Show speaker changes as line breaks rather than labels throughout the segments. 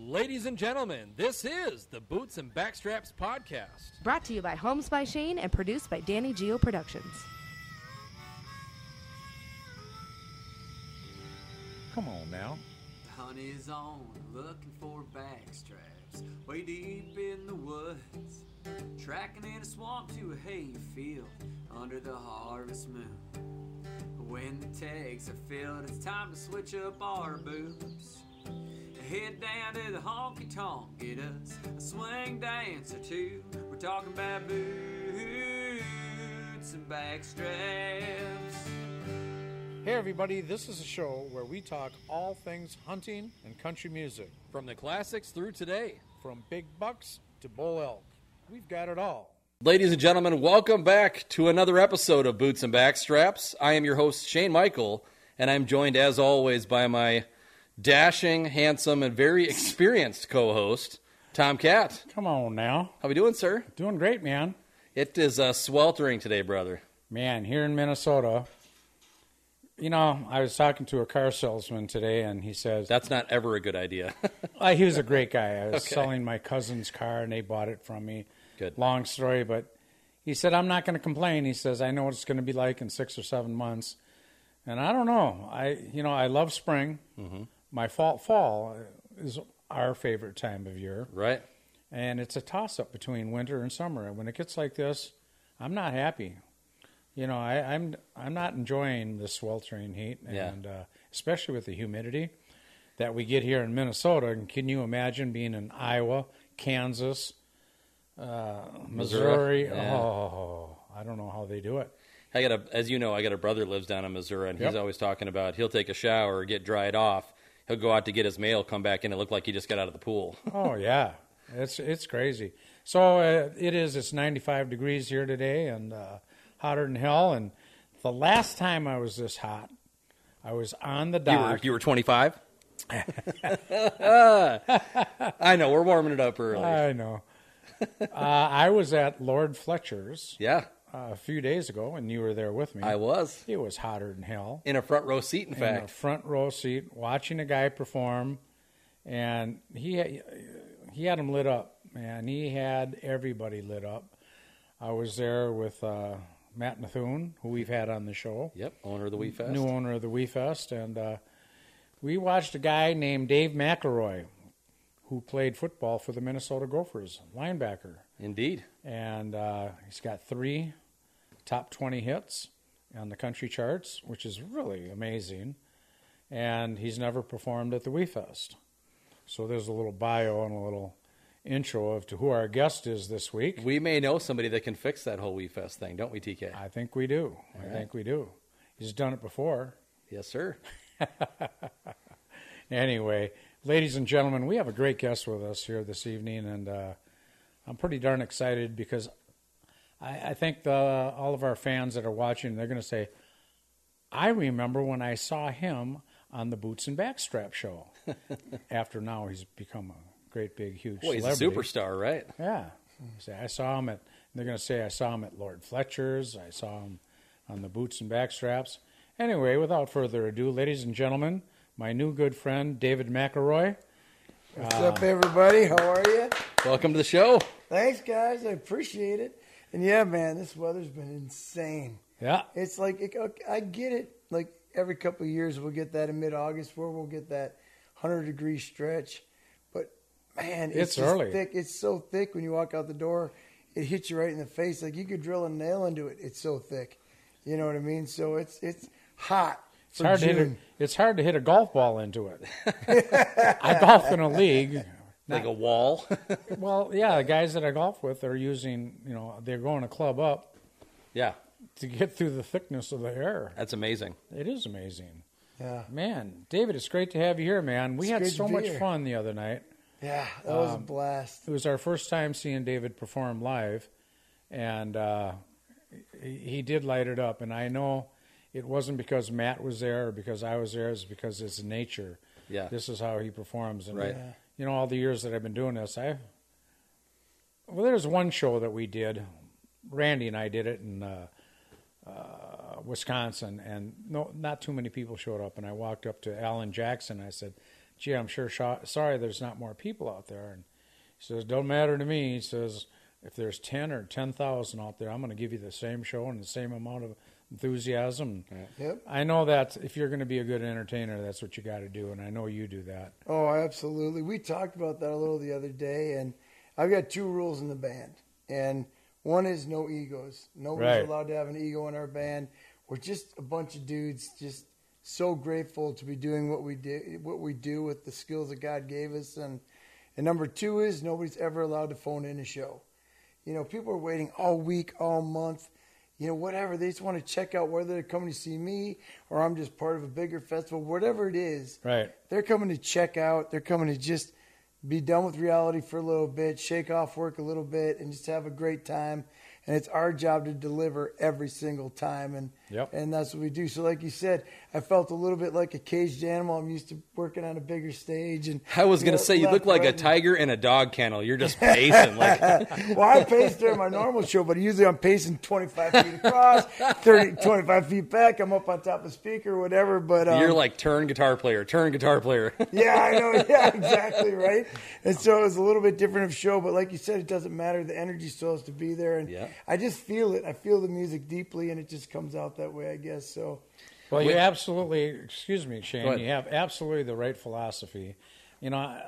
Ladies and gentlemen, this is the Boots and Backstraps Podcast.
Brought to you by Homes by Shane and produced by Danny Geo Productions.
Come on now.
Honey's on, looking for backstraps. Way deep in the woods, tracking in a swamp to a hay field under the harvest moon. When the tags are filled, it's time to switch up our boots. Head down to the honky tonk, get us a swing dance or two. We're talking about boots and backstraps.
Hey everybody, this is a show where we talk all things hunting and country music,
From the classics through today.
from big bucks to bull elk. We've got it all.
Ladies and gentlemen, welcome back to another episode of Boots and Backstraps. I am your host, Shane Michael, and I'm joined as always by my dashing, handsome, and very experienced co host, Tom Cat.
Come on now.
How we doing, sir?
Doing great, man.
It is uh, sweltering today, brother.
Man, here in Minnesota, you know, I was talking to a car salesman today and he says,
That's not ever a good idea.
Uh, he was a great guy. I was
Okay.
selling my cousin's car and they bought it from me.
Good.
Long story, but he said, I'm not going to complain. He says, I know what it's going to be like in six or seven months. And I don't know. I, you know, I love spring.
Mm-hmm.
My fall, fall is our favorite time of year.
right?
and it's a toss up between winter and summer. And when it gets like this, I'm not happy. You know, I, I'm I'm not enjoying the sweltering heat,
Yeah.
and uh, especially with the humidity that we get here in Minnesota. And can you imagine being in Iowa, Kansas, uh,
Missouri,
Missouri?
yeah.
Oh, I don't know how they do it.
I got a, as you know, I got a brother lives down in Missouri, and he's
Yep.
always talking about he'll take a shower, get dried off, he'll go out to get his mail, come back in, and look like he just got out of the pool.
Oh yeah, it's it's crazy. So uh, it is. It's 95 degrees here today, and uh, hotter than hell. And the last time I was this hot, I was on the
You were
dock.
you were 25. I know we're warming it up early.
I know. uh, I was at Lord Fletcher's
yeah,
uh, a few days ago, and you were there with me.
I was
It was hotter than hell.
in a front row seat. In
in a
fact,
front row seat watching a guy perform, and he had, he had him lit up, man. He had everybody lit up. I was there with uh, Matt Methune, who we've had on the show,
yep, owner of the Wee Fest.
new owner of the Wee Fest, and uh, we watched a guy named Dave McElroy, who played football for the Minnesota Gophers, linebacker
Indeed,
and uh, he's got three top 20 hits on the country charts, which is really amazing. And he's never performed at the Wee Fest. So there's a little bio and a little intro of to who our guest is this week.
we may know somebody that can fix that whole Wee Fest thing, don't we, TK?
I think we do. I think we do. He's done it before.
yes, sir.
Anyway, ladies and gentlemen, we have a great guest with us here this evening, and uh, I'm pretty darn excited because I, I think the, all of our fans that are watching, they're going to say, I remember when I saw him on the Boots and Backstrap show. After now, he's become a great, big, huge
Boy, he's a
celebrity.
superstar, right?
Yeah. Say, I saw him at, they're going to say, I saw him at Lord Fletcher's. I saw him on the boots and backstraps. Anyway, without further ado, ladies and gentlemen, my new good friend, David McElroy.
What's up, everybody? How are you?
Welcome to the show.
Thanks, guys. I appreciate it. And yeah, man, this weather's been insane.
Yeah.
It's like it, I get it. Like every couple of years, we'll get that in mid-August where we'll get that hundred degree stretch. But man, it's,
It's
just
early.
Thick. It's so thick when you walk out the door, it hits you right in the face. Like you could drill a nail into it. It's so thick. You know what I mean? So it's it's hot.
It's hard, to hit a, it's hard to hit a golf ball into it. I golf in a league.
Like a wall.
Well, yeah, the guys that I golf with are using, you know, they're going to club up
yeah,
to get through the thickness of the air.
that's amazing.
It is amazing.
Yeah,
Man, David, it's great to have you here, man. We
It's
had
good to
so
be
much
here.
fun the other night.
yeah. That was
Um,
a blast.
it was our first time seeing David perform live, and uh, he, he did light it up. And I know it wasn't because Matt was there or because I was there; it's because it's nature.
Yeah.
this is how he performs. And
Right. Yeah.
you know, all the years that I've been doing this, I well, there's one show that we did. Randy and I did it in uh, uh, Wisconsin, and no, not too many people showed up. And I walked up to Alan Jackson. I said, gee, I'm sure sho sorry there's not more people out there. And he says, don't matter to me. He says, if there's 10 or 10,000 out there, I'm going to give you the same show and the same amount of enthusiasm.
Yep.
I know that if you're going to be a good entertainer, that's what you got to do. And I know you do that.
Oh, absolutely. We talked about that a little the other day, and I've got two rules in the band, and one is no egos. Nobody's
Right.
allowed to have an ego in our band. We're just a bunch of dudes, just so grateful to be doing what we do, what we do with the skills that God gave us, and and number two is nobody's ever allowed to phone in a show. You know, people are waiting all week, all month, you know, whatever. They just want to check out whether they're coming to see me or I'm just part of a bigger festival, whatever it is.
Right.
They're coming to check out. They're coming to just be done with reality for a little bit, shake off work a little bit, and just have a great time. And it's our job to deliver every single time, and
Yep.
and that's what we do. So, like you said, I felt a little bit like a caged animal. I'm used to working on a bigger stage, and
I was
you
gonna
know,
say you look
left,
like
right,
a
and-
tiger in a dog kennel. You're just pacing like
well, I pace during my normal show, but usually I'm pacing 25 feet across, 30, 25 feet back. I'm up on top of speaker, whatever. But um,
you're like turn guitar player, turn guitar player.
yeah, I know. Yeah, exactly. Right. And so it was a little bit different of show, but like you said, it doesn't matter. The energy still has to be there, and
Yeah.
I just feel it. I feel the music deeply, and it just comes out that way, I guess. So
Well, you absolutely, excuse me,
Go
Shane,
ahead.
you have absolutely the right philosophy. You know, I,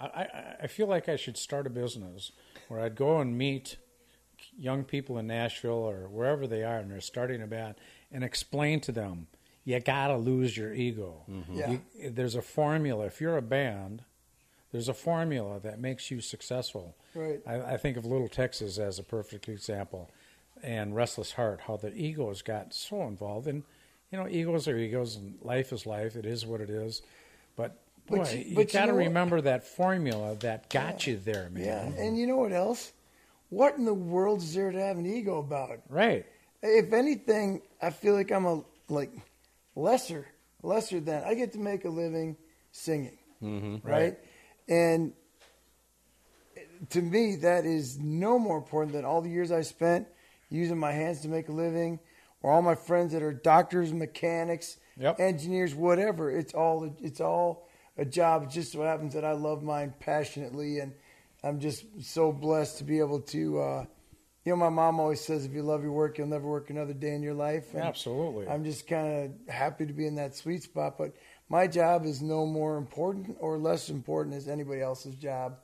I, I- I feel like I should start a business where I'd go and meet young people in Nashville or wherever they are and they're starting a band and explain to them, you got to lose your ego.
Mm-hmm.
Yeah.
You- there's a formula. If you're a band, there's a formula that makes you successful.
Right.
I, I think of Little Texas as a perfect example, and Restless Heart, how the egos got so involved. And you know, egos are egos, and life is life. It is what it is. But boy,
But you-
you,
but you
got to
know what?
remember that formula that got you there, man.
yeah. And you know what else? What in the world is there to have an ego about?
Right.
if anything, I feel like I'm a like lesser, lesser than I get to make a living singing, right?
Right.
And to me, that is no more important than all the years I spent using my hands to make a living, or all my friends that are doctors, mechanics,
Yep.
engineers, whatever. It's all it's all a job. It's just what happens that I love mine passionately, and I'm just so blessed to be able to. Uh, you know, my mom always says, "If you love your work, you'll never work another day in your life." And
Absolutely.
I'm just kind of happy to be in that sweet spot. But my job is no more important or less important as anybody else's job.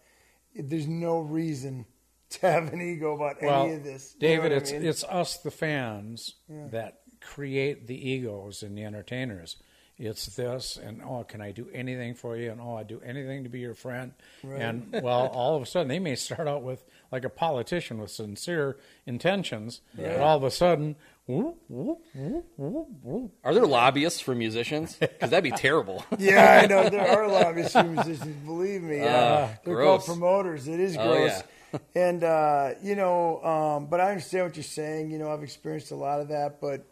There's no reason to have an ego about any of this. You know
David,
what I
it's
mean?
it's us the fans that create the egos in the entertainers. It's this and oh, can I do anything for you? And oh, I do anything to be your friend. And well, all of a sudden they may start out with like a politician with sincere intentions, but all of a sudden, whoop, whoop, whoop, whoop, whoop.
Are there lobbyists for musicians? Because that'd be terrible.
yeah, I know there are lobbyists for musicians. Believe me, yeah.
Ah,
they're
gross.
called promoters. It is
Oh,
gross. and uh, you know, um, but I understand what you're saying. You know, I've experienced a lot of that, but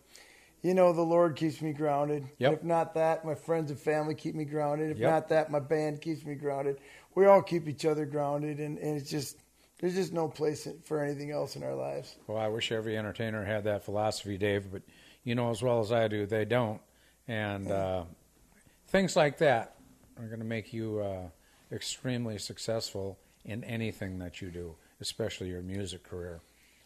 you know, the Lord keeps me grounded.
Yep.
If not that, my friends and family keep me grounded. If
Yep.
not that, my band keeps me grounded. We all keep each other grounded, and, and it's just there's just no place for anything else in our lives.
Well, I wish every entertainer had that philosophy, Dave, but you know as well as I do, they don't. And uh, things like that are going to make you uh, extremely successful in anything that you do, especially your music career.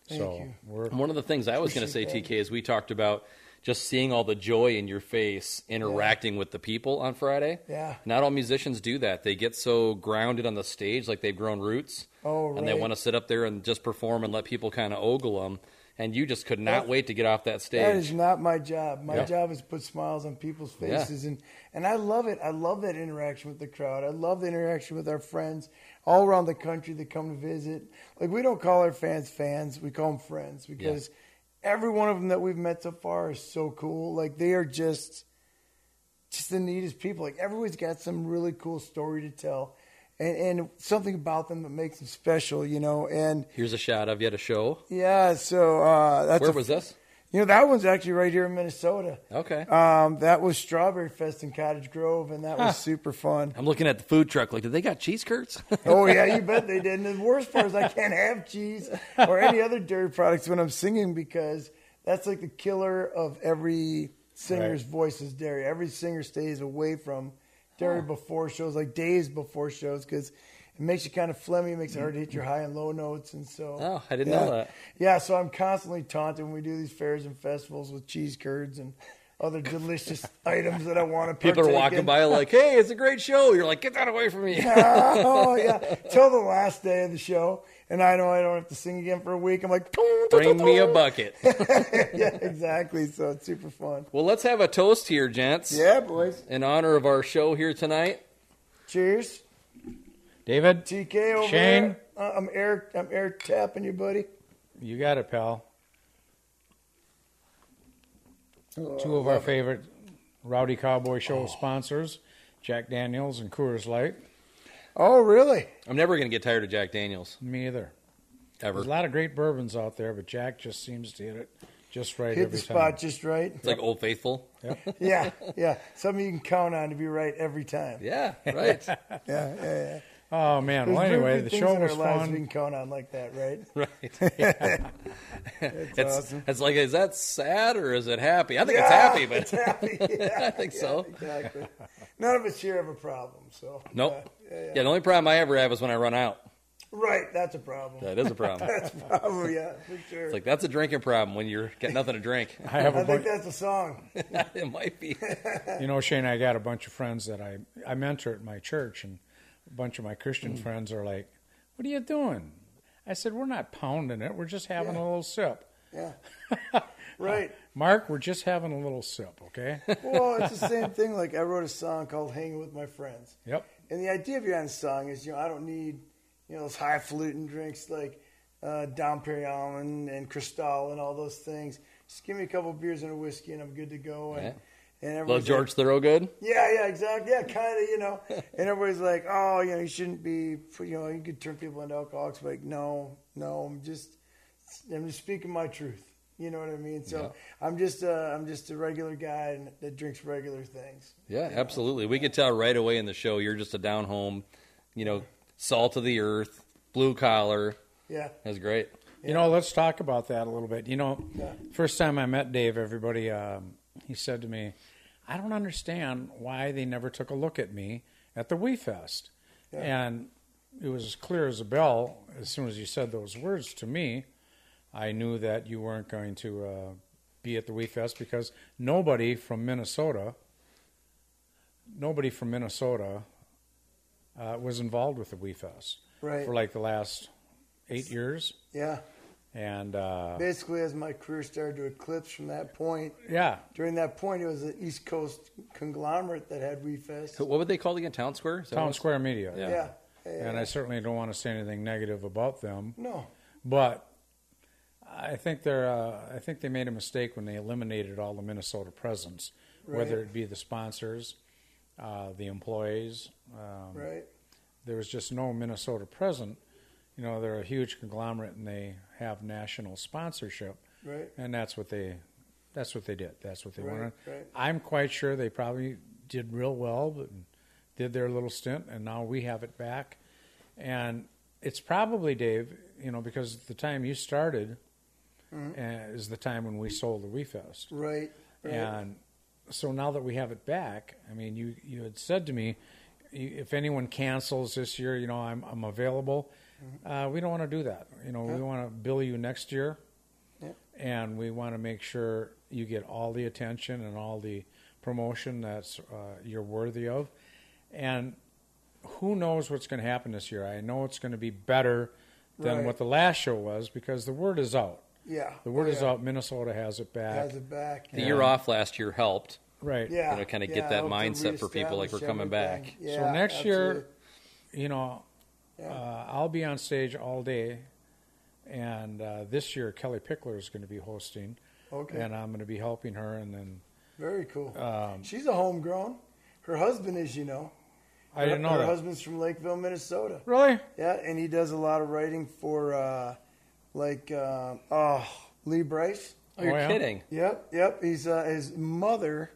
so
you.
we're
One of the things I was going to say,
Appreciate that.
TK, is we talked about just seeing all the joy in your face interacting with the people on Friday.
Yeah.
Not all musicians do that. They get so grounded on the stage, like they've grown roots.
Oh,
And they
right.
want to sit up there and just perform and let people kind of ogle them. And you just could not wait to get off that
That is
stage.
not my job. My
Yeah.
job is to put smiles on people's
Yeah.
faces, and and I love it. I love that interaction with the crowd. I love the interaction with our friends all around the country that come to visit. Like we don't call our fans fans; we call them friends because every one of them that we've met so far is so cool. Like they are just just the neatest people. Like everyone's got some really cool story to tell, and and something about them that makes them special, you know. And
Here's a shot of you at a show.
yeah, so uh, that's
Where
a-
was this?
You know that one's actually right here in Minnesota.
Okay.
Um, that was Strawberry Fest in Cottage Grove, and that was super fun.
I'm looking at the food truck. Like, did they got cheese curds?
Oh yeah, you bet they did. And the worst part is I can't have cheese or any other dairy products when I'm singing because that's like the killer of every singer's
Right.
voice is dairy. Every singer stays away from during before shows, like days before shows, because it makes you kind of phlegmy, it makes it hard to hit your high and low notes, and so.
Oh, I didn't
yeah.
know that.
Yeah, so I'm constantly taunted when we do these fairs and festivals with cheese curds and other delicious items that I want to.
People are
partake
walking
in.
by like, "Hey, it's a great show." You're like, "Get that away from me!"
oh yeah, till the last day of the show, and I know I don't have to sing again for a week. I'm like, "Dun, dun, dun,
Bring me a
dun."
bucket.
yeah, exactly. So it's super fun.
well, let's have a toast here, gents,
Yeah, boys.
in honor of our show here tonight.
Cheers,
David,
TK over
Shane.
there. Uh, I'm Eric. I'm Eric tapping you, buddy.
you got it, pal. Two of our favorite Rowdy Cowboy Show sponsors, Jack Daniels and Coors Light.
Oh, really?
I'm never going to get tired of Jack Daniels
Me either.
ever.
There's a lot of great bourbons out there, but Jack just seems to hit it just right
Hit
every
the
time.
spot just right.
It's like Old Faithful.
Yeah, yeah. Something you can count on to be right every time.
Yeah, right,
Yeah, yeah. yeah.
Oh man! Well,
There's very
anyway,
few
the
things
show
in
was
our lives We
fun.
can count on like that, right?
right. it's
awesome.
it's like, is that sad or is it happy? I think
Yeah,
it's
it's
happy,
happy.
but
Yeah,
I think so.
exactly. None of us here have a problem, so
Nope.
uh, yeah, yeah.
yeah, the only problem I ever have is when I run out.
right. That's a problem.
That is a problem.
That's probably yeah, for sure.
It's like that's a drinking problem when you're got nothing to drink.
I have
I
a bunch,
think that's a song.
it might be.
you know, Shane. I got a bunch of friends that I I mentor at my church, and a bunch of my Christian
Mm.
friends are like, "What are you doing?" I said, "We're not pounding it. We're just having
Yeah.
a little sip."
Yeah. Right.
Mark, we're just having a little sip, okay?
Well, it's the same thing. Like I wrote a song called "Hanging with My Friends,"
yep.
and the idea behind the song is, you know, I don't need, you know, those highfalutin drinks like uh, Dom Perignon and, and Cristal and all those things. Just give me a couple beers and a whiskey, and I'm good to go. And, and
Love
everyone's like,
George Thorogood.
Yeah, yeah, exactly. Yeah, kind of, you know. And everybody's like, oh, you know, you shouldn't be, you know, you could turn people into alcoholics. But like, no, no, I'm just, I'm just speaking my truth. You know what I mean? So I'm just, uh, I'm just a regular guy and that drinks regular things.
Yeah, absolutely. We could tell right away in the show you're just a down home, you know, salt of the earth, blue collar.
Yeah,
That's great.
You know, let's talk about that a little bit. You know,
Yeah.
first time I met Dave, everybody, um, he said to me, I don't understand why they never took a look at me at the Wee Fest. And it was as clear as a bell. As soon as you said those words to me, I knew that you weren't going to uh, be at the Wee Fest because nobody from Minnesota, nobody from Minnesota uh, was involved with the Wee Fest
right.
for like the last eight years
yeah.
and uh,
Basically, as my career started to eclipse from that point,
yeah,
during that point, it was the East Coast conglomerate that had WeFest.
So what would they call it again? Town Square? Is that what
Town
it's-
Square Media.
Yeah.
yeah. yeah.
And I certainly don't want to say anything negative about them,
No.
but I think they're uh, I think they made a mistake when they eliminated all the Minnesota presence, whether
Right.
it be the sponsors, uh, the employees. Um,
Right.
There was just no Minnesota present. You know, they're a huge conglomerate and they have national sponsorship,
Right.
and that's what they that's what they did. That's what they
Right,
wanted.
right.
I'm quite sure they probably did real well, but did their little stint, and now we have it back. And it's probably Dave, you know, because the time you started
Mm-hmm.
uh, is the time when we sold the WeFest,
Right. Right.
and so now that we have it back, I mean, you you had said to me, "You- if anyone cancels this year, you know, I'm I'm available.
Mm-hmm.
Uh, we don't want to do that. You know, we want to bill you next year,
Yeah.
and we want to make sure you get all the attention and all the promotion that's uh, you're worthy of. And who knows what's going to happen this year? I know it's going to be better than
Right.
what the last show was because the word is out.
Yeah.
The word
Oh,
is
yeah.
out. Minnesota has it back.
Has it back.
The year off last year helped.
right.
Yeah.
You know, kinda get
yeah,
that
help to
mindset for people, like, we're coming back.
reestablish
So
everything. Yeah,
next year-
absolutely.
you know,
Yeah.
uh, I'll be on stage all day, and uh, this year Kelly Pickler is going to be hosting,
Okay.
and I'm going to be helping her. And then
Very cool.
um,
She's a homegrown. Her husband is, you know.
I didn't know
Her
that.
husband's from Lakeville, Minnesota.
Really?
Yeah, and he does a lot of writing for, uh, like, um oh, Lee Bryce.
Oh, you're
Oh, yeah?
kidding.
Yep, yep. He's uh, his mother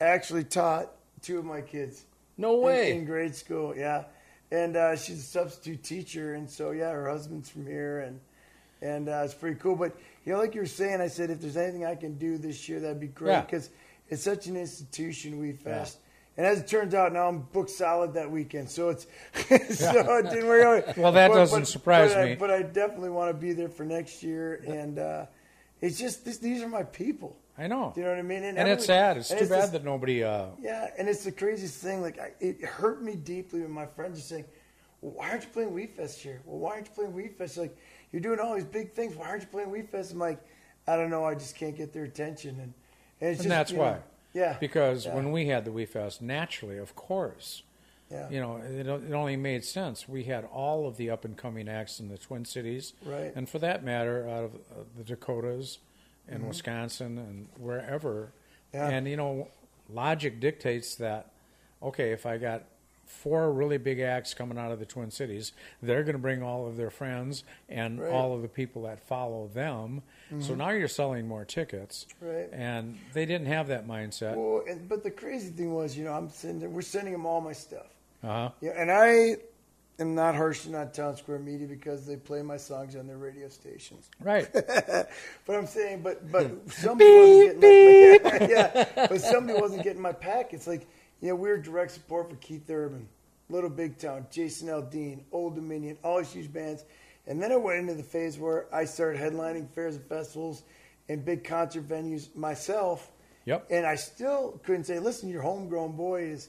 actually taught two of my kids.
No
in-
way.
In, grade school, yeah. And uh, she's a substitute teacher, and so yeah, her husband's from here, and and uh, it's pretty cool. But you know, like you were saying, I said if there's anything I can do this year, that'd be great
Yeah.
because it's such an institution we fest, And as it turns out, now I'm booked solid that weekend, so it's so it didn't work out.
Well, that doesn't surprise
but I-
me.
but I definitely want to be there for next year, and uh, it's just this, these are my people.
I know.
Do you know what I mean?
And,
every-
it's sad. It's
and
too bad
this-
that nobody. Uh,
yeah, and it's the craziest thing. Like I, it hurt me deeply when my friends are saying, well, "Why aren't you playing Wii Fest here? Well, why aren't you playing Wii Fest? Like you're doing all these big things. Why aren't you playing Wii Fest?" I'm like, "I don't know. I just can't get their attention." And, and, it's
and
just,
that's
you know,
why.
yeah.
Because
yeah,
when we had the Wii Fest, naturally, of course,
yeah,
you know, it, it only made sense. We had all of the up and coming acts in the Twin Cities,
Right.
And for that matter, out of uh, the Dakotas and Wisconsin and wherever.
Mm-hmm. Yeah.
And you know, logic dictates that. Okay, if I got four really big acts coming out of the Twin Cities, they're going to bring all of their friends and
Right. Mm-hmm.
all of the people that follow them. So now you're selling more tickets,
Right.
And they didn't have that mindset.
Well, and, but the crazy thing was, you know, I'm sending, we're sending them all my stuff.
uh-huh.
Yeah, and I am not harshing on Town Square Media because they play my songs on their radio stations.
Right.
But I'm saying, but but somebody wasn't getting my, yeah, but somebody wasn't getting my packets. Like you know, we were direct support for Keith Urban, Little Big Town, Jason Aldean, Old Dominion, all these huge bands. And then I went into the phase where I started headlining fairs and festivals and big concert venues myself.
Yep.
And I still couldn't say, listen, your homegrown boy is,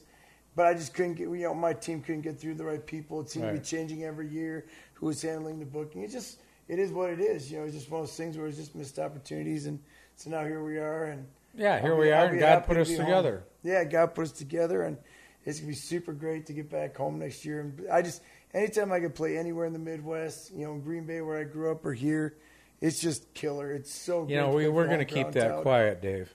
but I just couldn't get, you know, my team couldn't get through the right people. It seemed to
Right.
be changing every year who was handling the booking. It just, it is what it is. You know, it's just one of those things where it's just missed opportunities. And so now here we are. And
Yeah, here
I'll
we
be-
are,
I'll
and
be
God
happy
put
to
us
be home.
together.
Yeah, God put us together. And it's going to be super great to get back home next year. And I just, anytime I could play anywhere in the Midwest, you know, in Green Bay where I grew up or here, it's just killer. It's so
You know, we, we're going to keep that
quiet.
quiet, Dave.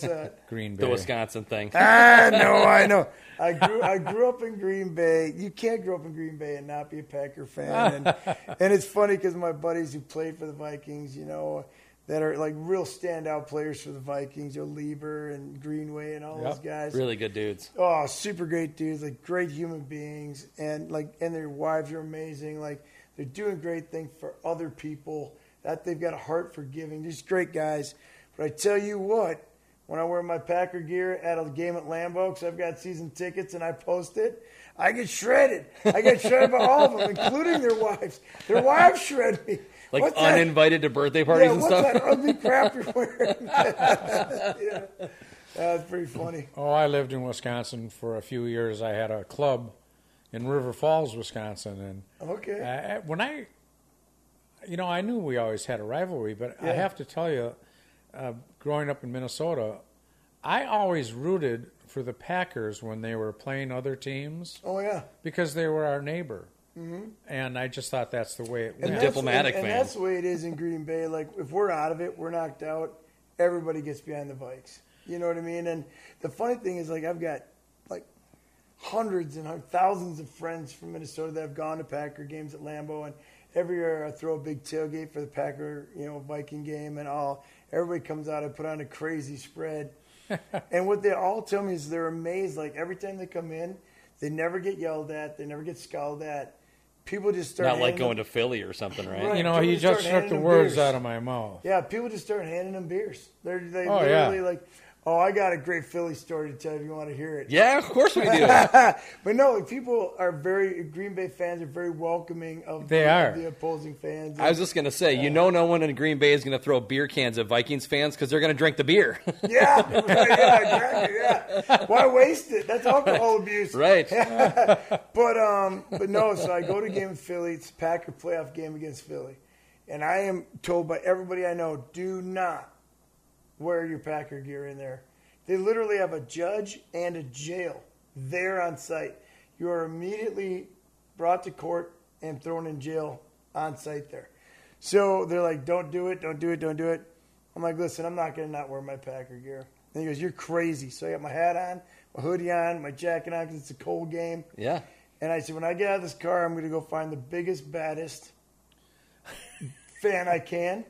that?
Green Bay. Ah,
The Wisconsin thing.
I know, I know. I grew I grew up in Green Bay. You can't grow up in Green Bay and not be a Packer fan. And, and it's funny because my buddies who played for the Vikings, you know, that are like real standout players for the Vikings, you know, Lieber and Greenway and all those
Yep.
guys.
Really good dudes.
Oh, super great dudes, like great human beings, and like and their wives are amazing. Like they're doing great things for other people. That they've got a heart for giving. Just great guys. But I tell you what, when I wear my Packer gear at a game at Lambeau, because I've got season tickets and I post it, I get shredded. I get shredded by all of them, including their wives. Their wives shred me.
Like
What's that-
uninvited to birthday parties
yeah,
and
what's
stuff.
that ugly crap you're wearing? yeah. That's pretty funny.
Oh, I lived in Wisconsin for a few years. I had a club in River Falls, Wisconsin, and
Okay.
Uh,
I- I- when I, you know, I knew we always had a rivalry, but I
Yeah.
have to tell you, uh, growing up in Minnesota, I always rooted for the Packers when they were playing other teams
Oh yeah.
because they were our neighbor, mm-hmm. and I just thought that's the way it
And
went.
that's-
Diplomatic
and, and
man.
that's the way it is in Green Bay. Like if we're out of it, we're knocked out. Everybody gets behind the bikes. You know what I mean? And the funny thing is, like I've got like hundreds and hun- thousands of friends from Minnesota that have gone to Packer games at Lambeau, and every year I throw a big tailgate for the Packer, you know, Viking game, and all. Everybody comes out. I put on a crazy spread, and what they all tell me is they're amazed. Like every time they come in, they never get yelled at, they never get scowled at. People just start
Not like
handing them-
going to Philly or something, right?
Right.
you know,
Dude,
you
we
just took
started
the
handing them
words
beers.
out of my mouth.
Yeah, people just start handing them beers. They're they
Oh, yeah.
literally like, oh, I got a great Philly story to tell you if you want to hear it.
Yeah, of course we do.
But no, like, people are very Green Bay fans are very welcoming of
They
the,
are.
the opposing fans.
I was just gonna say, you know, no one in Green Bay is gonna throw beer cans at Vikings fans because they're gonna drink the beer.
yeah, right, yeah, exactly, yeah. Why waste it? That's alcohol abuse,
right.
But um, but no. So I go to a game in Philly. It's a Packer playoff game against Philly, and I am told by everybody I know, do not wear your Packer gear in there. They literally have a judge and a jail there on site. You are immediately brought to court and thrown in jail on site there. So they're like, don't do it, don't do it, don't do it. I'm like, listen, I'm not going to not wear my Packer gear. And he goes, you're crazy. So I got my hat on, my hoodie on, my jacket on because it's a cold game.
Yeah.
And I said, when I get out of this car, I'm going to go find the biggest, baddest fan I can.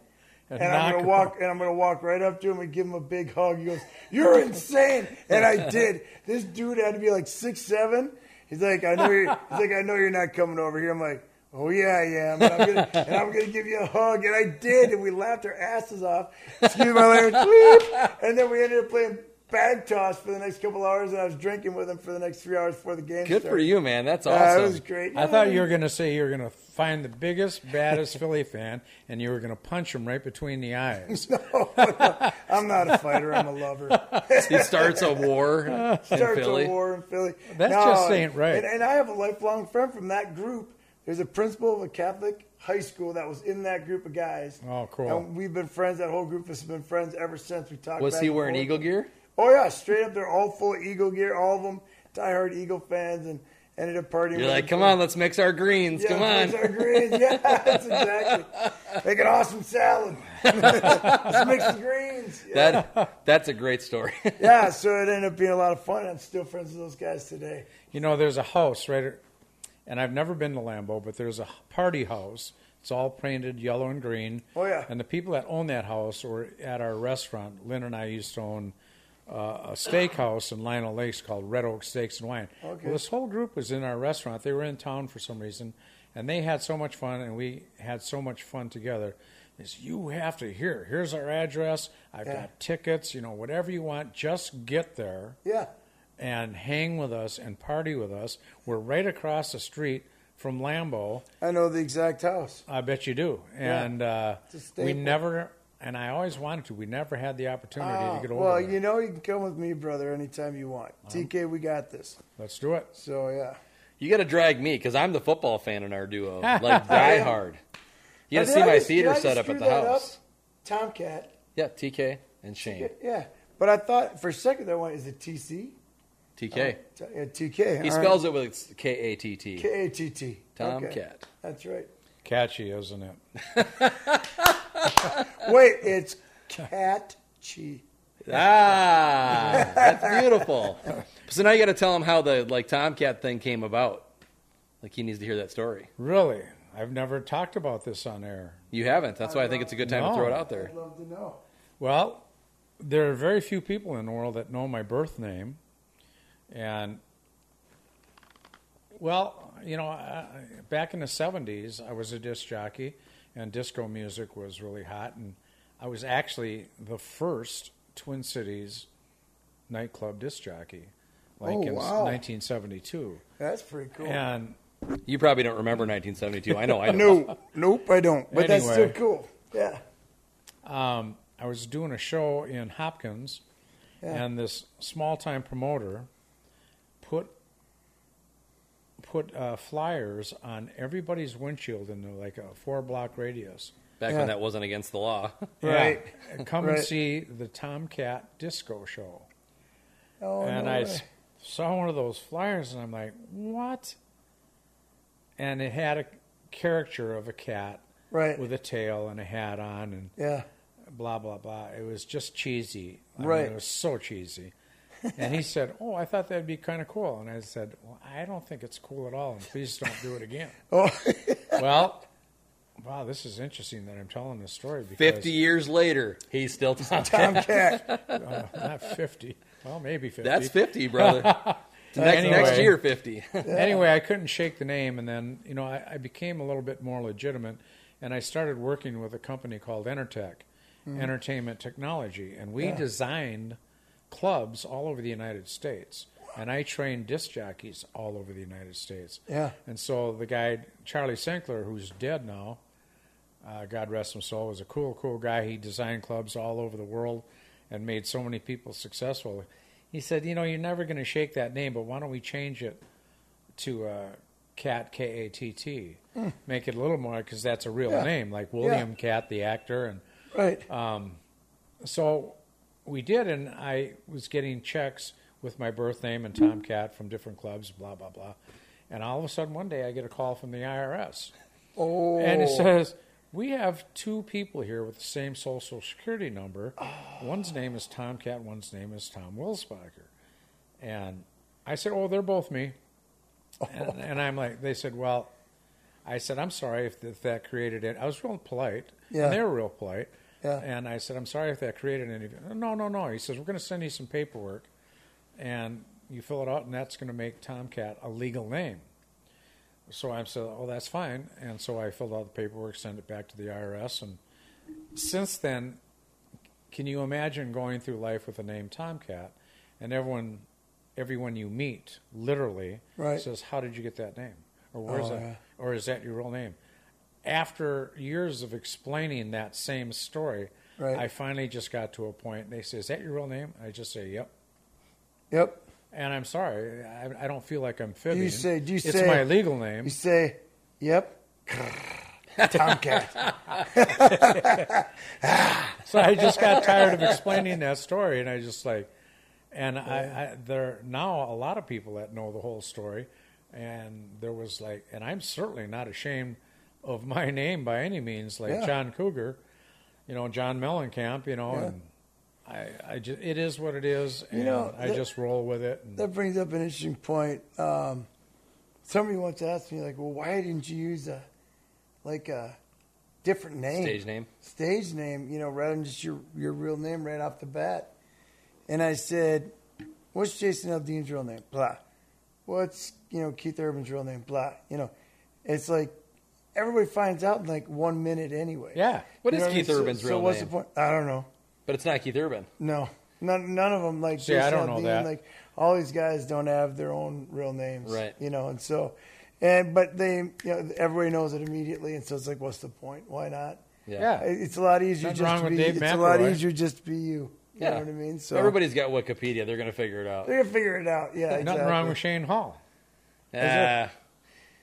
And, I'm
knock
going to
'em
walk and I'm going to walk right up to him and give him a big hug. He goes, "You're insane." And I did. This dude had to be like 6'7". He's like, "I know you're he's like, I know you're not coming over here." I'm like, "Oh yeah, yeah." And I'm gonna, and I'm gonna give you a hug, and I did, and we laughed our asses off. Excuse my language. bleep. And then we ended up playing bag toss for the next couple hours, and I was drinking with him for the next three hours before the game.
Good for
started.
you, man. That's
Yeah,
awesome.
it was great.
I thought you were going to say you were going to find the biggest, baddest Philly fan, and you were going to punch him right between the eyes.
I'm not a fighter. I'm a lover.
He starts a war in
Starts
Philly.
a war in Philly.
That just ain't right.
And, and I have a lifelong friend from that group. There's a principal of a Catholic high school that was in that group of guys.
Oh, cool.
And we've been friends. That whole group has been friends ever since. We talked.
Was
back
he
and
wearing
forth.
eagle gear?
Oh yeah, straight up. They're all full of Eagle gear. All of them diehard Eagle fans, and ended up partying.
You're
with
like,
them.
come on, let's mix our greens.
Yeah,
come
those
on.
are greens. Yeah, that's exactly. Make an awesome salad. Just mix the greens. Yeah.
That that's a great story.
yeah, so it ended up being a lot of fun. I'm still friends with those guys today.
You know, there's a house right, and I've never been to Lambeau, but there's a party house. It's all painted yellow and green.
Oh, yeah.
And the people that own that house were at our restaurant. Lynn and I used to own uh, a steakhouse in Lionel Lakes called Red Oak Steaks and Wine.
Okay.
Well, this whole group was in our restaurant. They were in town for some reason, and they had so much fun, and we had so much fun together. Is you have to hear. Here's our address. I've
Yeah.
got tickets. You know, whatever you want, just get there
Yeah,
and hang with us and party with us. We're right across the street from Lambeau.
I know the exact house.
I bet you do.
Yeah.
And uh,
It's a staple.
we never, and I always wanted to. We never had the opportunity
Ah,
Oh.
to get over
well,
there.
you know you can come with me, brother, anytime you want.
Uh-huh.
TK, we got this.
Let's do it.
So yeah,
you got to drag me because I'm the football fan in our duo, like die hard. You got
Now,
to see
did I
my
just- did I
theater
just
setup
screw
at the
that up?
house.
Tomcat.
Yeah, TK and Shane.
Yeah, but I thought for a second that one is it TC?
TK.
T- yeah, TK.
He spells it with K A T T.
K A T T.
Tomcat.
That's right.
Catchy, isn't it?
Wait, it's catchy.
Ah, that's beautiful. So now you got to tell him how the like Tomcat thing came about. Like he needs to hear that story.
Really? I've never talked about this on air.
You haven't. That's why I think it's a good time to throw it
No.
out there.
I'd love to know.
Well, there are very few people in the world that know my birth name, and well, you know, I, I- back in the '70s, I was a disc jockey, and disco music was really hot, and I was actually the first Twin Cities nightclub disc jockey, like
Oh,
in
wow.
1972,
That's pretty cool.
and
You probably don't remember 1972. I know. I know.
No, nope, I don't. But that's still
Anyway.
cool. Yeah.
um, I was doing a show in Hopkins,
Yeah.
and this small time promoter put put uh, flyers on everybody's windshield in like a four block radius.
Back
Yeah.
when that wasn't against the law.
Right.
Yeah. Come
Right.
and see the Tomcat Disco Show.
Oh,
and
no
I
way.
s- saw one of those flyers, and I'm like, what? And it had a caricature of a cat
right.
with a tail and a hat on, and
yeah.
blah blah blah. It was just cheesy. I mean,
Right.
it was so cheesy. And he said, "Oh, I thought that'd be kind of cool." And I said, "Well, I don't think it's cool at all, and please don't do it again."
Oh,
well, wow, this is interesting that I'm telling this story because
50 years later, he's still Tomcat.
Tomcat.
uh, not fifty. Well, maybe fifty.
That's 50, brother. next,
Anyway.
next year, 50.
Anyway, I couldn't shake the name, and then you know I, I became a little bit more legitimate, and I started working with a company called Entertech, Entertainment Technology, and we designed clubs all over the United States, and I trained disc jockeys all over the United States.
Yeah.
And so the guy Charlie Sinkler, who's dead now, uh, God rest his soul, was a cool, cool guy. He designed clubs all over the world and made so many people successful. He said, "You know, you're never going to shake that name, but why don't we change it to uh, Cat K A T T? Make it a little more because that's a real
Hmm. Yeah.
name, like William
Yeah.
Cat, the actor." And
right.
so we did, and I was getting checks with my birth name and Tomcat from different clubs, blah blah blah. And all of a sudden, one day, I get a call from the IRS.
oh.
And it says, We have two people here with the same social security number. One's name is Tomcat, one's name is Tom Wilsbacher. And I said, Oh, they're both me. And, and I'm like, They said, Well, I said, I'm sorry if, if that created it. I was real polite.
Yeah.
And they were real polite.
Yeah.
And I said, I'm sorry if that created any. No, no, no. He says, We're going to send you some paperwork. And you fill it out, and that's going to make Tomcat a legal name. So I said, "Oh, that's fine." And so I filled out the paperwork, sent it back to the IRS, and since then, can you imagine going through life with the name Tomcat, and everyone, everyone you meet, literally
Right.
says, "How did you get that name?" Or where's
Oh,
that?
yeah.
Or is that your real name? After years of explaining that same story,
Right.
I finally just got to a point. They say, "Is that your real name?" I just say, "Yep."
Yep.
And I'm sorry, I, I don't feel like I'm fibbing.
You say, do you
it's
say-
my legal name.
You say, yep. Tomcat.
so I just got tired of explaining that story, and I just like, and I, I there are now a lot of people that know the whole story, and there was like, and I'm certainly not ashamed of my name by any means, like
Yeah.
John Cougar, you know, John Mellencamp, you know, and I, I just, it is what it is, and
know,
I
that-
just roll with it. And,
That brings up an interesting point. Um, somebody once asked me, like, well, why didn't you use a, like a different name?
Stage name.
Stage name, you know, rather than just your, your real name right off the bat. And I said, what's Jason Aldean's real name? Blah. What's, you know, Keith Urban's real name? Blah. You know, it's like everybody finds out in like one minute anyway.
yeah,
What
You
is
know I mean?
Keith Urban's
so,
real
so what's
name?
The point? I don't know.
But it's not Keith Urban.
No, none, none of them like.
See, I
Jason
don't know
Aldean,
that.
Like all these guys don't have their own real names,
Right.
You know, and so, and but they, you know, everybody knows it immediately, and so it's like, what's the point? Why not?
yeah.
It- It's a lot easier
Nothing
just
wrong
to
with
be.
Dave
it's a lot
McElroy.
easier just to be you. You
Yeah.
know what I mean? So
Everybody's got Wikipedia. They're going to figure it out.
they're gonna figure it out. Yeah,
Nothing
exactly.
wrong with Shane Hall.
Ah.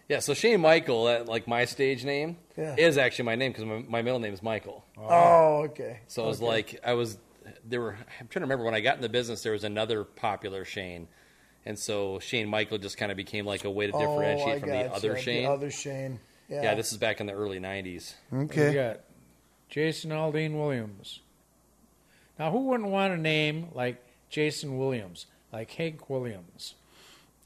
yeah, so Shane Michael, that, like my stage name,
Yeah.
is actually my name because my, my middle name is Michael.
Oh, okay.
So it was like I was there were I'm trying to remember when I got in the business there was another popular Shane. And so Shane Michael just kind of became like a way to
Oh,
differentiate
I
from the
gotcha.
other Shane.
The other Shane. Yeah.
yeah, this is back in the early 90s.
We
okay.
got Jason Aldean Williams. Now, who wouldn't want a name like Jason Williams, like Hank Williams?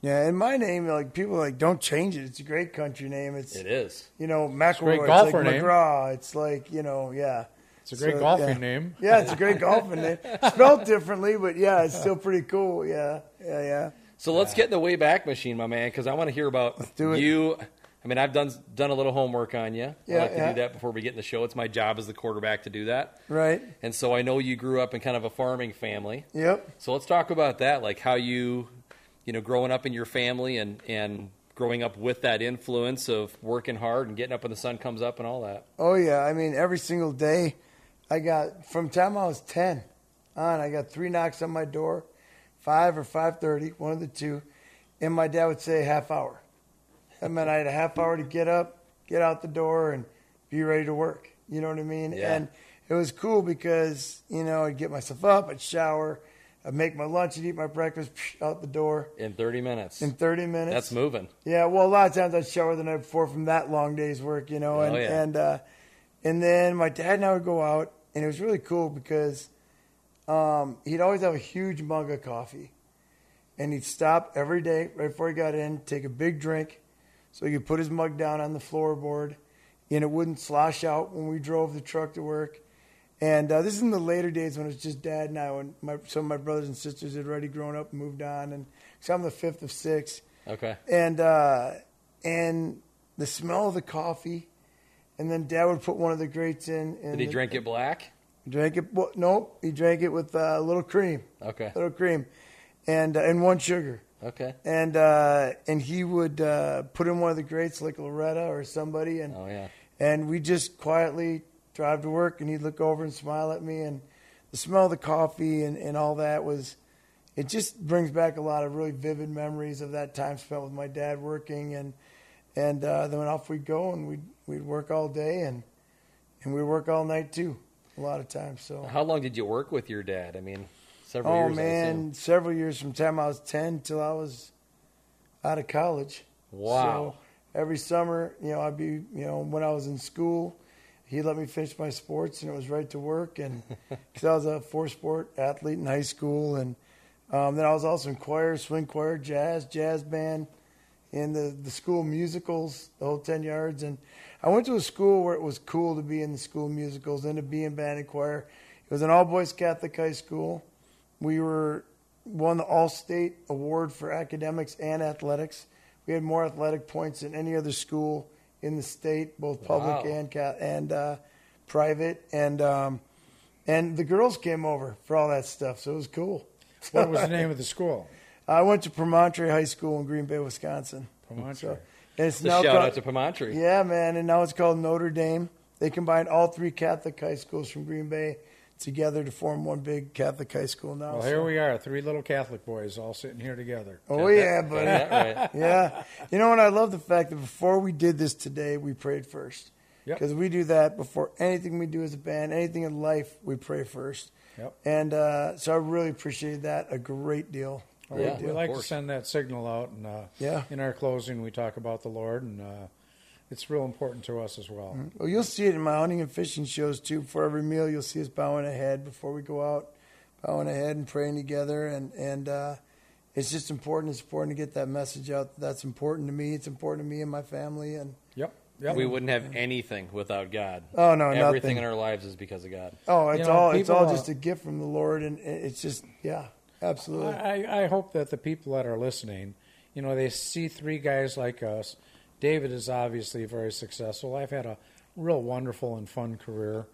Yeah, and my name, like people are like, don't change it. It's a great country name. It's
It is.
you know, McElroy, it's,
golfer
like
name.
McGraw. It's like you know, yeah.
It's a great
So,
golfing
yeah.
name.
Yeah, it's a great golfing name. Spelled differently, but yeah, it's still pretty cool. Yeah, yeah, yeah.
So let's get in the way back machine, my man, because I want to hear about
do it.
you. I mean, I've done done a little homework on you. I
Yeah,
like to
yeah.
do that before we get in the show. It's my job as the quarterback to do that.
Right.
And so I know you grew up in kind of a farming family.
Yep.
So let's talk about that, like how you, you know, growing up in your family and and growing up with that influence of working hard and getting up when the sun comes up and all that.
Oh yeah. I mean, every single day, I got from time I was ten on, I got three knocks on my door, five or five thirty, one of the two, and my dad would say half hour. That meant I had a half hour to get up, get out the door, and be ready to work. You know what I mean?
Yeah.
And it was cool because you know I'd get myself up, I'd shower, I'd make my lunch, and eat my breakfast out the door
In 30 minutes,
in thirty minutes.
that's moving.
Yeah, well, a lot of times I'd shower the night before from that long day's work, you know, and
Oh, yeah.
and uh, and then my dad and I would go out, and it was really cool because um, he'd always have a huge mug of coffee, and he'd stop every day right before he got in, take a big drink, so he could put his mug down on the floorboard, and it wouldn't slosh out when we drove the truck to work. And uh, this is in the later days when it was just dad and I, when my, some of my brothers and sisters had already grown up and moved on, and so I'm the fifth of six
Okay.
and uh, and the smell of the coffee, and then Dad would put one of the grates in. And
Did he
the-
drink it black?
Drank it? Well, no, he drank it with uh, a little cream,
Okay.
little cream, and uh, and one sugar,
Okay.
and uh, and he would uh, put in one of the grates like Loretta or somebody, and
Oh yeah.
and we just quietly drive to work, and he'd look over and smile at me, and the smell of the coffee and, and all that was, it just brings back a lot of really vivid memories of that time spent with my dad working, and and uh, then off we'd go, and we'd we'd work all day, and and we'd work all night too, a lot of times. So
How long did you work with your dad? I mean, several
oh
years. I assume.
man, several years from time I was ten till I was out of college.
Wow.
So every summer, you know, I'd be, you know, when I was in school, he let me finish my sports, and it was right to work, and because I was a four-sport athlete in high school, and um, then I was also in choir, swing choir, jazz, jazz band, in the the school musicals, the whole ten yards, and I went to a school where it was cool to be in the school musicals and to be in band and choir. It was an all-boys Catholic high school. We were won the all-state award for academics and athletics. We had more athletic points than any other school in the state, both public
Wow.
and ca- and uh, private. And um, And the girls came over for all that stuff, so it was cool.
What was the name of the school?
I went to Promontory High School in Green Bay, Wisconsin.
Promontory.
And it's
Just a
now
shout
called-
out to Promontory.
Yeah, man, and now it's called Notre Dame. They combined all three Catholic high schools from Green Bay together to form one big Catholic high school now.
Well, here we are, three little Catholic boys all sitting here together.
Oh yeah,
Got
buddy.
that right.
yeah. You know what? I love the fact that before we did this today, we prayed first.
Yep.
Because we do that before anything we do as a band, anything in life, we pray first.
Yep.
And uh, so I really appreciated that a great deal. A
We-
Yeah,
we
of
like to
course.
send that signal out, and uh,
Yeah.
in our closing, we talk about the Lord, and uh, it's real important to us as well.
Well, you'll see it in my hunting and fishing shows too. Before every meal, you'll see us bowing ahead before we go out, bowing ahead and praying together. And and uh, it's just important. It's important to get that message out. That's important to me. It's important to me and my family. And
Yep, yep.
We wouldn't have anything without God.
Oh, no,
Everything
nothing.
in our lives is because of God.
oh, it's
You know,
all it's all
people, uh,
just a gift from the Lord. And it- it's just yeah, absolutely.
I, I- I hope that the people that are listening, you know, they see three guys like us. David is obviously very successful. I've had a real wonderful and fun career.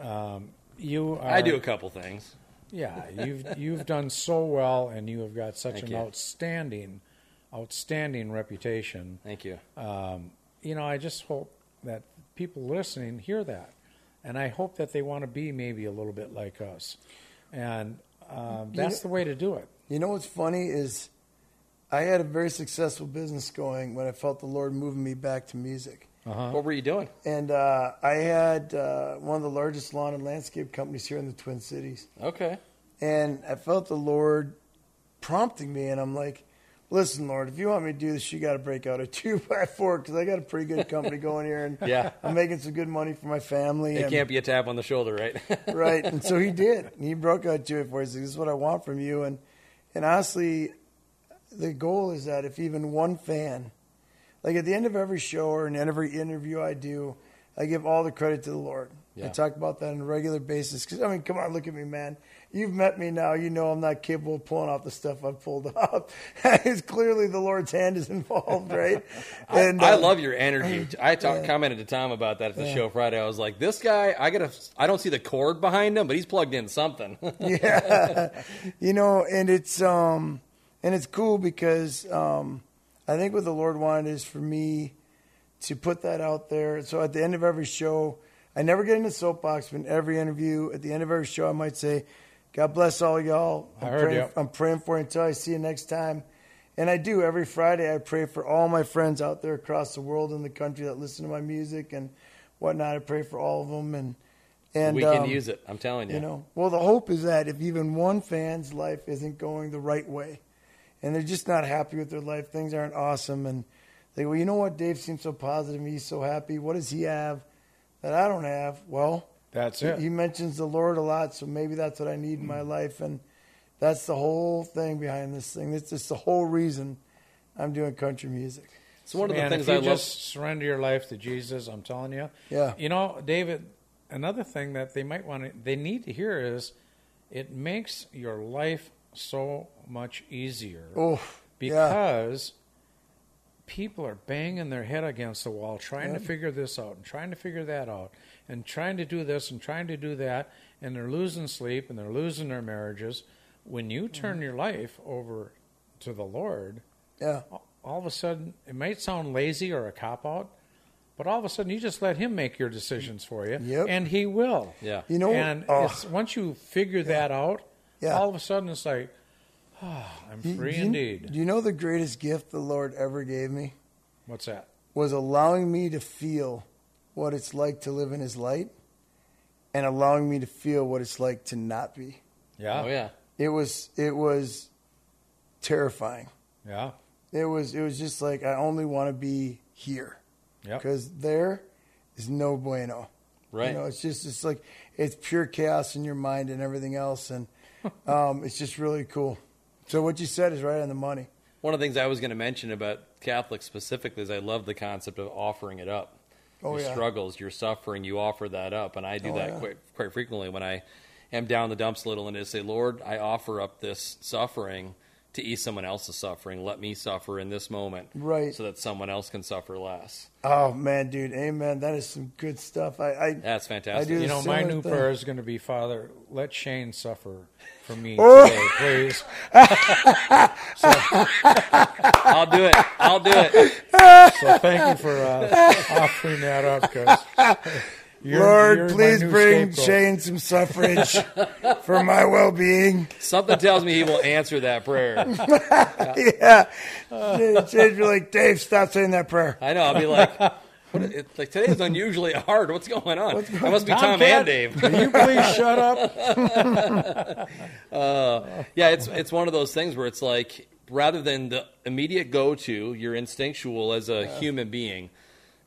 Um, you, are,
I do a couple things.
Yeah, you've you've done so well, and you have got such
Thank
an
you.
outstanding, outstanding reputation.
Thank you.
Um, you know, I just hope that people listening hear that, and I hope that they want to be maybe a little bit like us, and um, that's the way to do it.
You know what's funny is I had a very successful business going when I felt the Lord moving me back to music.
What were you doing?
And uh, I had uh, one of the largest lawn and landscape companies here in the Twin Cities.
Okay.
And I felt the Lord prompting me, and I'm like, listen, Lord, if you want me to do this, you got to break out a two by four because I got a pretty good company going here, and
Yeah.
I'm making some good money for my family.
It
and,
can't be a tap on the shoulder, right?
right. And so he did. He broke out two by four. He's like, this is what I want from you. And and honestly, the goal is that if even one fan, like at the end of every show or in every interview I do, I give all the credit to the Lord. I
Yeah.
talk about that on a regular basis because I mean, come on, look at me, man. You've met me now. You know I'm not capable of pulling off the stuff I've pulled off. it's clearly the Lord's hand is involved, right? And
I
uh,
love your energy. I talk, commented to Tom about that at the show Friday. I was like, "This guy, I gotta, I don't see the cord behind him, but he's plugged in something."
yeah you know and it's um and it's cool because um i think what the lord wanted is for me to put that out there so at the end of every show i never get in a soapbox but in every interview at the end of every show i might say god bless all y'all i'm,
I heard
praying,
ya.
I'm praying for you until i see you next time and i do every friday i pray for all my friends out there across the world and the country that listen to my music and whatnot i pray for all of them and and
we can
um,
use it. I'm telling you.
you know, well, the hope is that if even one fan's life isn't going the right way, and they're just not happy with their life, things aren't awesome, and they go, you know what, Dave seems so positive, he's so happy. What does he have that I don't have? Well,
That's
he-
it. Mm.
he mentions the Lord a lot, so maybe that's what I need in my life, and that's the whole thing behind this thing. That's just the whole reason I'm doing country music.
it's one of the
Man,
things
if you
I love.
just surrender your life to Jesus, I'm telling you.
Yeah.
You know, David, another thing that they might want to, they need to hear is it makes your life so much easier
Oh, yeah.
because people are banging their head against the wall trying to figure this out and trying to figure that out and trying to do this and trying to do that and they're losing sleep and they're losing their marriages. When you turn
Mm-hmm.
your life over to the Lord,
yeah.
all of a sudden it might sound lazy or a cop out but all of a sudden you just let him make your decisions for you
Yep.
and he will
Yeah.
You know,
and
oh.
it's, once you figure that out
Yeah.
all of a sudden it's like ah, i'm
Do you-
free
do you-
indeed
Do you know the greatest gift the Lord ever gave me?
what's that
was allowing me to feel what it's like to live in his light and allowing me to feel what it's like to not be.
yeah
oh yeah,
It was it was terrifying.
yeah
It was it was just like I only want to be here
Yep.
because there is no bueno.
right.
You know, it's just it's like it's pure chaos in your mind and everything else, and um, it's just really cool. So what you said is right on the money.
one of the things I was going to mention about Catholics specifically is I love the concept of offering it up.
Oh,
your
yeah.
struggles, your suffering, you offer that up, and I do
Oh,
that
yeah.
quite, quite frequently when I am down in the dumps a little, and I say, Lord, I offer up this suffering to ease someone else's suffering. Let me suffer in this moment,
Right.
so that someone else can suffer less.
Oh man, dude, amen. That is some good stuff. I, I
That's fantastic.
do
You know, my
Similar
new
thing.
prayer is going to be, Father, let Shane suffer for me today, please.
I'll do it. I'll do it.
So thank you for uh, offering that up, because
Lord, please bring Shane some suffrage for my well being.
Something tells me he will answer that prayer.
Yeah. Shane- Shane'd be like, Dave, stop saying that prayer.
I know. I'll be like, what, it's like today's unusually hard. What's going on? That must be Tom, and Dave.
Can you please shut up?
Yeah, it's it's one of those things where it's like rather than the immediate go to, you're instinctual as a human being,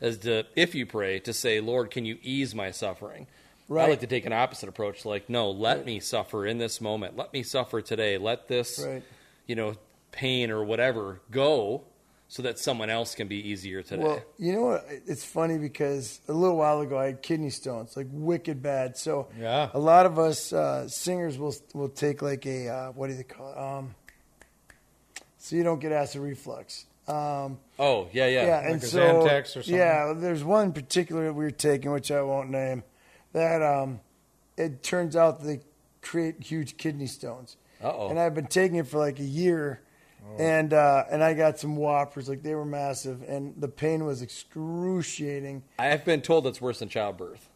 as to if you pray to say, Lord, can you ease my suffering? I like
Right.
to take an opposite approach, like, no, let me suffer in this moment. Let me suffer today. Let this,
Right.
you know, pain or whatever go, so that someone else can be easier today.
Well, you know what? It's funny because a little while ago I had kidney stones, like wicked bad. So
Yeah.
a lot of us uh, singers will will take like a uh, what do they call it? Um, so you don't get acid reflux. Um,
oh yeah, yeah,
yeah,
like
and
a
so
Xanax or something.
yeah, there's one particular that we were taking, which I won't name, that um, it turns out they create huge kidney stones.
Uh-oh.
And I've been taking it for like a year,
Oh.
and uh, and I got some whoppers, like they were massive, and the pain was excruciating.
I have been told that's worse than childbirth.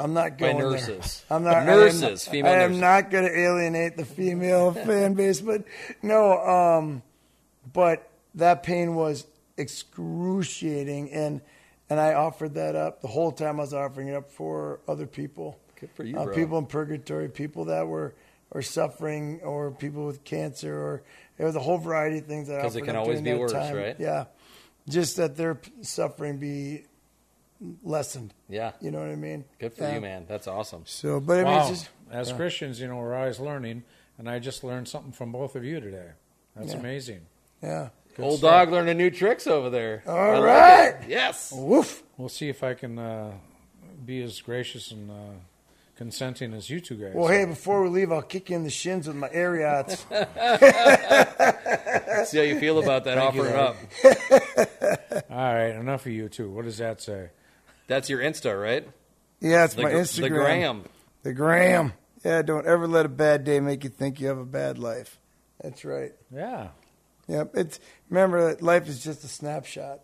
I'm not
By
going
nurses.
There. I'm not I am-
Nurses, female
I
nurses.
am not going to alienate the female fan base, but no. Um, but that pain was excruciating, and and I offered that up the whole time. I was offering it up for other people.
Good for you,
uh,
bro.
People in purgatory, people that were are suffering, or people with cancer, or it was a whole variety of things that I
'Cause it
offered
can
up
always
during
be
that
worse,
time.
right?
Yeah, just that their suffering be lessened.
Yeah,
You know what I mean?
good for
Yeah.
you, man. That's awesome.
So, but I mean,
Wow.
it's just
As Christians, you know, we're always learning, and I just learned something from both of you today. That's
Yeah.
amazing.
yeah.
Old
stuff.
dog learning new tricks over there.
All
I like
right.
it. yes.
Woof.
We'll see if I can uh, be as gracious and uh, consenting as you two guys.
Well,
are.
hey, before we leave, I'll kick you in the shins with my Ariats.
See how you feel about that
Thank you,
offering
Larry.
up.
All right, enough of you two. What does that say?
That's your Insta, right?
Yeah, it's
The,
my
gr-
Instagram.
the gram.
The gram. Yeah, don't ever let a bad day make you think you have a bad life. That's right.
Yeah.
Yep. It's remember that life is just a snapshot.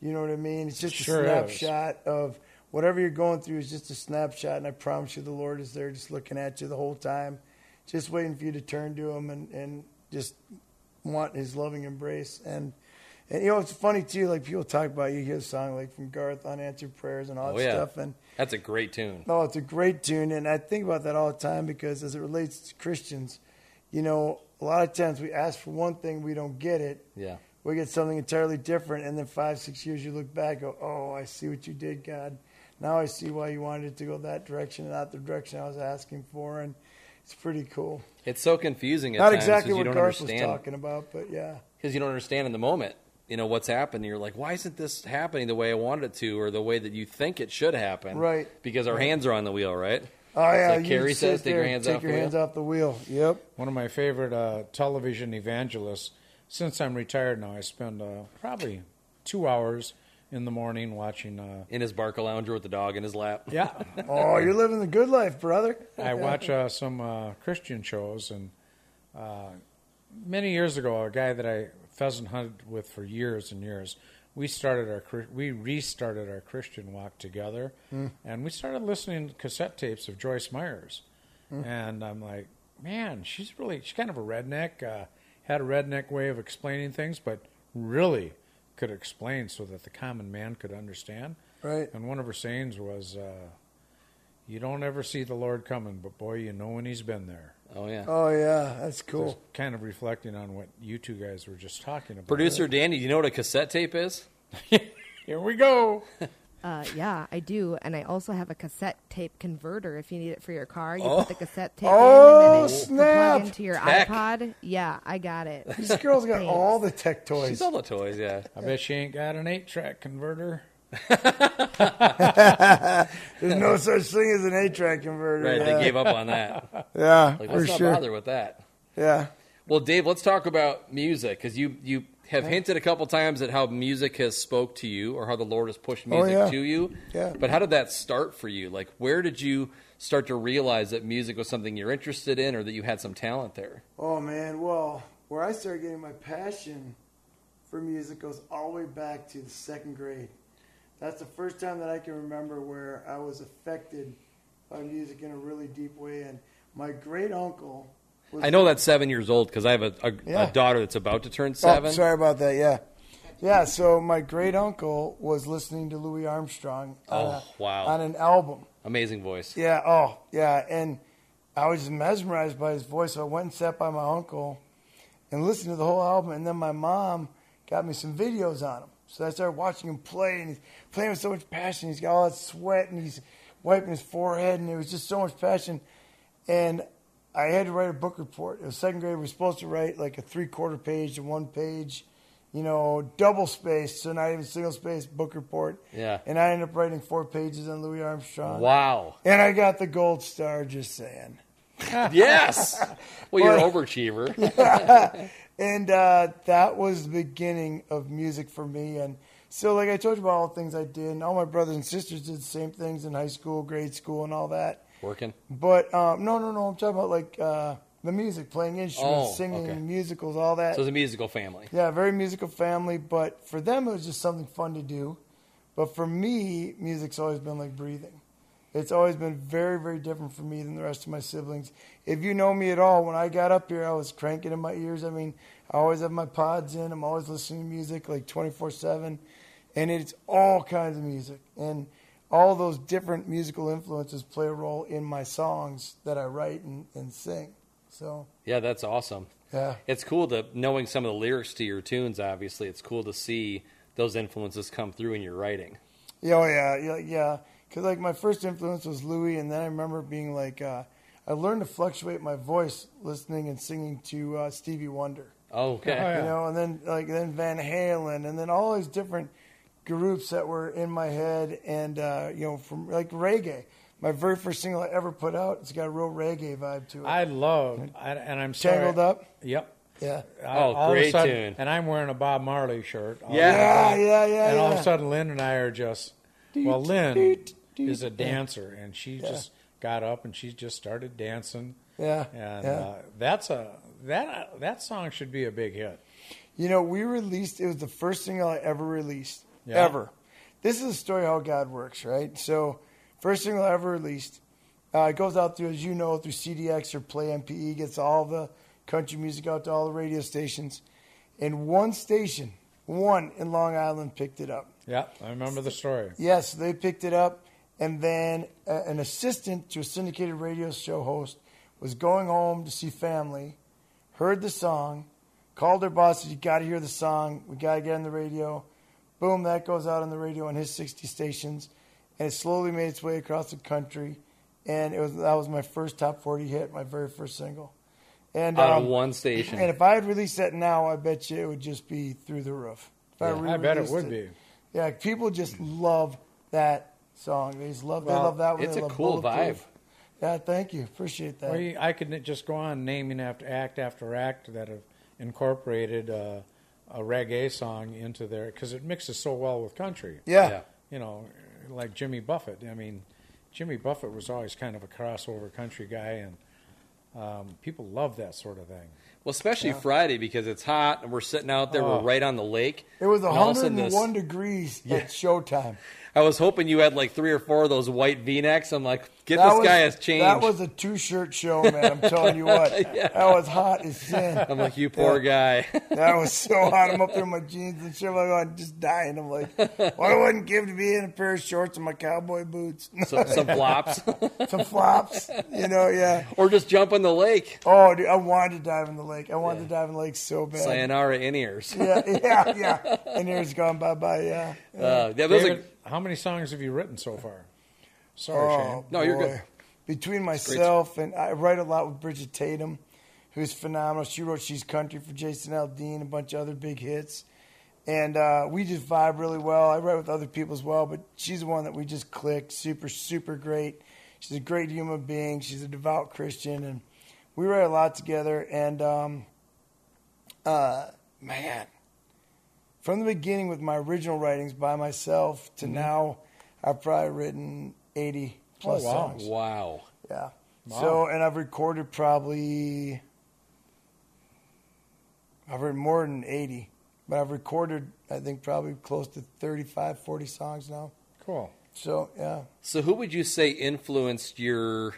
You know what I mean? It's just
Sure
a
is.
snapshot of whatever you're going through is just a snapshot, and I promise you, the Lord is there, just looking at you the whole time, just waiting for you to turn to Him and and just want His loving embrace. And and you know it's funny too, like people talk about you hear the song like from Garth, unanswered prayers and all that
Oh, yeah.
stuff, and
That's a great tune.
no, it's a great tune, and I think about that all the time because as it relates to Christians, you know, a lot of times we ask for one thing, we don't get it.
Yeah.
We get something entirely different, and then five, six years you look back, go, oh, I see what you did, God. Now I see why you wanted it to go that direction and not the direction I was asking for, and it's pretty cool.
It's so confusing at
not
times because
exactly
you
what
don't
Garth was
understand
talking about, but yeah.
because you don't understand in the moment. You know what's happened. You're like, why isn't this happening the way I wanted it to, or the way that you think it should happen?
Right.
Because our hands are on the wheel, right?
Oh yeah,
like
you
Carrie
sit
says, take your
there and
hands
take
off
your
the
hands
wheel.
off the wheel. Yep.
One of my favorite uh, television evangelists. Since I'm retired now, I spend uh, probably two hours in the morning watching. Uh,
In his Barca lounger with the dog in his lap.
yeah,
Oh, you're living the good life, brother.
I watch uh, some uh, Christian shows, and uh, many years ago, a guy that I pheasant hunted with for years and years, we started our Chri- we restarted our Christian walk together, and we started listening to cassette tapes of Joyce Myers, and I'm like, man, she's really she's kind of a redneck, uh, had a redneck way of explaining things, but really could explain so that the common man could understand.
Right.
And one of her sayings was, uh, "You don't ever see the Lord coming, but boy, you know when He's been there."
Oh yeah.
Oh yeah, that's cool.
Just kind of reflecting on what you two guys were just talking about.
Producer Danny, do you know what a cassette tape is?
here we go.
Uh, yeah, I do, and I also have a cassette tape converter. If you need it for your car, you put the cassette tape in
Oh,
and then it- you
snap.
plug into your
Tech.
iPod. Yeah, I got it.
These girls got
Thanks.
all the tech toys.
She's all the toys, yeah.
I bet she ain't got an eight-track converter.
There's no such thing as an eight track converter.
Right.
yeah,
They gave up on that.
yeah
Like,
for
let's not
sure.
bother with that.
Yeah.
Well, Dave, let's talk about music because you you have hinted a couple times at how music has spoke to you or how the Lord has pushed
Oh,
music
yeah.
to you.
Yeah.
But how did that start for you? Like, where did you start to realize that music was something you're interested in or that you had some talent there?
Oh man, well, where I started getting my passion for music goes all the way back to the second grade. That's the first time that I can remember where I was affected by music in a really deep way. And my great uncle was
I know that's seven years old because I have a, a,
Yeah.
a daughter that's about to turn
Oh,
seven.
sorry about that. Yeah, yeah. So my great uncle was listening to Louis Armstrong. on a-
Oh, wow.
On an album.
Amazing voice.
Uh, Yeah. Oh, yeah. And I was just mesmerized by his voice. So I went and sat by my uncle and listened to the whole album. And then my mom got me some videos on him. So I started watching him play, and he's playing with so much passion. He's got all that sweat, and he's wiping his forehead, and it was just so much passion. And I had to write a book report. It was second grade. We were supposed to write like a three quarter page to one page, you know, double spaced, so not even single spaced book report.
Yeah.
And I ended up writing four pages on Louis Armstrong.
Wow.
And I got the gold star just saying.
Yes. Well, you're an
Well-
overachiever.
And uh, that was the beginning of music for me. And so, like I told you about all the things I did, and all my brothers and sisters did the same things in high school, grade school, and all that.
Working.
But um, no, no, no, I'm talking about like uh, the music, playing instruments,
Oh,
singing,
okay.
musicals, all that.
So it's a musical family.
Yeah, very musical family, but for them it was just something fun to do. But for me, music's always been like breathing. It's always been very, very different for me than the rest of my siblings. If you know me at all, when I got up here, I was cranking in my ears. I mean, I always have my pods in. I'm always listening to music like 24 7. And it's all kinds of music. And all those different musical influences play a role in my songs that I write and, and sing. So,
Yeah, that's awesome.
yeah.
It's cool to knowing some of the lyrics to your tunes. Obviously, it's cool to see those influences come through in your writing.
Yeah, oh yeah, yeah, yeah. Because like my first influence was Louis, and then I remember being like, uh, I learned to fluctuate my voice listening and singing to uh, Stevie Wonder,
Okay.
Oh, yeah.
you know, and then like then Van Halen, and then all these different groups that were in my head, and uh, you know, from like reggae. My very first single I ever put out, it's got a real reggae vibe to it.
I love, I, and I'm sorry.
Tangled up,
Yep.
yeah,
I-
Oh,
all of a
great
sudden-
tune.
And I'm wearing a Bob Marley shirt. All
Yeah.
of a
yeah,
sudden.
yeah, yeah.
and all of
yeah.
a sudden, Lynn and I are just. Well, Lynn
doot, doot.
is a dancer, and she just got up and she just started dancing.
yeah,
And
yeah.
uh, that's a that that song should be a big hit.
You know, we released, it was the first single I ever released,
Yeah.
ever. This is a story how God works, right? So, first single I ever released. Uh, it goes out through, as you know, through CDX or Play MPE, gets all the country music out to all the radio stations. And one station, one in Long Island, picked it up.
Yeah, I remember the story.
Yes, they picked it up, and then a, an assistant to a syndicated radio show host was going home to see family, heard the song, called her boss, said, "You got to hear the song. We got to get on the radio." Boom, that goes out on the radio on his 60 stations, and it slowly made its way across the country. And it was that was my first top 40 hit, my very first single. And
Out
um,
of one station.
and if I had released that now, I bet you it would just be through the roof. If
I bet it
re-released
would be.
Yeah, people just love that song. They just love. they love that one.
it's
They
a
love
cool
Bulletproof. Yeah, thank you. Appreciate that.
Well, you- I could just go on naming after act after act that have incorporated uh, a reggae song into their because it mixes so well with country.
yeah.
Yeah.
you know, like Jimmy Buffett. I mean, Jimmy Buffett was always kind of a crossover country guy, and um, people love that sort of thing.
Well, especially Friday because it's hot and we're sitting out there.
Oh.
We're right on the lake.
It was
And all of a sudden
101
this-
degrees at showtime.
I was hoping you had like three or four of those white V-necks. I'm like, get
That
this
was,
guy has changed.
That was a two-shirt show, man. I'm telling you what. That was hot as sin.
I'm like, you poor guy.
That was so hot. I'm up there in my jeans and shit. I'm like, oh, I'm just dying. I'm like, what I wouldn't give to be in a pair of shorts and my cowboy boots,
some, some flops,
some flops. You know, yeah.
or just jump in the lake.
Oh, dude, I wanted to dive in the lake. I wanted to dive in the lake so bad.
Sayonara in ears.
Yeah, yeah, yeah. And years gone by by, yeah.
Uh, yeah, those are-
David, how many songs have you written so far? Sorry,
Oh,
No, you're
boy.
good.
Between myself and I write a lot with Bridget Tatum, who's phenomenal. She wrote "She's Country" for Jason Aldean, a bunch of other big hits, and uh, we just vibe really well. I write with other people as well, but she's the one that we just click. Super, super great. She's a great human being. She's a devout Christian, and we write a lot together. And um, uh, man, from the beginning with my original writings by myself
Mm-hmm.
to now, I've probably written 80 plus
wow.
songs.
Oh, Wow.
Yeah.
Wow.
So, and I've recorded probably, I've written more than 80, but I've recorded, I think, probably close to 35, 40 songs now.
Cool.
So, yeah.
So who would you say influenced your?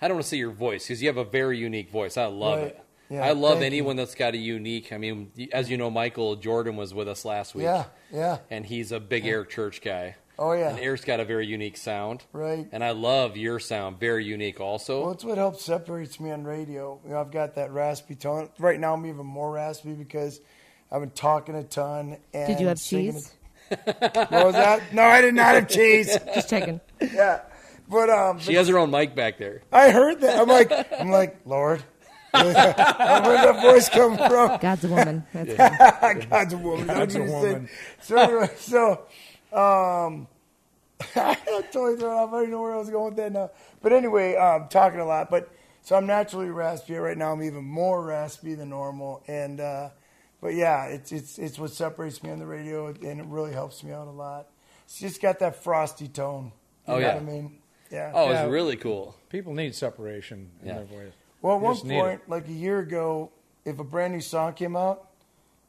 I don't want to say your voice because you have a very unique voice. I love
Right.
it.
Yeah,
I love
thank you.
anyone that's got a unique. I mean, as you know, Michael Jordan was with us last week.
Yeah. Yeah.
and he's a big Air Church guy.
Oh, yeah.
And Air's got a very unique sound.
Right.
And I love your sound, very unique also.
Well, it's what helps separates me on radio. You know, I've got that raspy tone. Right now, I'm even more raspy because I've been talking a ton. And
Did you have
singing
cheese?
a- What was that? No, I did not have cheese.
Just checking.
Yeah, but um,
she has her own mic back there.
I heard that. I'm like, I'm like, Lord, where did that voice come from?
God's a woman. That's good.
God's a woman. God's
a woman.
So anyway, so um, I totally thrown off. I don't know where I was going with that now. But anyway, uh, I'm talking a lot. But so I'm naturally raspy right now. I'm even more raspy than normal. And uh, but yeah, it's it's it's what separates me on the radio, and it really helps me out a lot. It's just got that frosty tone.
Oh,
You know
yeah.
what I mean, yeah.
Oh,
Yeah.
it's really cool.
People need separation in
Yeah.
their voice.
Well, at
You
one
just need it.
point, like a year ago, if a brand new song came out,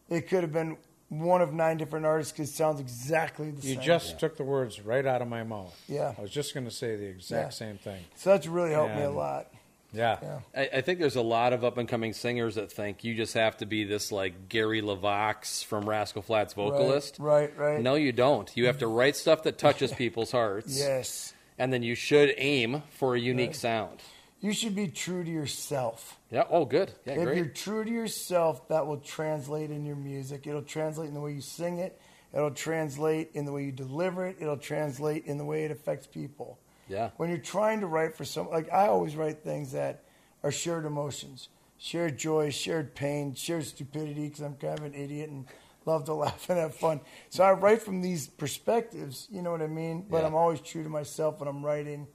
it could have been one of nine different artists because it sounds exactly the
You
same.
just took the words right out of my mouth.
Yeah.
I was just going to say the exact
Yeah.
same thing.
so that's really helped me a
Yeah.
lot.
Yeah.
Yeah.
I, I think there's a lot of up and coming singers that think you just have to be this like Gary Lavox from Rascal Flats vocalist.
Right, right.
No, you don't. You have to write stuff that touches people's hearts.
Yes.
And then you should aim for a unique sound.
You should be true to yourself.
Yeah. Oh, good. Yeah,
if
great.
you're true to yourself, that will translate in your music. It'll translate in the way you sing it. It'll translate in the way you deliver it. It'll translate in the way it affects people.
Yeah.
when you're trying to write for some like i always write things that are shared emotions shared joy shared pain shared stupidity because i'm kind of an idiot and love to laugh and have fun so i write from these perspectives you know what i mean but
Yeah.
i'm always true to myself when i'm writing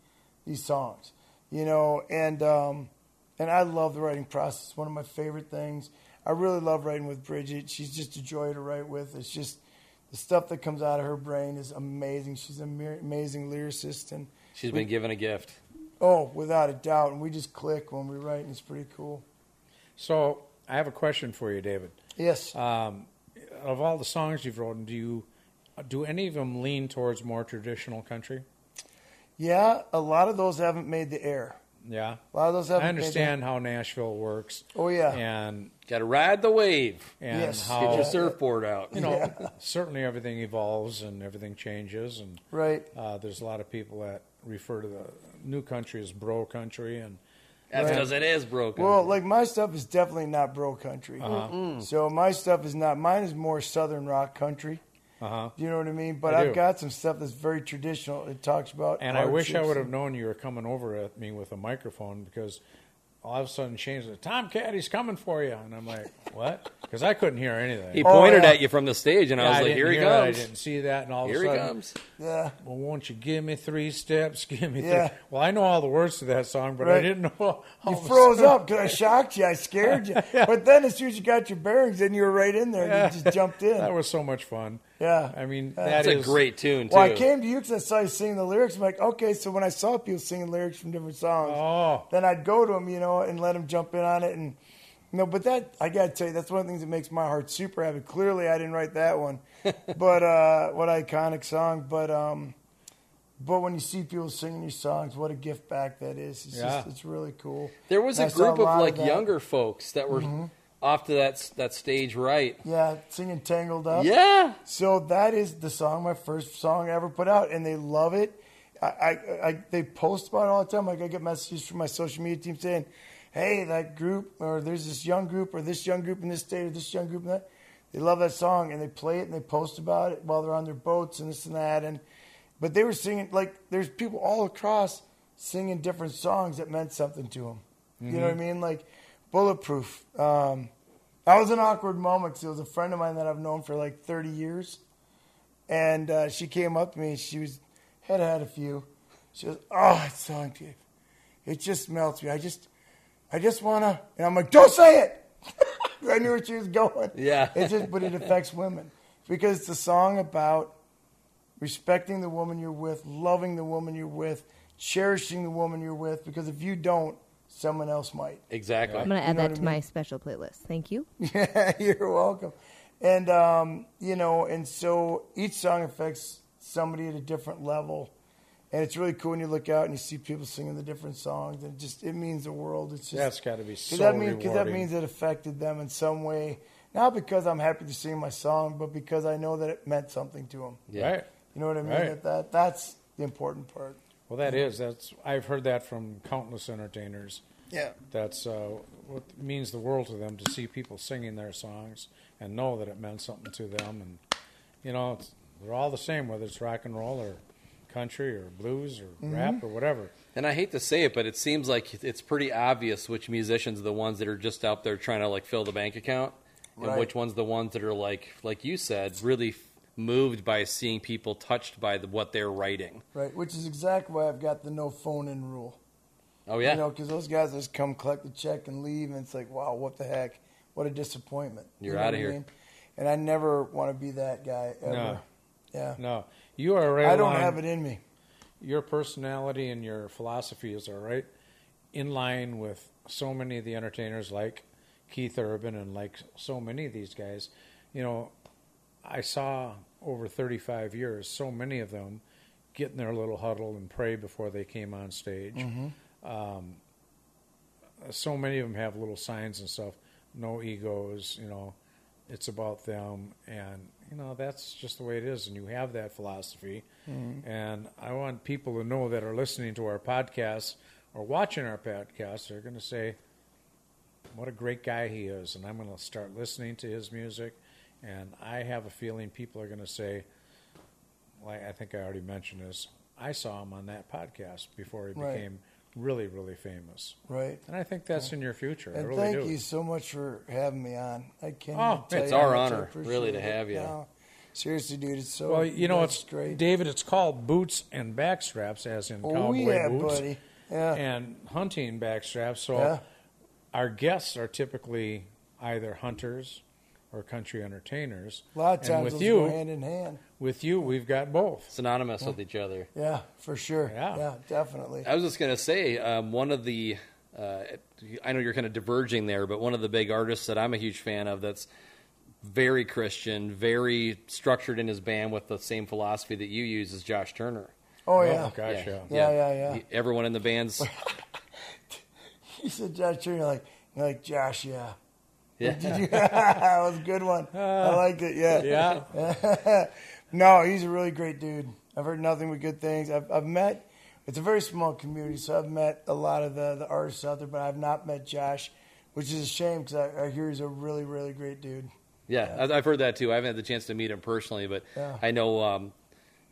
these songs you know and um and i love the writing process It's one of my favorite things i really love writing with bridget she's just a joy to write with it's just the stuff that comes out of her brain is amazing she's an amir- amazing lyricist and
She's been given a gift.
Oh, without a doubt. And we just click when we write, and it's pretty cool.
So I have a question for you, David.
Yes.
Um, of all the songs you've written, do you do any of them lean towards more traditional country?
yeah, a lot of those haven't made the air.
Yeah.
A lot of those haven't.
I
made the-
understand how Nashville works.
Oh, yeah.
And
Got to ride the wave.
and
Yes.
how
Get
Yeah.
your surfboard out.
you know certainly everything evolves and everything changes and
Right.
uh, there's a lot of people that refer to the new country as bro country and
That's
Right.
because it is broken.
Well, like my stuff is definitely not bro country.
Uh-huh. Mm.
So my stuff is not. Mine is more southern rock country.
uh-huh.
You know what I mean? But
I
I've
do.
got some stuff that's very traditional. It talks about.
And I wish I
hardships
would have
and-
known you were coming over at me with a microphone because all of a sudden Shane's like, Tom Caddy's coming for you. And I'm like, what? Because I couldn't hear anything.
he
Yeah,
Oh,
pointed
yeah.
at you from the stage, and I was like,
didn't
"Here he
hear that. I
comes!
didn't see that. And all
Here
of a
he
sudden,
comes!"
Yeah.
well, won't you give me three steps? Give me
Yeah.
three. Well, I know all the words to that song, but I
Right.
didn't know. all
You
of a
froze
sudden-
up because I shocked you. I scared you. But then, as soon as you got your bearings, then you were right in there. You just jumped in.
That was so much fun.
Yeah.
I mean,
That's
that's
a great tune too.
Well, I came to you because I saw you singing the lyrics. I'm like, okay, so when I saw people singing lyrics from different songs,
Oh.
then I'd go to them, you know, and let them jump in on it. And no, but that I gotta tell you, that's one of the things that makes my heart super happy. Clearly, I didn't write that one, but uh, what iconic song. But um, but when you see people singing your songs, what a gift back that is. It's just,
Yeah.
it's really cool.
There was
And
a
I saw
group
a
of
lot
like
that. Mm-hmm.
younger folks that were off to that s- that stage right.
yeah, singing "Tangled Up."
Yeah,
So that is the song, my first song I ever put out, and they love it. I, I, I they post about it all the time. Like I get messages from my social media team saying, "Hey, that group, or there's this young group, or this young group in this state, or this young group in that." They love that song, and they play it, and they post about it while they're on their boats and this and that. And but they were singing like there's people all across singing different songs that meant something to them. You know what I mean? Like bulletproof. Um, that was an awkward moment because it was a friend of mine that I've known for like 30 years. And uh, she came up to me. She was had had a few. She goes, "Oh, that song, dude, it just melts me. I just, I just wanna." And I'm like, "Don't say it." I knew where she was going.
Yeah.
It's just, but it affects women because it's a song about respecting the woman you're with, loving the woman you're with, cherishing the woman you're with. Because if you don't, someone else might.
Exactly.
I'm gonna add
know
that
what
to
I
my special playlist. Thank you.
Yeah, you're welcome. And um, you know, and so each song affects somebody at a different level, and it's really cool when you look out and you see people singing the different songs, and it just it means the world. It's just
That's got to be so
Cause that means
rewarding.
because that means it affected them in some way. Not because I'm happy to sing my song, but because I know that it meant something to them.
Yeah.
right.
You know what I mean?
Right.
That, that that's the important part.
Well, that is that's I've heard that from countless entertainers.
Yeah.
That's uh, what means the world to them to see people singing their songs and know that it meant something to them. And you know, it's, they're all the same whether it's rock and roll or country or blues or
Mm-hmm.
rap or whatever.
And I hate to say it, but it seems like it's pretty obvious which musicians are the ones that are just out there trying to like fill the bank account,
Right.
and which ones the ones that are like, like you said, really f- moved by seeing people touched by the, what they're writing.
Right. Which is exactly why I've got the no phone in rule.
Oh yeah,
You know, because those guys just come collect the check and leave, and it's like, wow, what the heck? What a disappointment.
You're
know
outta
what I
here.
mean? And I never want to be that guy ever.
No.
Yeah.
No, you are right.
I don't
along-
have it in me.
Your personality and your philosophies are right in line with so many of the entertainers, like Keith Urban and like so many of these guys. You know, I saw over 35 years so many of them get in their little huddle and pray before they came on stage. Um, so many of them have little signs and stuff. No egos, you know. It's about them, and you know that's just the way it is. And you have that philosophy, and I want people to know that are listening to our podcast or watching our podcast, they're going to say, "What a great guy he is!" And I'm going to start listening to his music, and I have a feeling people are going to say, like I think I already mentioned this. I saw him on that podcast before he
Right.
became really, really famous.
Right.
And I think that's in your future. I
And
really
thank
do.
you so much for having me on. I can't.
Oh,
even tell
it's
you how
our
much I
honor,
appreciate
really, to
it.
have you.
No, seriously, dude, it's so.
Well, you know,
that's
it's
great.
David. It's called boots and backstraps, as in
oh
cowboy
yeah,
boots
buddy. Yeah.
and hunting backstraps. So
Yeah.
our guests are typically either hunters or country entertainers.
a lot of
and
times
with
those
you,
go hand in hand.
with you, we've got both.
synonymous with each other.
Yeah, for sure.
Yeah.
yeah definitely.
I was just gonna say um, one of the. Uh, I know you're kind of diverging there, but one of the big artists that I'm a huge fan of that's very Christian, very structured in his band with the same philosophy that you use is Josh Turner.
Oh yeah.
gosh, yeah.
Yeah, yeah, yeah.
He- Everyone in the band's
You said Josh Turner, like you're like Josh. Yeah.
Yeah.
Did you- that was a good one. I liked it. Yeah.
Yeah,
no, he's a really great dude. I've heard nothing but good things. I've, I've met, it's a very small community, so I've met a lot of the, the artists out there, but I've not met Josh, which is a shame because I, I hear he's a really, really great dude.
Yeah, I I've heard that too. I haven't had the chance to meet him personally, but
Yeah.
I know um,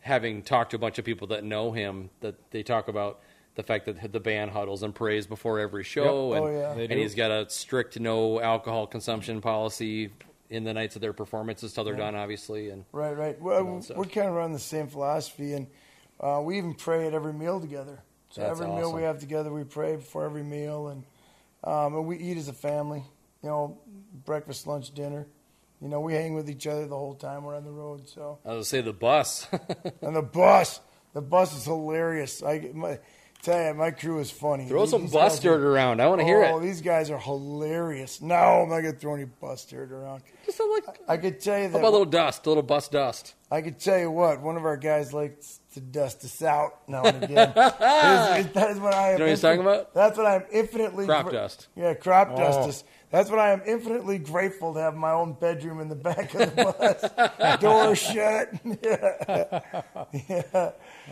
having talked to a bunch of people that know him, that they talk about the fact that the band huddles and prays before every show,
Yep.
and,
Oh, yeah. They
and
do.
he's got a strict no alcohol consumption policy in the nights of their performances till they're done, obviously. And
Right, right. Well,
know, so-
we're kind of running the same philosophy, and uh, we even pray at every meal together. So
That's
every meal we
awesome.
have together, we pray before every meal, and um, and we eat as a family. You know, breakfast, lunch, dinner. You know, we hang with each other the whole time we're on the road. So.
I was gonna say the bus.
And the bus, the bus is hilarious. I my, tell you, my crew is funny.
Throw
These-
some
these
bus
guys
dirt
are-
around. I want to hear
Oh,
it.
these guys are hilarious. No, I'm not gonna throw any bus dirt around.
Just a little,
I could tell you
how
that.
about a little dust, a little bus dust.
I could tell you what. One of our guys likes to dust us out now and again. It is- that is what I am.
You know what he's talking about?
That's what I'm infinitely
Crop
gr-
dust.
Yeah, crop
Oh.
dust is. That's what I am infinitely grateful to have my own bedroom in the back of the bus, door shut.
Uh.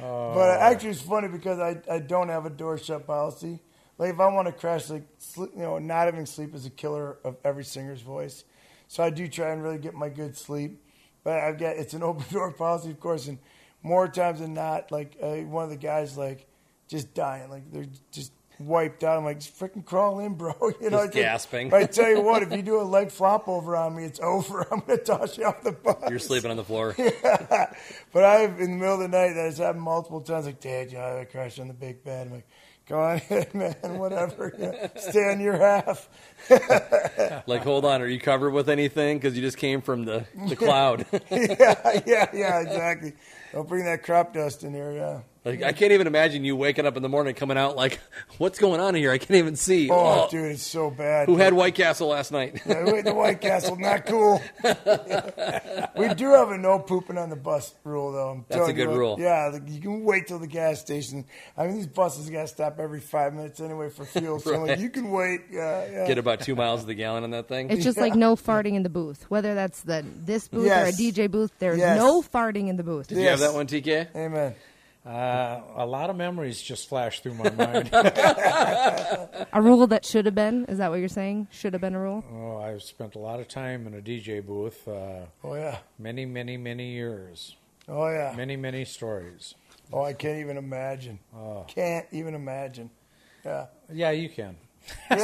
But actually, it's funny because I, I don't have a door shut policy. Like if I want to crash, like sleep, you know, not having sleep is a killer of every singer's voice. So I do try and really get my good sleep. But I've got it's an open door policy, of course, and more times than not, like uh, one of the guys like just dying, like they're just wiped out. I'm like, just freaking crawl in, bro. You know,
Just
it's like-
gasping.
but I tell you what, if you do a leg flop over on me, it's over. I'm gonna toss you off the bus.
You're sleeping on the floor.
But I've in the middle of the night that has happened multiple times. Like, Dad, you know, I crashed on the big bed. I'm like, Go ahead, man. Whatever. Yeah. Stay on your half.
Like, hold on, are you covered with anything? Because you just came from the, the cloud.
yeah, yeah, yeah. Exactly. Don't bring that crop dust in here. Yeah.
like, I can't even imagine you waking up in the morning coming out like, what's going on here? I can't even see.
Oh,
Oh,
dude, it's so bad.
Who had White Castle last night?
Yeah, we ate the White Castle? Not cool. we do have a no pooping on the bus rule, though. I'm
That's
telling
a good
you what.
rule.
Yeah, like, you can wait till the gas station. I mean, these buses got to stop every five minutes anyway for fuel. So like,
Right.
you can wait. Yeah, yeah.
Get about two miles of the gallon on that thing.
It's just like no farting in the booth. Whether that's the this booth or a
Yes.
DJ booth, there's
Yes.
no farting in the booth.
Did you have
Yes.
that one, TK?
Amen.
Uh, a lot of memories just flashed through my mind.
A rule that should have been. Is that what you're saying? Should have been a rule.
oh, I've spent a lot of time in a DJ booth. Uh,
Oh yeah.
many, many, many years.
Oh yeah.
Many, many stories.
Oh, I can't even imagine.
Oh.
Can't even imagine. Yeah.
Yeah, you can.
so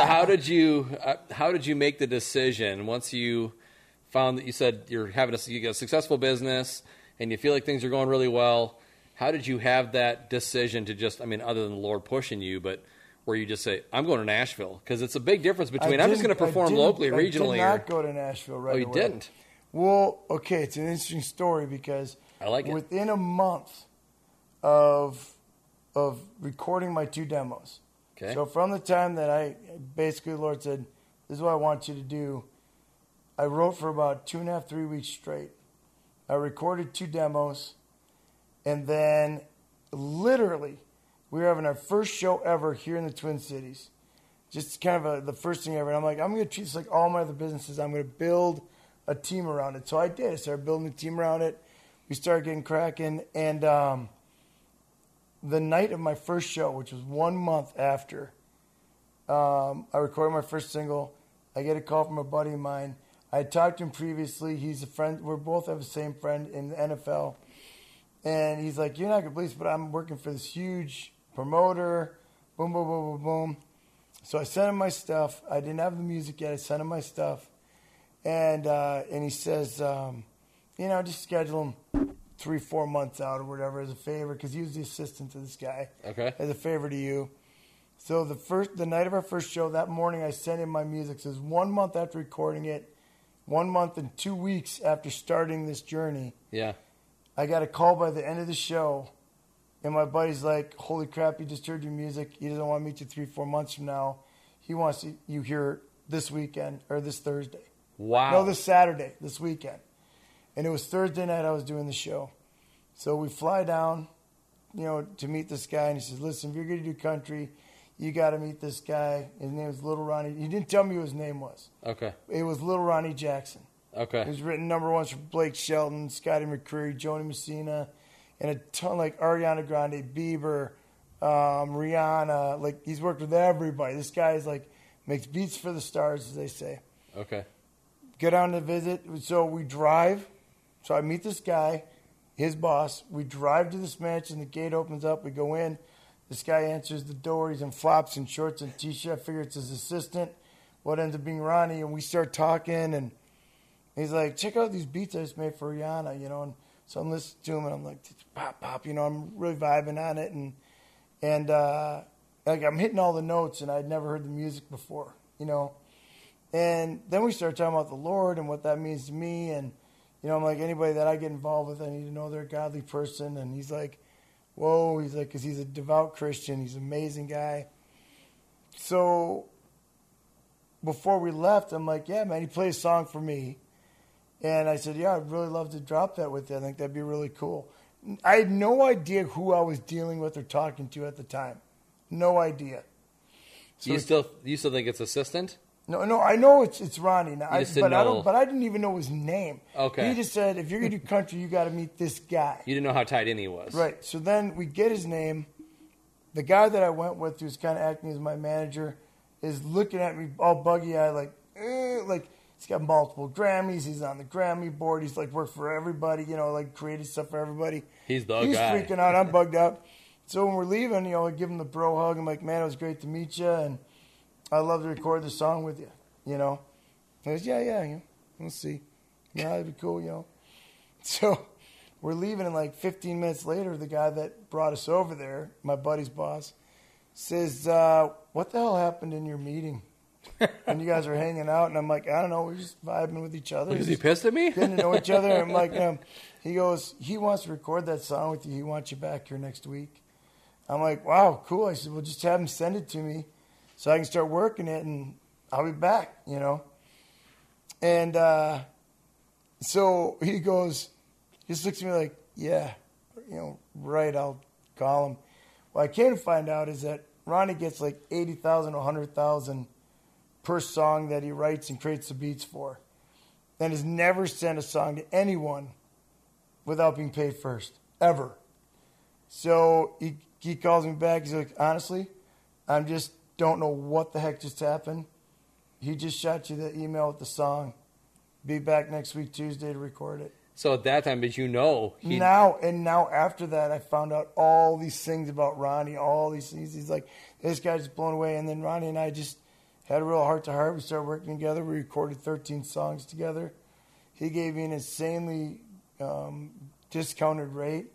how did you uh, how did you make the decision once you found that you said you're having a you got a successful business and you feel like things are going really well? How did you have that decision to just I mean other than the Lord pushing you, but where you just say I'm going to Nashville because it's a big difference between I'm just going
didn't-
to
I
perform
didn't-
locally,
I
regionally.
did not
or,
go to Nashville right
oh, you
away.
didn't.
Well, okay, it's an interesting story because
I like it.
within a month of of recording my two demos.
Okay.
So from the time that I basically the Lord said, This is what I want you to do, I wrote for about two and a half, three weeks straight. I recorded two demos and then literally we were having our first show ever here in the Twin Cities. Just kind of a, the first thing ever. And I'm like, I'm going to treat this like all my other businesses. I'm going to build a team around it. So I did. I started building a team around it. We started getting cracking. And um, the night of my first show, which was one month after, um, I recorded my first single. I get a call from a buddy of mine. I had talked to him previously. He's a friend. We are both have the same friend in the NFL. And he's like, You're not going to believe this, but I'm working for this huge promoter. Boom, boom, boom, boom, boom. So I sent him my stuff. I didn't have the music yet. I sent him my stuff. And, uh, and he says, um, You know, just schedule him three, four months out or whatever as a favor because he was the assistant to this guy.
Okay.
As a favor to you. So the first, the night of our first show that morning, I sent him my music. Says one month after recording it, one month and two weeks after starting this journey,
Yeah.
I got a call by the end of the show, and my buddy's like, "Holy crap! He just heard your music. He doesn't want to meet you three, four months from now. He wants you here this weekend or this Thursday.
Wow.
No, this Saturday, this weekend." And it was Thursday night. I was doing the show, so we fly down, you know, to meet this guy, and he says, "Listen, if you're going to do country, you got to meet this guy. His name is Little Ronnie. He didn't tell me what his name was.
okay.
It was Little Ronnie Jackson." It
Okay.
was written number ones for Blake Shelton, Scotty McCreery, Joni Messina, and a ton like Ariana Grande, Bieber, um, Rihanna. Like he's worked with everybody. This guy is like makes beats for the stars, as they say.
Okay.
Go down to visit. So we drive. So I meet this guy, his boss. We drive to this mansion. The gate opens up. We go in. This guy answers the door. He's in flops and shorts and t-shirt. I figure it's his assistant. What ends up being Ronnie, and we start talking and. He's like, check out these beats I just made for Rihanna, you know. And so I'm listening to him, and I'm like, pop, pop, you know. I'm really vibing on it, and and uh, like I'm hitting all the notes, and I'd never heard the music before, you know. And then we start talking about the Lord and what that means to me, and you know, I'm like, anybody that I get involved with, I need to know they're a godly person. And he's like, whoa, he's like, 'cause he's a devout Christian, he's an amazing guy. So before we left, I'm like, yeah, man, he played a song for me. And I said, yeah, I'd really love to drop that with you. I think that'd be really cool. I had no idea who I was dealing with or talking to at the time. No idea.
you still you still think it's assistant?
No, no, I know it's it's Ronnie now, I,
just
but
didn't
I
know-
don't. But I didn't even know his name.
Okay.
He just said, if you're gonna do country, you got to meet this guy.
You didn't know how tied in he was.
Right. So then we get his name. The guy that I went with, who's kind of acting as my manager, is looking at me all buggy eyed, like, eh, like he's got multiple Grammys. He's on the Grammy board. He's like worked for everybody, you know, like created stuff for everybody.
He's the
he's
guy.
freaking out. I'm bugged out. So when we're leaving, you know, I give him the bro hug. I'm like, man, it was great to meet you, and I love to record this song with you. You know, he goes, yeah, yeah, yeah. We'll see. Yeah, that'd be cool, you know. So we're leaving, and like 15 minutes later, the guy that brought us over there, my buddy's boss, says, uh, "What the hell happened in your meeting?" and you guys were hanging out, and I'm like, "I don't know. We're just vibing with each other."
Is he pissed at me?
getting to know each other. I'm like, um, he goes, he wants to record that song with you. He wants you back here next week. I'm like, wow, cool. I said, well, just have him send it to me so I can start working it and I'll be back, you know? And uh, so he goes, he just looks at me like, yeah, you know, right, I'll call him. What I came to find out is that Ronnie gets like 80,000, 100,000 per song that he writes and creates the beats for and has never sent a song to anyone without being paid first, ever. So he, he calls me back. He's like, honestly, I'm just don't know what the heck just happened. He just shot you the email with the song. Be back next week Tuesday to record it.
So at that time, did you know he?
Now and now after that, I found out all these things about Ronnie. All these things. He's like, this guy's blown away. And then Ronnie and I just had a real heart to heart. We started working together. We recorded 13 songs together. He gave me an insanely um, discounted rate.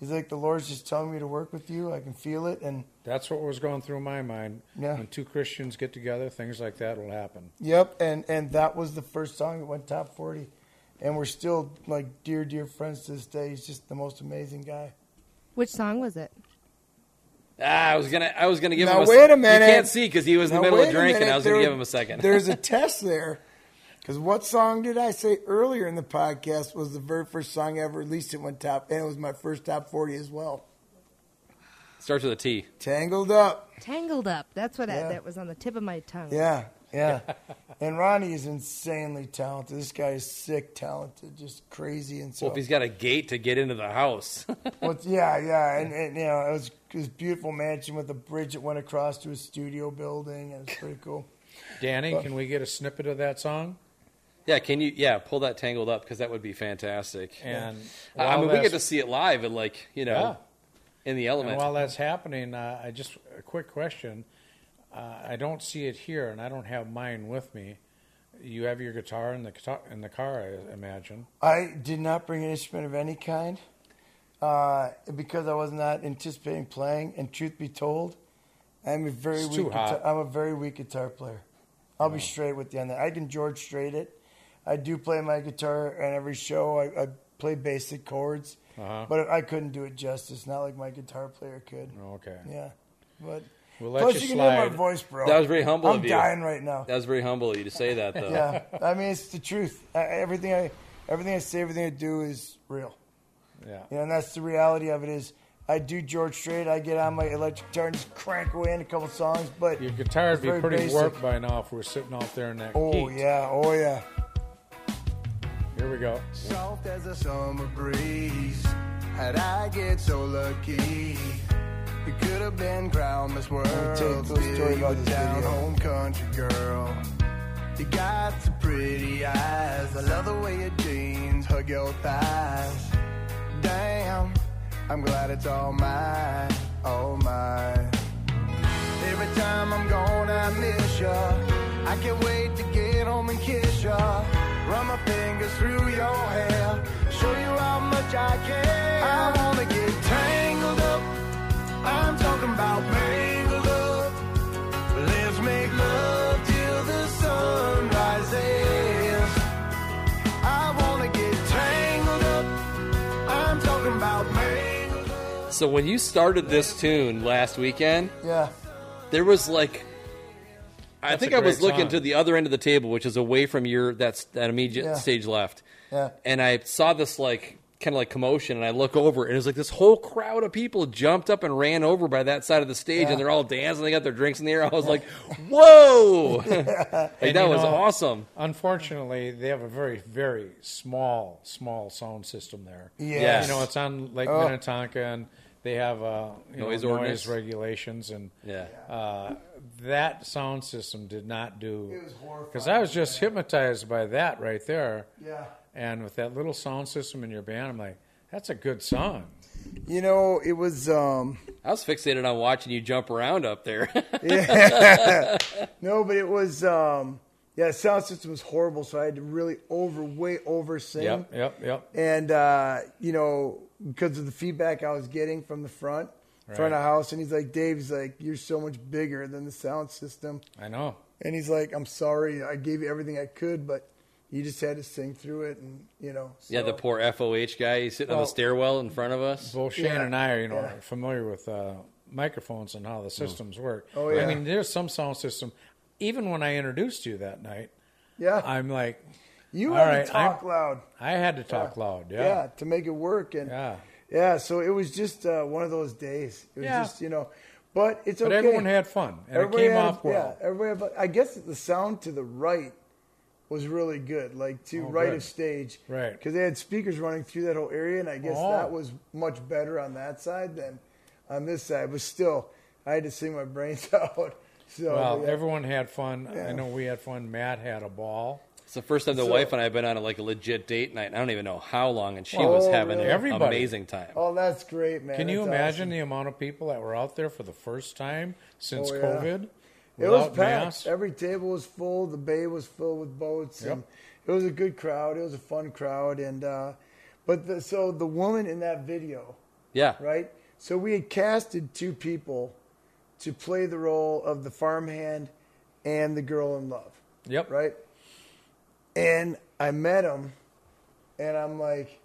He's like, the Lord's just telling me to work with you. I can feel it. And
That's what was going through my mind.
Yeah.
When two Christians get together, things like that will happen.
Yep, and and that was the first song that went top forty, and we're still like dear dear friends to this day. He's just the most amazing guy.
Which song was it?
Ah, I was gonna, I was gonna give
Now,
him. A,
wait a minute.
You can't see because he was in
Now,
the middle of
wait a
drinking.
minute,
I was gonna
there-
give him a second.
There's a test there, because what song did I say earlier in the podcast was the very first song I ever released? It went top, and it was my first top forty as well.
Starts with a T.
Tangled up,
Tangled Up. That's what
Yeah.
I, that was on the tip of my tongue.
yeah, yeah. and Ronnie is insanely talented. This guy is sick talented, just crazy and so.
Well, if he's got a gate to get into the house,
Well, it's- yeah, yeah, and, and you know, it was this beautiful mansion with a bridge that went across to a studio building, and it's pretty cool.
Danny, can we get a snippet of that song?
yeah. Can you, yeah, pull that tangled up because that would be fantastic.
And
I- I
while
mean, we get to
that's-
see it live and like you know,
Yeah.
in the
And
element.
while that's happening, uh, I just a quick question. Uh, I don't see it here, and I don't have mine with me. You have your guitar in the guitar, in the car, I imagine.
I did not bring an instrument of any kind uh, because I was not anticipating playing. And truth be told, I'm a very
It's
weak.
too hot.
Guitar, I'm a very weak guitar player. I'll be straight with you on that. I can George straight it. I do play my guitar on every show. I, I play basic chords,
Uh-huh.
but I couldn't do it justice. Not like my guitar player could.
Okay.
Yeah, but
We'll let
plus
you
you, can hear my
slide.
voice, bro.
That was very humble
I'm
of you.
dying right now.
That was very humble of you to say that, though.
yeah, I mean it's the truth. I, everything I, everything I say, everything I do is real.
Yeah.
You know, and that's the reality of it. Is I do George Strait. I get on my electric guitar and just crank away in a couple songs, but
Your guitar
it's
would be
very
pretty
basic.
warped by now if we were sitting out there in that
Oh
heat.
yeah, oh yeah.
Here we go.
soft as a summer breeze. How'd I get so lucky? It could have been Crown Miss World.
tell you a cool
till
story
you
about
were
this
down
video.
home country girl. You got the pretty eyes. I love the way your jeans hug your thighs. Damn, I'm glad it's all mine, all mine. Every time I'm gone, I miss ya. I can't wait to get home and kiss ya. Run my fingers through your hair, show you how much I care. I wanna get tangled up. I'm talking about tangled up. Let's make love till the sun rises. I wanna get tangled up. I'm talking about tangled up.
So when you started this tune last weekend,
Yeah,
there was like, I
That's
think
a
I was
great
looking
song.
to the other end of the table, which is away from your that's that immediate
Yeah.
stage left.
yeah.
And I saw this like kind of like commotion, and I look over, and it was like this whole crowd of people jumped up and ran over by that side of the stage,
Yeah.
and they're all dancing. They got their drinks in the air. I was like, whoa, like, that
you
was
know-
awesome.
Unfortunately, they have a very, very small, small sound system there.
Yes.
You know, it's on Lake
Oh.
Minnetonka, and they have uh, you
Noise
know,
ordinance.
noise regulations, and
Yeah.
uh, that sound system did not do.
It was horrifying.
Because I was just hypnotized by that right there.
Yeah.
And with that little sound system in your band, I'm like, that's a good song.
You know, it was. um
I was fixated on watching you jump around up there.
No, but it was. um Yeah, the sound system was horrible, so I had to really over, way over sing.
Yep, yep, yep.
and uh, you know because of the feedback I was getting from the front, front of house, and he's like, Dave's like, you're so much bigger than the sound system,
I know.
and he's like, I'm sorry, I gave you everything I could, but you just had to sing through it, and you know,
yeah, the poor FOH guy. He's sitting on
Well-
the stairwell in front of us.
Both Shannon
Yeah.
and I are, you know,
Yeah.
are familiar with uh, microphones and how the systems work.
Oh,
I
yeah.
mean, there's some sound system. Even when I introduced you that night,
yeah,
I'm like,
you
all
had
right,
to talk
I'm-
loud,
I had to talk loud.
yeah.
Yeah.
to make it work, and
Yeah.
yeah, so it was just uh, one of those days. It was
Yeah.
just you know, but it's
But
okay.
everyone had fun, and
Everybody
it came
had-
off well.
Yeah, everybody. Had, I guess the sound to the right was really good, like to
Oh,
right
good.
of stage,
Right.
Because they had speakers running through that whole area, and I guess
Oh.
that was much better on that side than on this side. But still, I had to sing my brains out. So
Well,
yeah.
everyone had fun.
Yeah.
I know we had fun. Matt had a ball.
It's the first time the
So-
wife and I have been on a, like a legit date night. and I don't even know how long, and she was
Oh,
having
really?
an
Everybody.
amazing time.
oh, that's great, man.
Can you
That's
imagine
awesome.
the amount of people that were out there for the first time since
Oh, yeah.
COVID?
It was
without
packed.
masks?
Every table was full. The bay was filled with boats.
Yep.
And it was a good crowd. It was a fun crowd. And uh, but the, so the woman in that video,
yeah,
right? So we had casted two people to play the role of the farmhand and the girl in love,
Yep.
right? And I met him, and I'm like,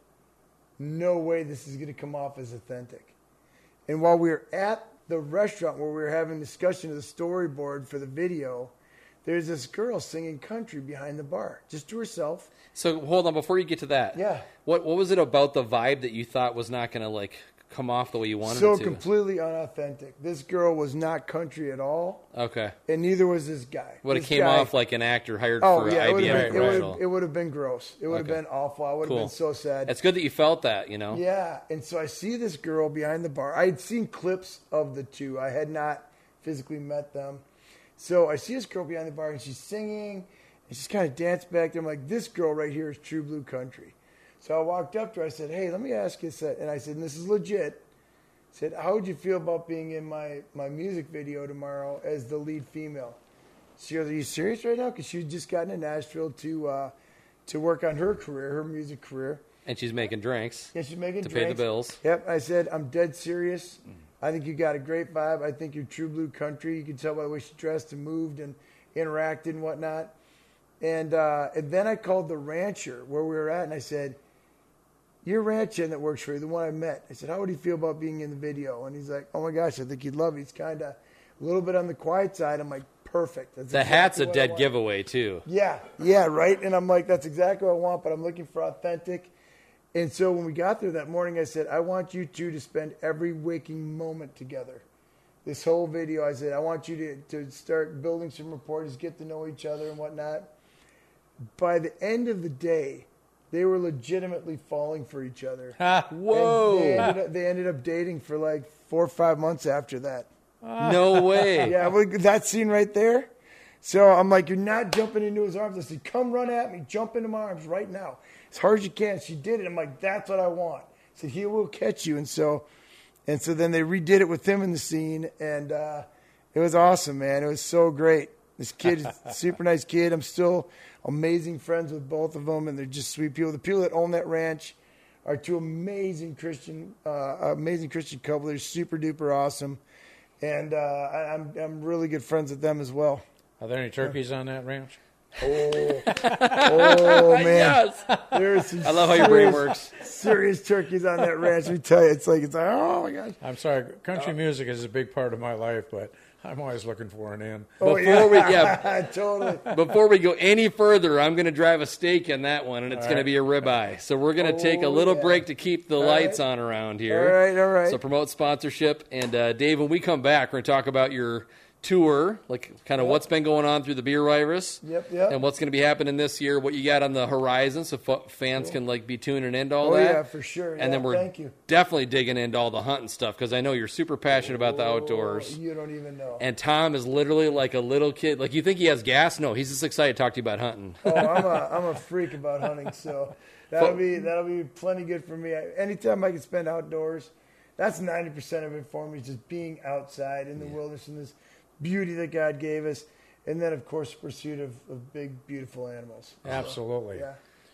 no way this is going to come off as authentic. And while we were at the restaurant where we were having discussion of the storyboard for the video, there's this girl singing country behind the bar, just to herself.
So hold on before you get to that.
Yeah.
What what was it about the vibe that you thought was not going to like come off the way you wanted
So
it to?
completely unauthentic. This girl was not country at all.
okay.
and neither was this guy.
What it
This
came
guy-
off like an actor hired
Oh
for
yeah,
an
it would
IBM
have been, it
commercial.
would've- it would have been gross. It would have
Okay.
been awful. I would have
Cool.
been so sad.
It's good that you felt that, you know.
yeah, and so I see this girl behind the bar. I had seen clips of the two. I had not physically met them, so I see this girl behind the bar, and she's singing, and she's kind of danced back there. I'm like, this girl right here is true blue country. So I walked up to her. I said, "Hey, let me ask you something." And I said, and "This is legit." said, "How would you feel about being in my my music video tomorrow as the lead female?" She goes, "Are you serious right now?" Because she'd just gotten to Nashville to uh, to work on her career, her music career.
And she's making drinks.
Yeah, she's making
To pay the
drinks.
bills.
Yep, I said, "I'm dead serious. I think you got a great vibe. I think you're true blue country. You can tell by the way she dressed and moved and interacted and whatnot." And uh, and then I called the rancher where we were at, and I said your ranch hand that works for you, the one I met. I said, how would he feel about being in the video? And he's like, oh my gosh, I think he'd love it. He's kind of a little bit on the quiet side. I'm like, perfect. That's
The
exactly
hat's a
what I
dead
want."
giveaway too.
Yeah, yeah, right. And I'm like, that's exactly what I want, but I'm looking for authentic. And so when we got there that morning, I said, I want you two to spend every waking moment together. This whole video, I said, I want you to, to start building some rapport, just get to know each other and whatnot. By the end of the day, they were legitimately falling for each other. And They ended, up, they ended up dating for like four or five months after that.
No way.
Yeah, well, that scene right there. So I'm like, you're not jumping into his arms. I said, come run at me, jump into my arms right now, as hard as you can. She did it. I'm like, that's what I want. So he will catch you. And so, and so then they redid it with him in the scene, and uh, it was awesome, man. It was so great. This kid is a super nice kid. I'm still amazing friends with both of them, and they're just sweet people. The people that own that ranch are two amazing Christian, uh, amazing Christian couple. They're super duper awesome, and uh, I, I'm I'm really good friends with them as well.
Are there any turkeys on that ranch?
Oh man, there's some
I love how your brain
serious-
works.
Serious turkeys on that ranch. We tell you, it's like it's like oh my gosh.
I'm sorry. Country
Uh,
music is a big part of my life, but I'm always looking for an in.
Oh,
Before we- yeah.
totally.
Before we go any further, I'm going to drive a stake in that one, and it's going to be a ribeye. So we're going to take a
Oh,
little
yeah.
break to keep the lights on around here.
All right, all right.
So promote sponsorship, and uh, Dave, when we come back, we're going to talk about your tour, like kind of what's been going on through the beer virus.
Yep, yep.
And what's going to be happening this year? What you got on the horizon, so f- fans can like be tuning into all
Oh,
that.
yeah, for sure.
And
Yeah,
then we're
thank you.
definitely digging into all the hunting stuff because I know you're super passionate about the outdoors.
Oh, you don't even know.
And Tom is literally like a little kid. Like you think he has gas? No, he's just excited to talk to you about hunting.
oh, I'm a I'm a freak about hunting, so that'll be that'll be plenty good for me. I, anytime I can spend outdoors, that's ninety percent of it for me. is Just being outside in the wilderness and this beauty that God gave us, and then of course pursuit of, of big beautiful animals.
Absolutely.
Uh-huh.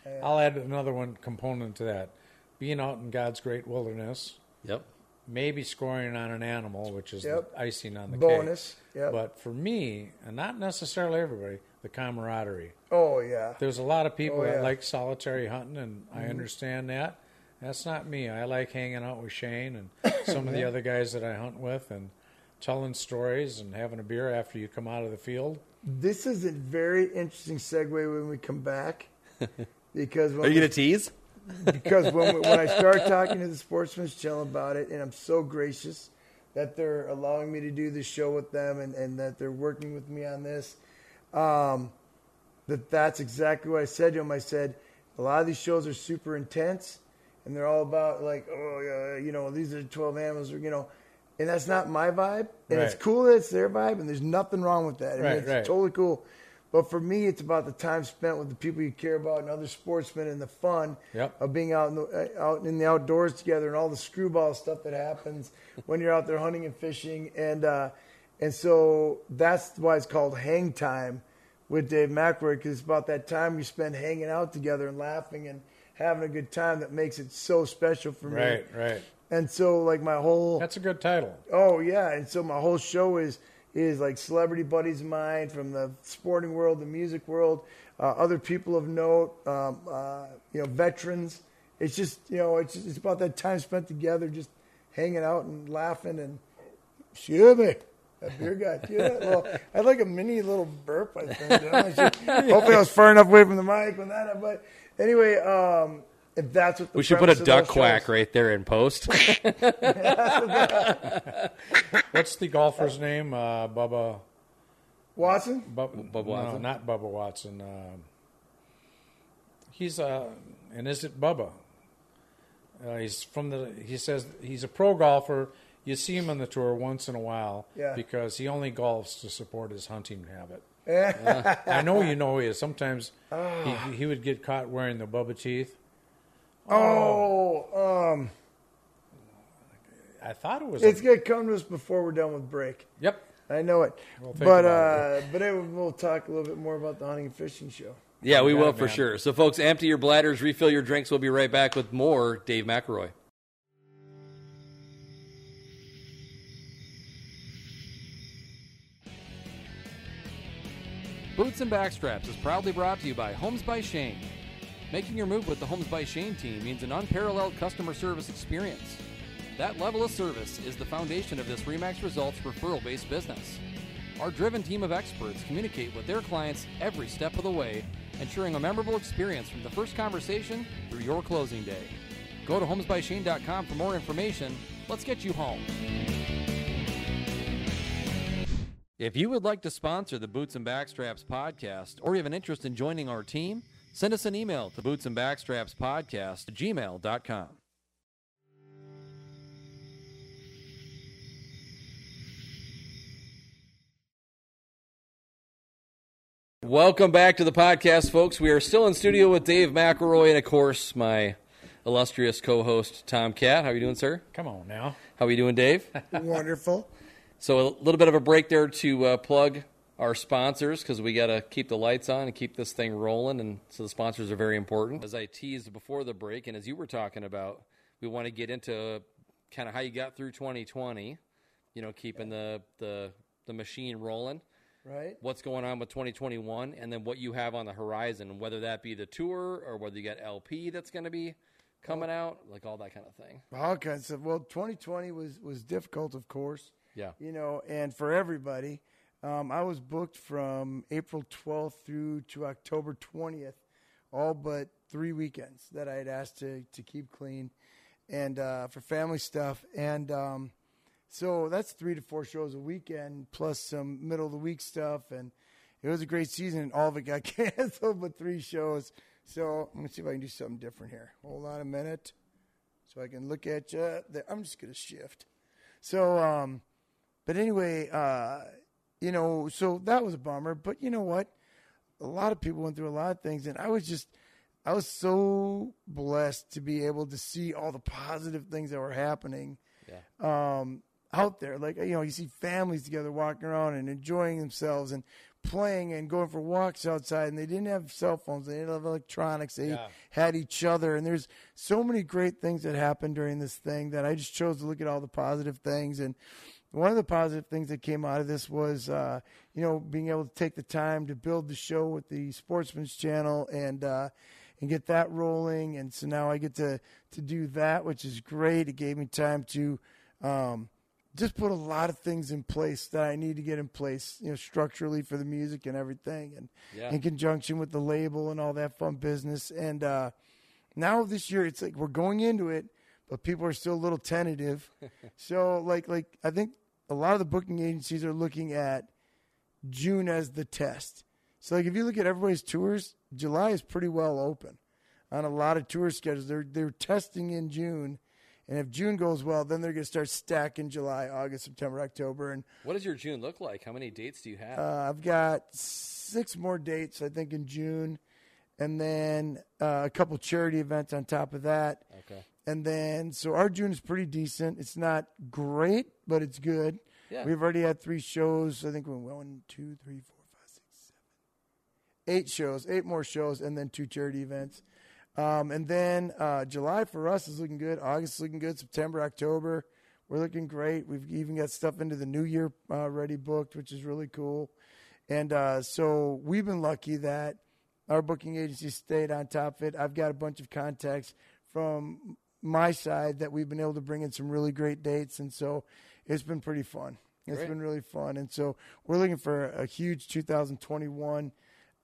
Yeah,
I'll add another one component to that. Being out in God's great wilderness
Yep.
maybe scoring on an animal, which is
Yep.
the icing on the
Bonus,
cake.
yep.
But for me, and not necessarily everybody, the camaraderie.
Oh yeah.
There's a lot of people
Oh, yeah. Mm-hmm.
that like solitary hunting, and I understand that. That's not me. I like hanging out with Shane and some of the other guys that I hunt with, and telling stories and having a beer after you come out of the field.
This is a very interesting segue when we come back. Because when
Are you
we-
going to tease?
because when, when I start talking to the Sportsman's Channel about it, and I'm so gracious that they're allowing me to do this show with them and, and that they're working with me on this, um, that that's exactly what I said to them. I said, a lot of these shows are super intense, and they're all about like, oh, yeah, you know, these are 12 animals, or, you know, and that's not my vibe. And it's
Right.
cool that it's their vibe, and there's nothing wrong with that. I mean,
Right,
it's
right.
totally cool. But for me, it's about the time spent with the people you care about and other sportsmen and the fun
Yep.
of being out in the, uh, out in the outdoors together and all the screwball stuff that happens when you're out there hunting and fishing and uh, and so that's why it's called hang time with Dave McRoy because it's about that time you spend hanging out together and laughing and having a good time that makes it so special for me.
Right, right.
And so like my whole
That's a good title.
Oh yeah, and so my whole show is is like celebrity buddies of mine from the sporting world, the music world, uh, other people of note, um, uh, you know, veterans. It's just you know, it's it's about that time spent together, just hanging out and laughing and excuse me. That beer guy, you know, well, I had like a mini little burp. I think. you know, it's just- Hopefully, I was far enough away from the mic when that. But anyway, um, if that's what the
We should put a
premise of
duck
those
quack
shows-
right there in post.
What's the golfer's name? Uh, Bubba.
Watson.
Bub,
Bubba
no,
Watson?
not Bubba Watson. Um he's uh, and is it Bubba? Uh, he's from the. He says he's a pro golfer. You see him on the tour once in a while
Yeah.
because he only golfs to support his hunting habit. Uh, I know you know he is. Sometimes
Ah.
he, he would get caught wearing the Bubba teeth.
Oh, um,
I thought it was.
It's
a-
gonna come to us before we're done with break.
Yep.
I know it.
think
but
about
uh, but anyway, we'll talk a little bit more about the hunting and fishing show.
yeah, we
Yeah,
will for
man.
sure. So, folks, empty your bladders, refill your drinks. We'll be right back with more Dave McElroy. Boots and Backstraps is proudly brought to you by Homes by Shane. Making your move with the Homes by Shane team means an unparalleled customer service experience. That level of service is the foundation of this Remax Results referral based business. Our driven team of experts communicate with their clients every step of the way, ensuring a memorable experience from the first conversation through your closing day. Go to homesbyshane.com for more information. Let's get you home. If you would like to sponsor the Boots and Backstraps podcast or you have an interest in joining our team, send us an email to bootsandbackstrapspodcast and Backstraps podcast at gmail.com. Welcome back to the podcast, folks. We are still in studio with Dave McElroy and, of course, my illustrious co-host Tom Cat. How are you doing, sir?
Come on now.
How are you doing, Dave?
Wonderful.
So a little bit of a break there to uh, plug our sponsors because we got to keep the lights on and keep this thing rolling, and so the sponsors are very important. As I teased before the break, and as you were talking about, we want to get into kind of how you got through 2020. You know, keeping the the the machine rolling.
Right?
What's going on with 2021, and then what you have on the horizon, whether that be the tour or whether you got LP that's going to be coming out, like all that kind of thing.
All kinds of well, 2020 was was difficult, of course.
Yeah.
You know, and for everybody, um, I was booked from April 12th through to October 20th, all but three weekends that I had asked to to keep clean, and uh, for family stuff, and um, so that's three to four shows a weekend plus some middle of the week stuff, and it was a great season, and all of it got canceled, but three shows. So let me see if I can do something different here. Hold on a minute so I can look at you. There- I'm just gonna shift. So, um, but anyway, uh, you know, so that was a bummer. But you know what? A lot of people went through a lot of things, and I was just, I was so blessed to be able to see all the positive things that were happening um, out there. Like you know, you see families together walking around and enjoying themselves, and playing and going for walks outside, and they didn't have cell phones, they didn't have electronics, they had each other, and there's so many great things that happened during this thing that I just chose to look at all the positive things and. One of the positive things that came out of this was, uh, you know, being able to take the time to build the show with the Sportsman's Channel and uh, and get that rolling. And so now I get to to do that, which is great. It gave me time to um, just put a lot of things in place that I need to get in place, you know, structurally for the music and everything, and
Yeah.
in conjunction with the label and all that fun business. And uh, now this year, it's like we're going into it, but people are still a little tentative. so, like, like I think a lot of the booking agencies are looking at June as the test. So, like, if you look at everybody's tours, July is pretty well open on a lot of tour schedules. They're they're testing in June, and if June goes well, then they're going to start stacking July, August, September, October, and
What does your June look like? How many dates do you have?
uh, I've got six more dates, I think, in June, and then uh, a couple charity events on top of that.
Okay.
And then, so our June is pretty decent. It's not great, but it's good.
Yeah.
We've already had three shows. I think we went one, two, three, four, five, six, seven, eight shows, eight more shows, and then two charity events. Um, and then uh, July for us is looking good. August is looking good. September, October, we're looking great. We've even got stuff into the new year uh, already booked, which is really cool. And uh, so we've been lucky that our booking agency stayed on top of it. I've got a bunch of contacts from my side that we've been able to bring in some really great dates, and so it's been pretty fun. It's been really fun, and so we're looking for a huge 2021.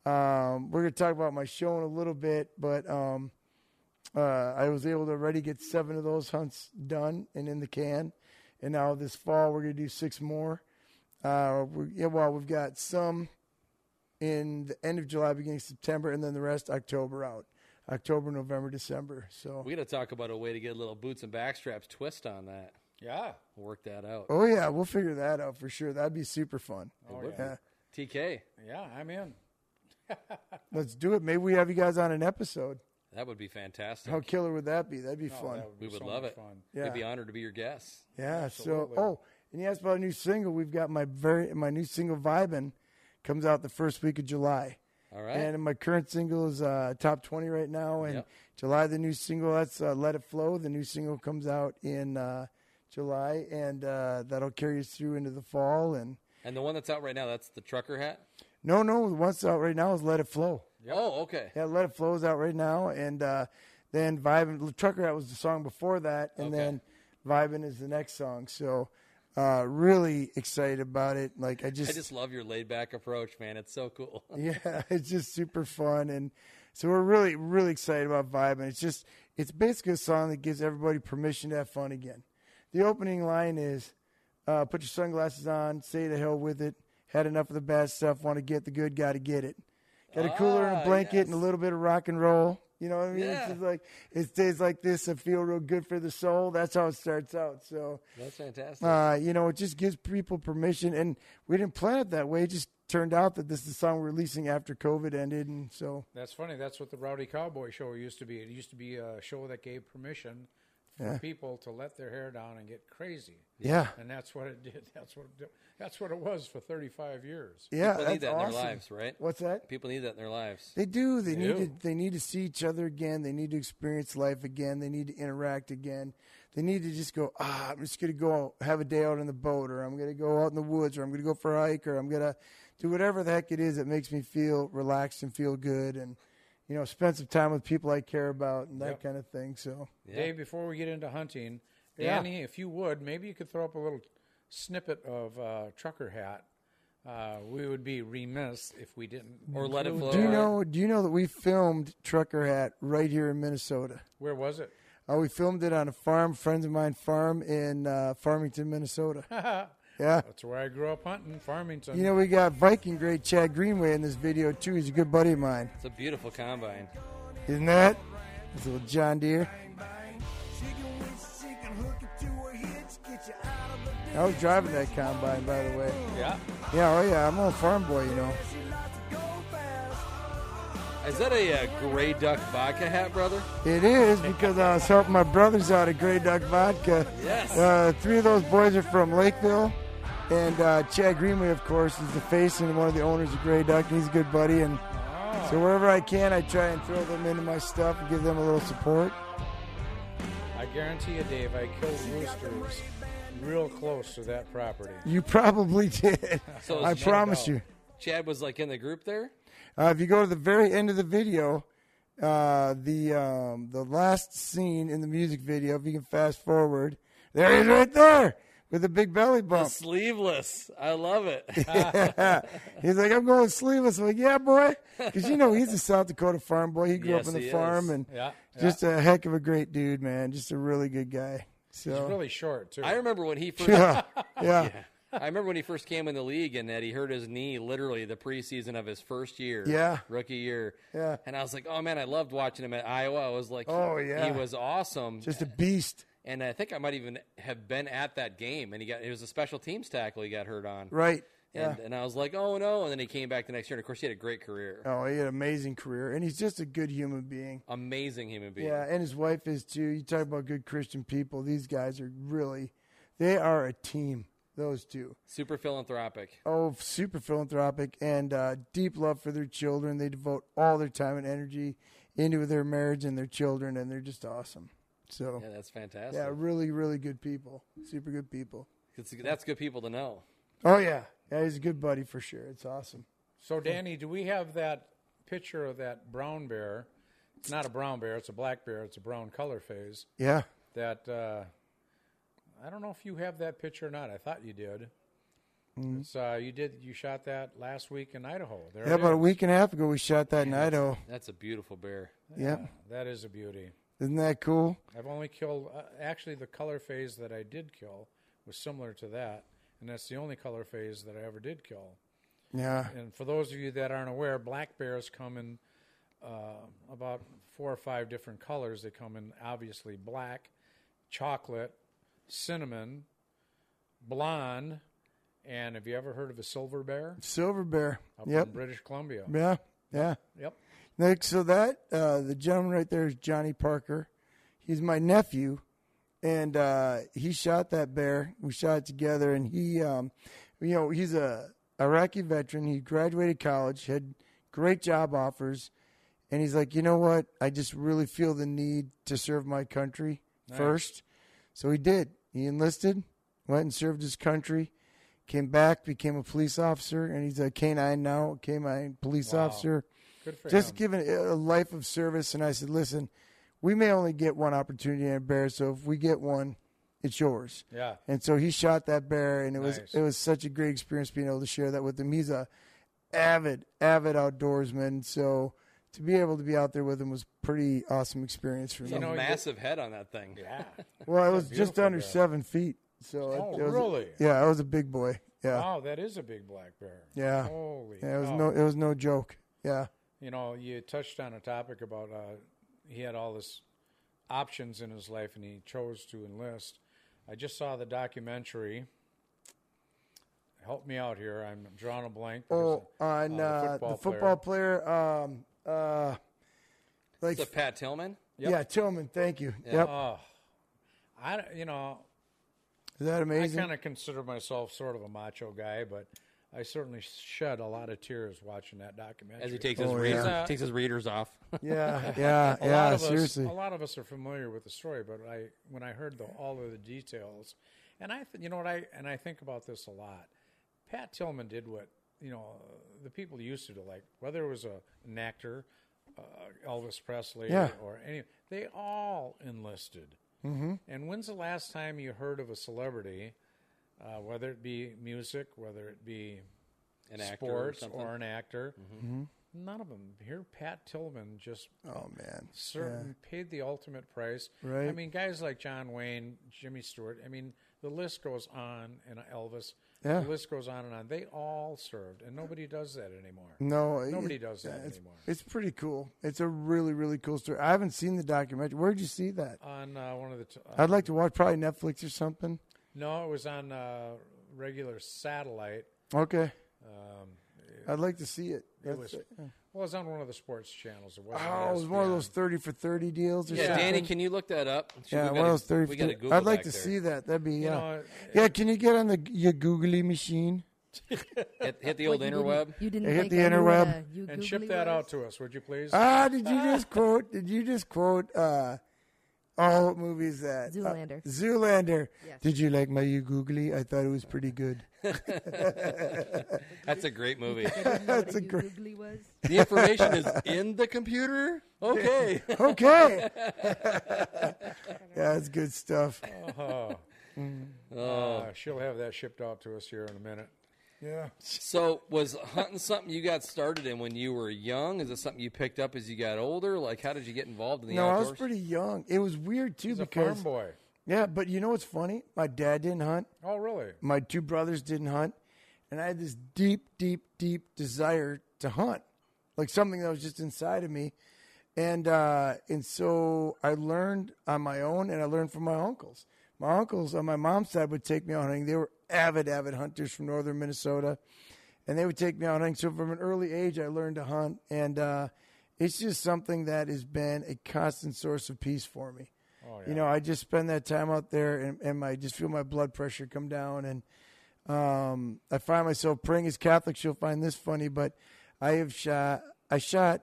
Um, we're going to talk about my show in a little bit, but um, uh, I was able to already get seven of those hunts done and in the can. And now this fall, we're going to do six more. Uh, we yeah, well, we've got some in the end of July, beginning of September, and then the rest October out. October, November, December. So,
we got to talk about a way to get a little boots and backstraps twist on that.
Yeah.
We'll work that out.
oh yeah, we'll figure that out for sure. That'd be super fun. yeah.
TK,
Yeah, I'm in.
Let's do it. Maybe we have you guys on an episode.
that would be fantastic.
How killer would that be? That'd be fun.
that would be
We would
so
love
much
it.
fun.
We'd
Yeah.
be honored to be your guest.
Yeah. So, oh, and you asked about a new single. We've got my very my new single "Vibin" comes out the first week of July,
All right.
and my current single is uh, top twenty right now. And
Yep.
July, the new single that's uh, "Let It Flow." The new single comes out in uh, July, and uh, that'll carry us through into the fall. And
and the one that's out right now, that's the trucker hat?
no, no, the one's out right now is "Let It Flow."
Oh, okay.
Yeah, Let It Flow is out right now, and uh, then Vibin Trucker Hat was the song before that, and
Okay.
then Vibin is the next song. So, uh, really excited about it. Like I just,
I just love your laid back approach, man. It's so cool.
yeah, it's just super fun, and so we're really really excited about Vibin. It's just it's basically a song that gives everybody permission to have fun again. The opening line is, uh, "Put your sunglasses on, say the hell with it. Had enough of the bad stuff. Want to get the good? Got to get it." Got a cooler and
Ah,
a blanket and a
yes.
little bit of rock and roll. You know what I mean?
Yeah.
It's just like it stays like this. I feel real good for the soul. That's how it starts out. So,
That's fantastic.
uh, you know, it just gives people permission, and we didn't plan it that way. It just turned out that this is the song we're releasing after COVID ended, and so
That's funny. That's what the Rowdy Cowboy show used to be. It used to be a show that gave permission for people to let their hair down and get crazy.
yeah,
And that's what it did. That's what it did. that's what it was for 35 years.
yeah,
People
that's
need that
awesome.
in their lives, right?
What's that?
People need that in their lives.
They do. They, need
do.
to. They need to see each other again. They need to experience life again. They need to interact again. They need to just go. Ah, I'm just gonna go have a day out on the boat, or I'm gonna go out in the woods, or I'm gonna go for a hike, or I'm gonna do whatever the heck it is that makes me feel relaxed and feel good, and you know, spend some time with people I care about and that
Yep.
kind of thing. So
Dave, before we get into hunting,
Yeah.
Danny, if you would, maybe you could throw up a little snippet of uh, Trucker Hat. Uh, we would be remiss if we didn't.
Or let it flow.
include
do you
right?
know? Do you know that we filmed Trucker Hat right here in Minnesota?
Where was it?
Uh, we filmed it on a farm, friends of mine farm in uh, Farmington, Minnesota. yeah.
That's where I grew up hunting, Farmington.
You know, we got Viking great Chad Greenway in this video too. He's a good buddy of mine,
It's a beautiful combine.
isn't that? This little John Deere. I was driving that combine, by the way.
yeah.
Yeah, oh yeah, I'm a farm boy, you know.
Is that a, uh gray duck vodka hat, brother?
It is because uh, I was helping my brothers out at Grey Duck Vodka.
Yes.
Uh, three of those boys are from Lakeville. And uh, Chad Greenway, of course, is the face and one of the owners of Grey Duck, and he's a good buddy. And so wherever I can, I try and throw them into my stuff and give them a little support.
I guarantee you, Dave, I killed roosters real close to that property.
You probably did.
So
I
it's Chad
promise
out.
you.
Chad was like in the group there.
Uh, if you go to the very end of the video, uh, the um, the last scene in the music video, if you can fast forward, there he is right there with the big belly bump.
Sleeveless. I love it.
He's like, I'm going sleeveless. I'm like, yeah, boy, because you know he's a South Dakota farm boy. He grew
Yes,
up on
he
the farm
is.
and
Yeah, yeah.
just a heck of a great dude, man. Just a really good guy.
It's
So
really short too.
I remember when he first.
yeah, yeah,
I remember when he first came in the league and that he hurt his knee literally the preseason of his first year.
Yeah.
Rookie year.
Yeah.
And I was like, oh man, I loved watching him at Iowa. I was like,
Oh,
he-
yeah.
He was awesome.
just a beast.
and I think I might even have been at that game. And he got, it was a special teams tackle he got hurt on.
Right. Yeah.
And, and I was like, oh no. And then he came back the next year. And of course, he had a great career.
Oh, he had an amazing career, and he's just a good human being.
Amazing human being.
Yeah, and his wife is too. You talk about good Christian people. These guys are really, they are a team. Those two.
Super philanthropic.
Oh, super philanthropic and uh, deep love for their children. They devote all their time and energy into their marriage and their children, and they're just awesome. So,
Yeah, that's fantastic.
yeah, really, really good people. Super good people.
It's, that's good people to know.
Oh, yeah. Yeah, he's a good buddy for sure. It's awesome.
so, Danny, do we have that picture of that brown bear? It's not a brown bear; it's a black bear. It's a brown color phase.
Yeah.
That uh, I don't know if you have that picture or not. I thought you did. It's, uh, you did. You shot that last week in Idaho. There
Mm-hmm. Yeah,
it
about a
is.
week and a half ago, we shot that in Idaho.
That's a beautiful bear.
Yep.
That is a beauty.
Isn't that cool?
I've only killed. Uh, actually, the color phase that I did kill was similar to that, and that's the only color phase that I ever did kill.
Yeah.
And for those of you that aren't aware, black bears come in uh, about four or five different colors. They come in obviously black, chocolate, cinnamon, blonde, and have you ever heard of a silver bear?
Silver Bear.
Up
Yep.
in British Columbia.
Yeah. Yeah.
Yep.
Nick, so that uh, the gentleman right there is Johnny Parker. He's my nephew, and uh, he shot that bear. We shot it together, and he, um, you know, he's a Iraqi veteran. He graduated college, had great job offers, and he's like, you know what? I just really feel the need to serve my country first. So he did. He enlisted, went and served his country, came back, became a police officer, and he's a canine now, canine police officer
Good for
just
him.
given a a life of service. And I said, listen, we may only get one opportunity in a bear, so if we get one, it's yours.
yeah.
And so he shot that bear, and it was
Nice.
it was such a great experience being able to share that with him. He's a avid, avid outdoorsman, so to be able to be out there with him was pretty awesome experience for me.
a massive head on that thing.
Yeah.
well, it was just
beautiful
under
bear.
seven feet, so it-
Oh,
it was a-
really?
yeah, it was a big boy. Yeah,
Wow, Oh, that is a big black bear.
yeah,
Holy.
yeah. It was
cow.
no, it was no joke. Yeah,
you know, you touched on a topic about uh, he had all this options in his life and he chose to enlist. I just saw the documentary. Help me out here. I'm drawing a blank.
Oh,
There's a-
on
uh,
uh, the football player. um, uh, like,
It's a Pat Tillman.
yeah, Tillman. Thank you.
Uh,
Yep.
player. I, you know,
Is that
I
amazing?
kind of consider myself sort of a macho guy, but I certainly shed a lot of tears watching that documentary.
As he takes
Oh,
his
yeah.
readers,
Uh,
takes his readers off.
yeah, yeah,
a
yeah.
lot of
seriously.
us, a lot of us are familiar with the story, but I, when I heard the, all of the details, and I, th- you know what I, and I think about this a lot. Pat Tillman did what you know the people used to do, like whether it was a, an actor, uh, Elvis Presley,
Yeah.
or any, they all enlisted. Mm-hmm. And when's the last time you heard of a celebrity, uh, whether it be music, whether it be
An actor or
sports,
something. Mm-hmm.
or, an actor?
Mm-hmm.
None of them. Here, Pat Tillman just
oh man.
certain paid the ultimate price. I
Right.
mean, guys like John Wayne, Jimmy Stewart. I mean, the list goes on, and Elvis.
Yeah.
The list goes on and on. They all served, and nobody does that anymore.
No, it-
Nobody does that
it's,
anymore.
It's pretty cool. It's a really, really cool story. I haven't seen the documentary. Where'd you see that?
On uh, one of the t- uh,
I'd like to watch probably Netflix or something.
no, it was on uh, regular satellite.
Okay. I'd like to see
Um, It
it. That's
was
it.
Well, it's on one of the sports channels. It wasn't E
Oh, it was one of those thirty for thirty deals or
Yeah,
something.
Danny, can you look that up? Shoot,
yeah,
we
one
gotta-
of those thirty.
We
for
got to
30.
Google.
I'd like
back
to
there.
see that. That'd be yeah.
know,
yeah, can you get on the your googly machine?
Hit, hit the old
you
interweb.
Didn't, you didn't
It hit
like
the
any of
interweb.
you
And ship
googly
that out
words?
to us, would you please?
Ah, did you just quote? Did you just quote? uh Oh, what movie is that? Uh,
Zoolander.
Zoolander.
Yes.
Did you like my you googly? I thought it was pretty good.
That's a great movie.
That's
a great-
Googly was.
the information is in the computer. Okay.
Okay. yeah, it's good stuff.
Uh, she'll have that shipped out to us here in a minute.
Yeah.
so, was hunting something you got started in when you were young? Is it something you picked up as you got older? Like, how did you get involved in the
No, I
outdoors?
was pretty young. It was weird too
He's a
because
farm boy.
yeah, but you know what's funny? My dad didn't hunt.
Oh, really?
My two brothers didn't hunt, and I had this deep, deep, deep desire to hunt, like something that was just inside of me, and uh, and so I learned on my own, and I learned from my uncles. My uncles on my mom's side would take me out hunting. They were avid, avid hunters from northern Minnesota, and they would take me out hunting. So from an early age, I learned to hunt, and uh, it's just something that has been a constant source of peace for me.
Oh,
You
yeah.
know, I just spend that time out there, and, and my just feel my blood pressure come down, and um, I find myself praying as Catholics. You'll find this funny, but I have shot I shot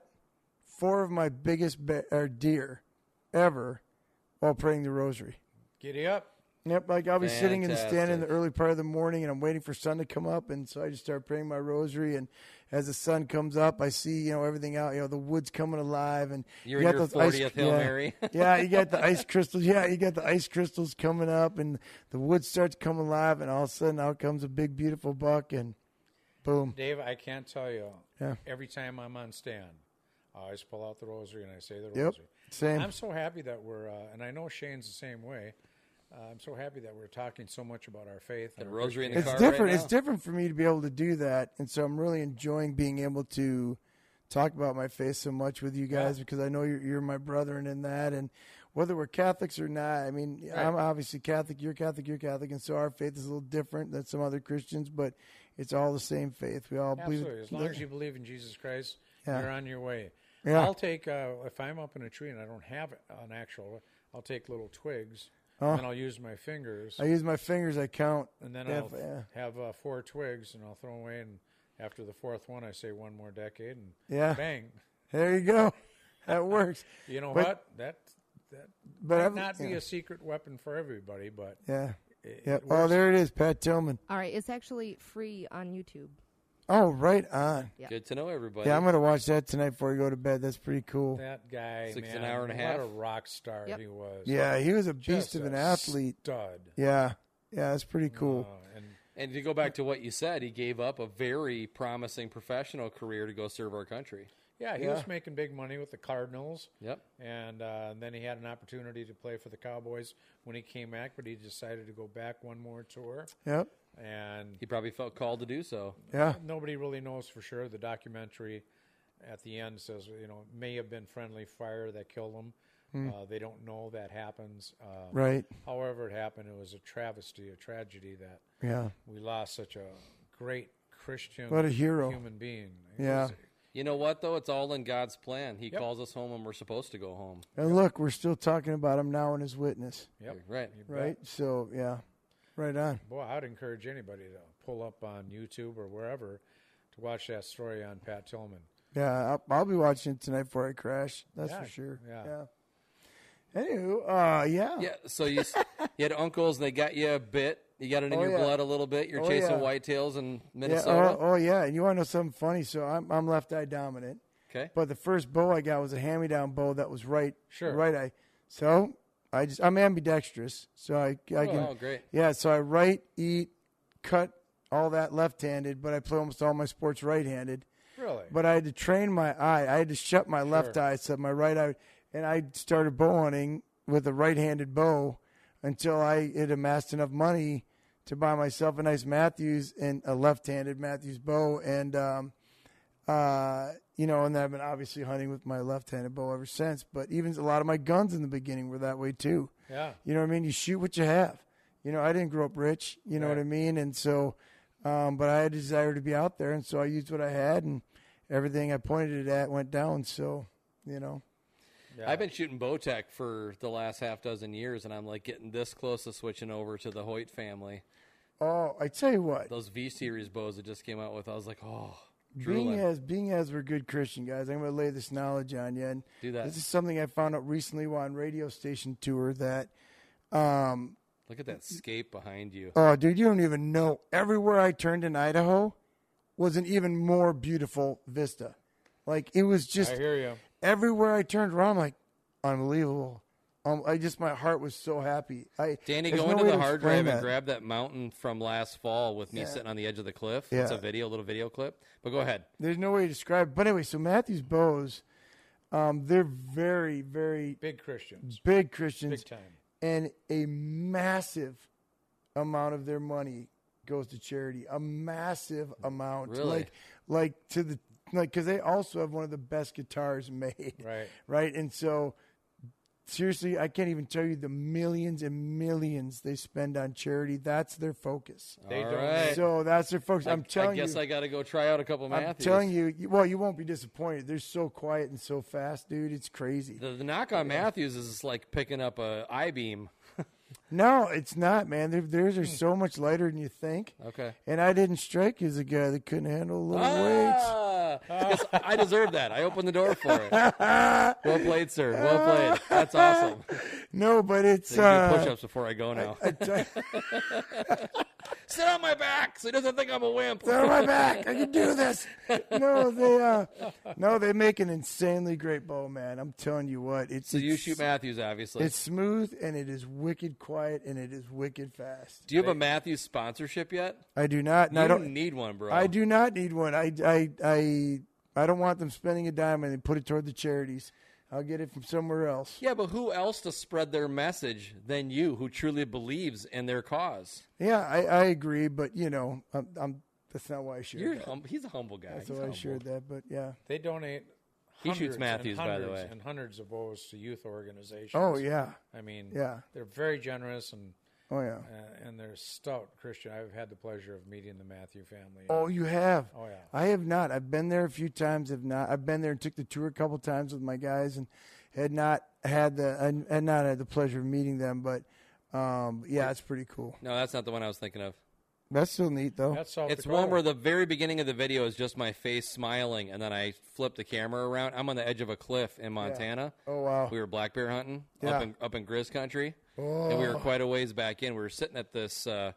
four of my biggest be- or deer ever while praying the Rosary.
Giddy up.
Yep, like I'll be sitting in the stand in the
Fantastic.
early part of the morning, and I'm waiting for sun to come up, and so I just start praying my rosary. And as the sun comes up, I see you know everything out, you know the woods coming alive, and
You're
you
in
got
your
those ice-
40th Hail
yeah.
Mary.
yeah, you got the ice crystals. Yeah, you got the ice crystals coming up, and the woods starts coming alive, and all of a sudden out comes a big beautiful buck, and boom,
Dave, I can't tell you.
Yeah.
Every time I'm on stand, I always pull out the rosary and I say the
Yep,
rosary.
same.
I'm so happy that we're, uh, and I know Shane's the same way. Uh, I'm so happy that we're talking so much about our faith.
The
and our
rosary in the
Christianity.
it's
car right
different.
now?
it's different for me to be able to do that, and so I'm really enjoying being able to talk about my faith so much with you guys because I know you're, you're my brethren in that, and whether we're Catholics or not, I mean, I'm obviously Catholic. You're Catholic. You're Catholic, and so our faith is a little different than some other Christians, but it's all the same faith. We all
Absolutely.
believe.
As long as you believe in Jesus Christ,
Yeah.
you're on your way.
Yeah.
I'll take, uh, if I'm up in a tree and I don't have an actual, I'll take little twigs and then I'll use my fingers.
I use my fingers. I count.
and then
Yeah,
I'll
yeah.
have uh, four twigs and I'll throw 'em away. And after the fourth one, I say one more decade and
Yeah.
bang.
There you go. That works.
You know
But-
what? That that
But
might
I've-
not be
yeah.
a secret weapon for everybody, but
Yeah.
it-
Yeah.
it
Oh,
works.
there it is, Pat Tillman.
All right, it's actually free on YouTube.
Oh, right on.
Yeah.
Good to know, everybody.
Yeah, I'm gonna watch that tonight before I go to bed. That's pretty cool.
that guy,
Six-
man,
an hour and a half.
What a rock star
Yep.
he was.
Yeah, he was a
Just
beast of
a
an athlete.
Stud.
Yeah. Yeah, that's pretty cool.
Uh, and
and to go back to what you said, he gave up a very promising professional career to go serve our country.
yeah, he
Yeah.
was making big money with the Cardinals.
Yep.
And, uh, and then he had an opportunity to play for the Cowboys when he came back, but he decided to go back one more tour.
Yep.
And
He probably felt called to do so.
Yeah.
nobody really knows for sure. The documentary at the end says, you know, it may have been friendly fire that killed him. Uh, they don't know that happens. Uh,
Hmm. Right.
However, it happened. It was a travesty, a tragedy that
Yeah.
we lost such a great Christian,
What a hero.
human being. It
Yeah.
was-
You know what, though? It's all in God's plan. He calls us home when we're supposed to go home.
And look, we're still talking about him now and his witness.
yep.
Right.
You bet.
Right? So yeah. Right on.
Boy, I'd encourage anybody to pull up on YouTube or wherever to watch that story on Pat Tillman.
Yeah, I'll, I'll be watching it tonight before I crash. That's
Yeah,
for sure.
yeah.
yeah. Anywho, uh, yeah.
Yeah, so you, s- you had uncles, and they got you a bit. You got it in
Oh,
your
yeah.
blood a little bit. You're
Oh,
chasing
yeah.
whitetails in
Yeah,
Minnesota.
oh, oh yeah, and you want to know something funny? So I'm I'm left eye dominant,
okay.
but the first bow I got was a hand me down bow that was right
Sure.
right eye. So I just I'm ambidextrous, so I I can
oh, great.
yeah. So I right eat cut all that left handed, but I play almost all my sports right handed.
Really?
But I had to train my eye. I had to shut my left eye so my right eye, and I started bow hunting with a right-handed bow until I had amassed enough money to buy myself a nice Matthews and a left-handed Matthews bow, and um, uh, you know, and I've been obviously hunting with my left-handed bow ever since. But even a lot of my guns in the beginning were that way too.
Yeah.
You know what I mean? You shoot what you have. You know, I didn't grow up rich. You know what I
Right.
mean? And so, um, but I had a desire to be out there, and so I used what I had, and everything I pointed it at went down. So, you know,
I've been shooting Bowtech for the last half dozen years, and I'm like getting this close to switching over to the Hoyt family.
oh, I tell you what,
Those V series bows that just came out with, I was like, oh,
being
drooling.
as being as we're good Christian guys, I'm going to lay this knowledge on you. And
Do that.
This is something I found out recently while on radio station tour that
Look at that scape behind you.
Oh, dude, you don't even know. Everywhere I turned in Idaho was an even more beautiful vista. Like it was just
I hear you.
everywhere I turned around, I'm like unbelievable. Um, I just my heart was so happy. I
Danny,
there's
go
no
into
way
the
to
hard
explain
drive and
that.
grab that mountain from last fall with me
Yeah.
sitting on the edge of the cliff.
Yeah.
It's a video, a little video clip. But go ahead.
There's no way to describe. But anyway, so Matthews Bows, um, they're very very
Big Christians.
big Christians,
Big time.
and a massive amount of their money goes to charity. A massive amount,
Really?
like like to the like because they also have one of the best guitars made,
Right.
Right, and so seriously, I can't even tell you the millions and millions they spend on charity. That's their focus.
They
All
don't-
right.
So that's their focus.
I-
I'm telling
I guess
you.
I got to go try out a couple
I'm
Matthews.
telling you, you- well, you won't be disappointed. They're so quiet and so fast, dude. It's crazy.
The, the knock on Matthews is it's like picking up a I beam.
No, it's not, man. Their, theirs are so much lighter than you think.
Hmm. Okay.
And I didn't strike as a guy that couldn't handle a little weights.
Ah, Yes, I deserve that. I opened the door for it. Well played, sir. Well played. That's awesome.
No, but it's.
Do push
Uh,
ups before I go now.
I tell-
Sit on my back so he doesn't think I'm a wimp.
Get on my back. I can do this. No, they uh, no, they make an insanely great bow, man. I'm telling you what. It's
So you
it's-
shoot Matthews, obviously.
It's smooth and it is wicked quiet and it is wicked fast.
Do you have a Matthews sponsorship yet?
I do not, and
You
I don't
need one, bro.
I do not need one. I, I, I, I don't want them spending a dime and then put it toward the charities. I'll get it from somewhere else.
Yeah, but who else to spread their message than you, who truly believes in their cause?
Yeah, I, I agree, but you know, I'm, I'm that's not why I shared
You're
that.
hum- he's a humble guy.
That's
He's
why I
humble.
shared that. But yeah,
They donate.
He shoots
hundreds and
Matthews, by the
hundreds
way.
and hundreds of bows to youth organizations.
oh yeah,
I mean,
Yeah.
they're very generous and
oh yeah.
uh, and they're stout Christian. I've had the pleasure of meeting the Matthew family.
Oh, you have.
Oh, yeah.
I have not. I've been there a few times. Have not. I've been there and took the tour a couple times with my guys, and had not had the and had not had the pleasure of meeting them. But um, yeah, it's pretty cool.
No, that's not the one I was thinking of.
That's still neat though.
That's South
It's
Dakota.
one where the very beginning of the video is just my face smiling, and then I flip the camera around. I'm on the edge of a cliff in Montana.
Oh, wow.
We were black bear hunting
Yeah. Oh.
up in up in Grizz country, and we were quite a ways back in. We were sitting at this uh,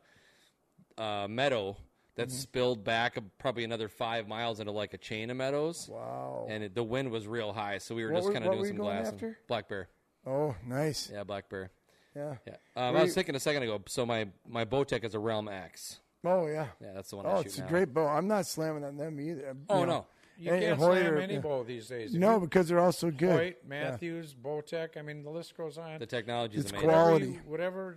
uh, meadow that
Mm-hmm.
spilled back a- probably another five miles into like a chain of meadows. Wow! And it, the wind was real high, so we were
Oh. What
just
were-
kind of
what
doing
were you
some
going
glassing.
after?
Black bear,
oh, nice.
yeah, black bear.
Yeah.
Yeah, um, I was thinking a second ago. So my my Bowtech is a Realm X.
Oh yeah.
Yeah, that's the one.
Oh,
I shoot
it's a
now.
great bow. I'm not slamming on them either.
Oh,
You know.
no.
you
And-
can't
and Hoyer-
slam any
yeah.
bow these days. If
No,
you-
because they're all so good.
Hoyt, Matthews, Bowtech. I mean, the list goes on.
The technology is
It's
amazing.
Whatever
qual- quality.
you- whatever,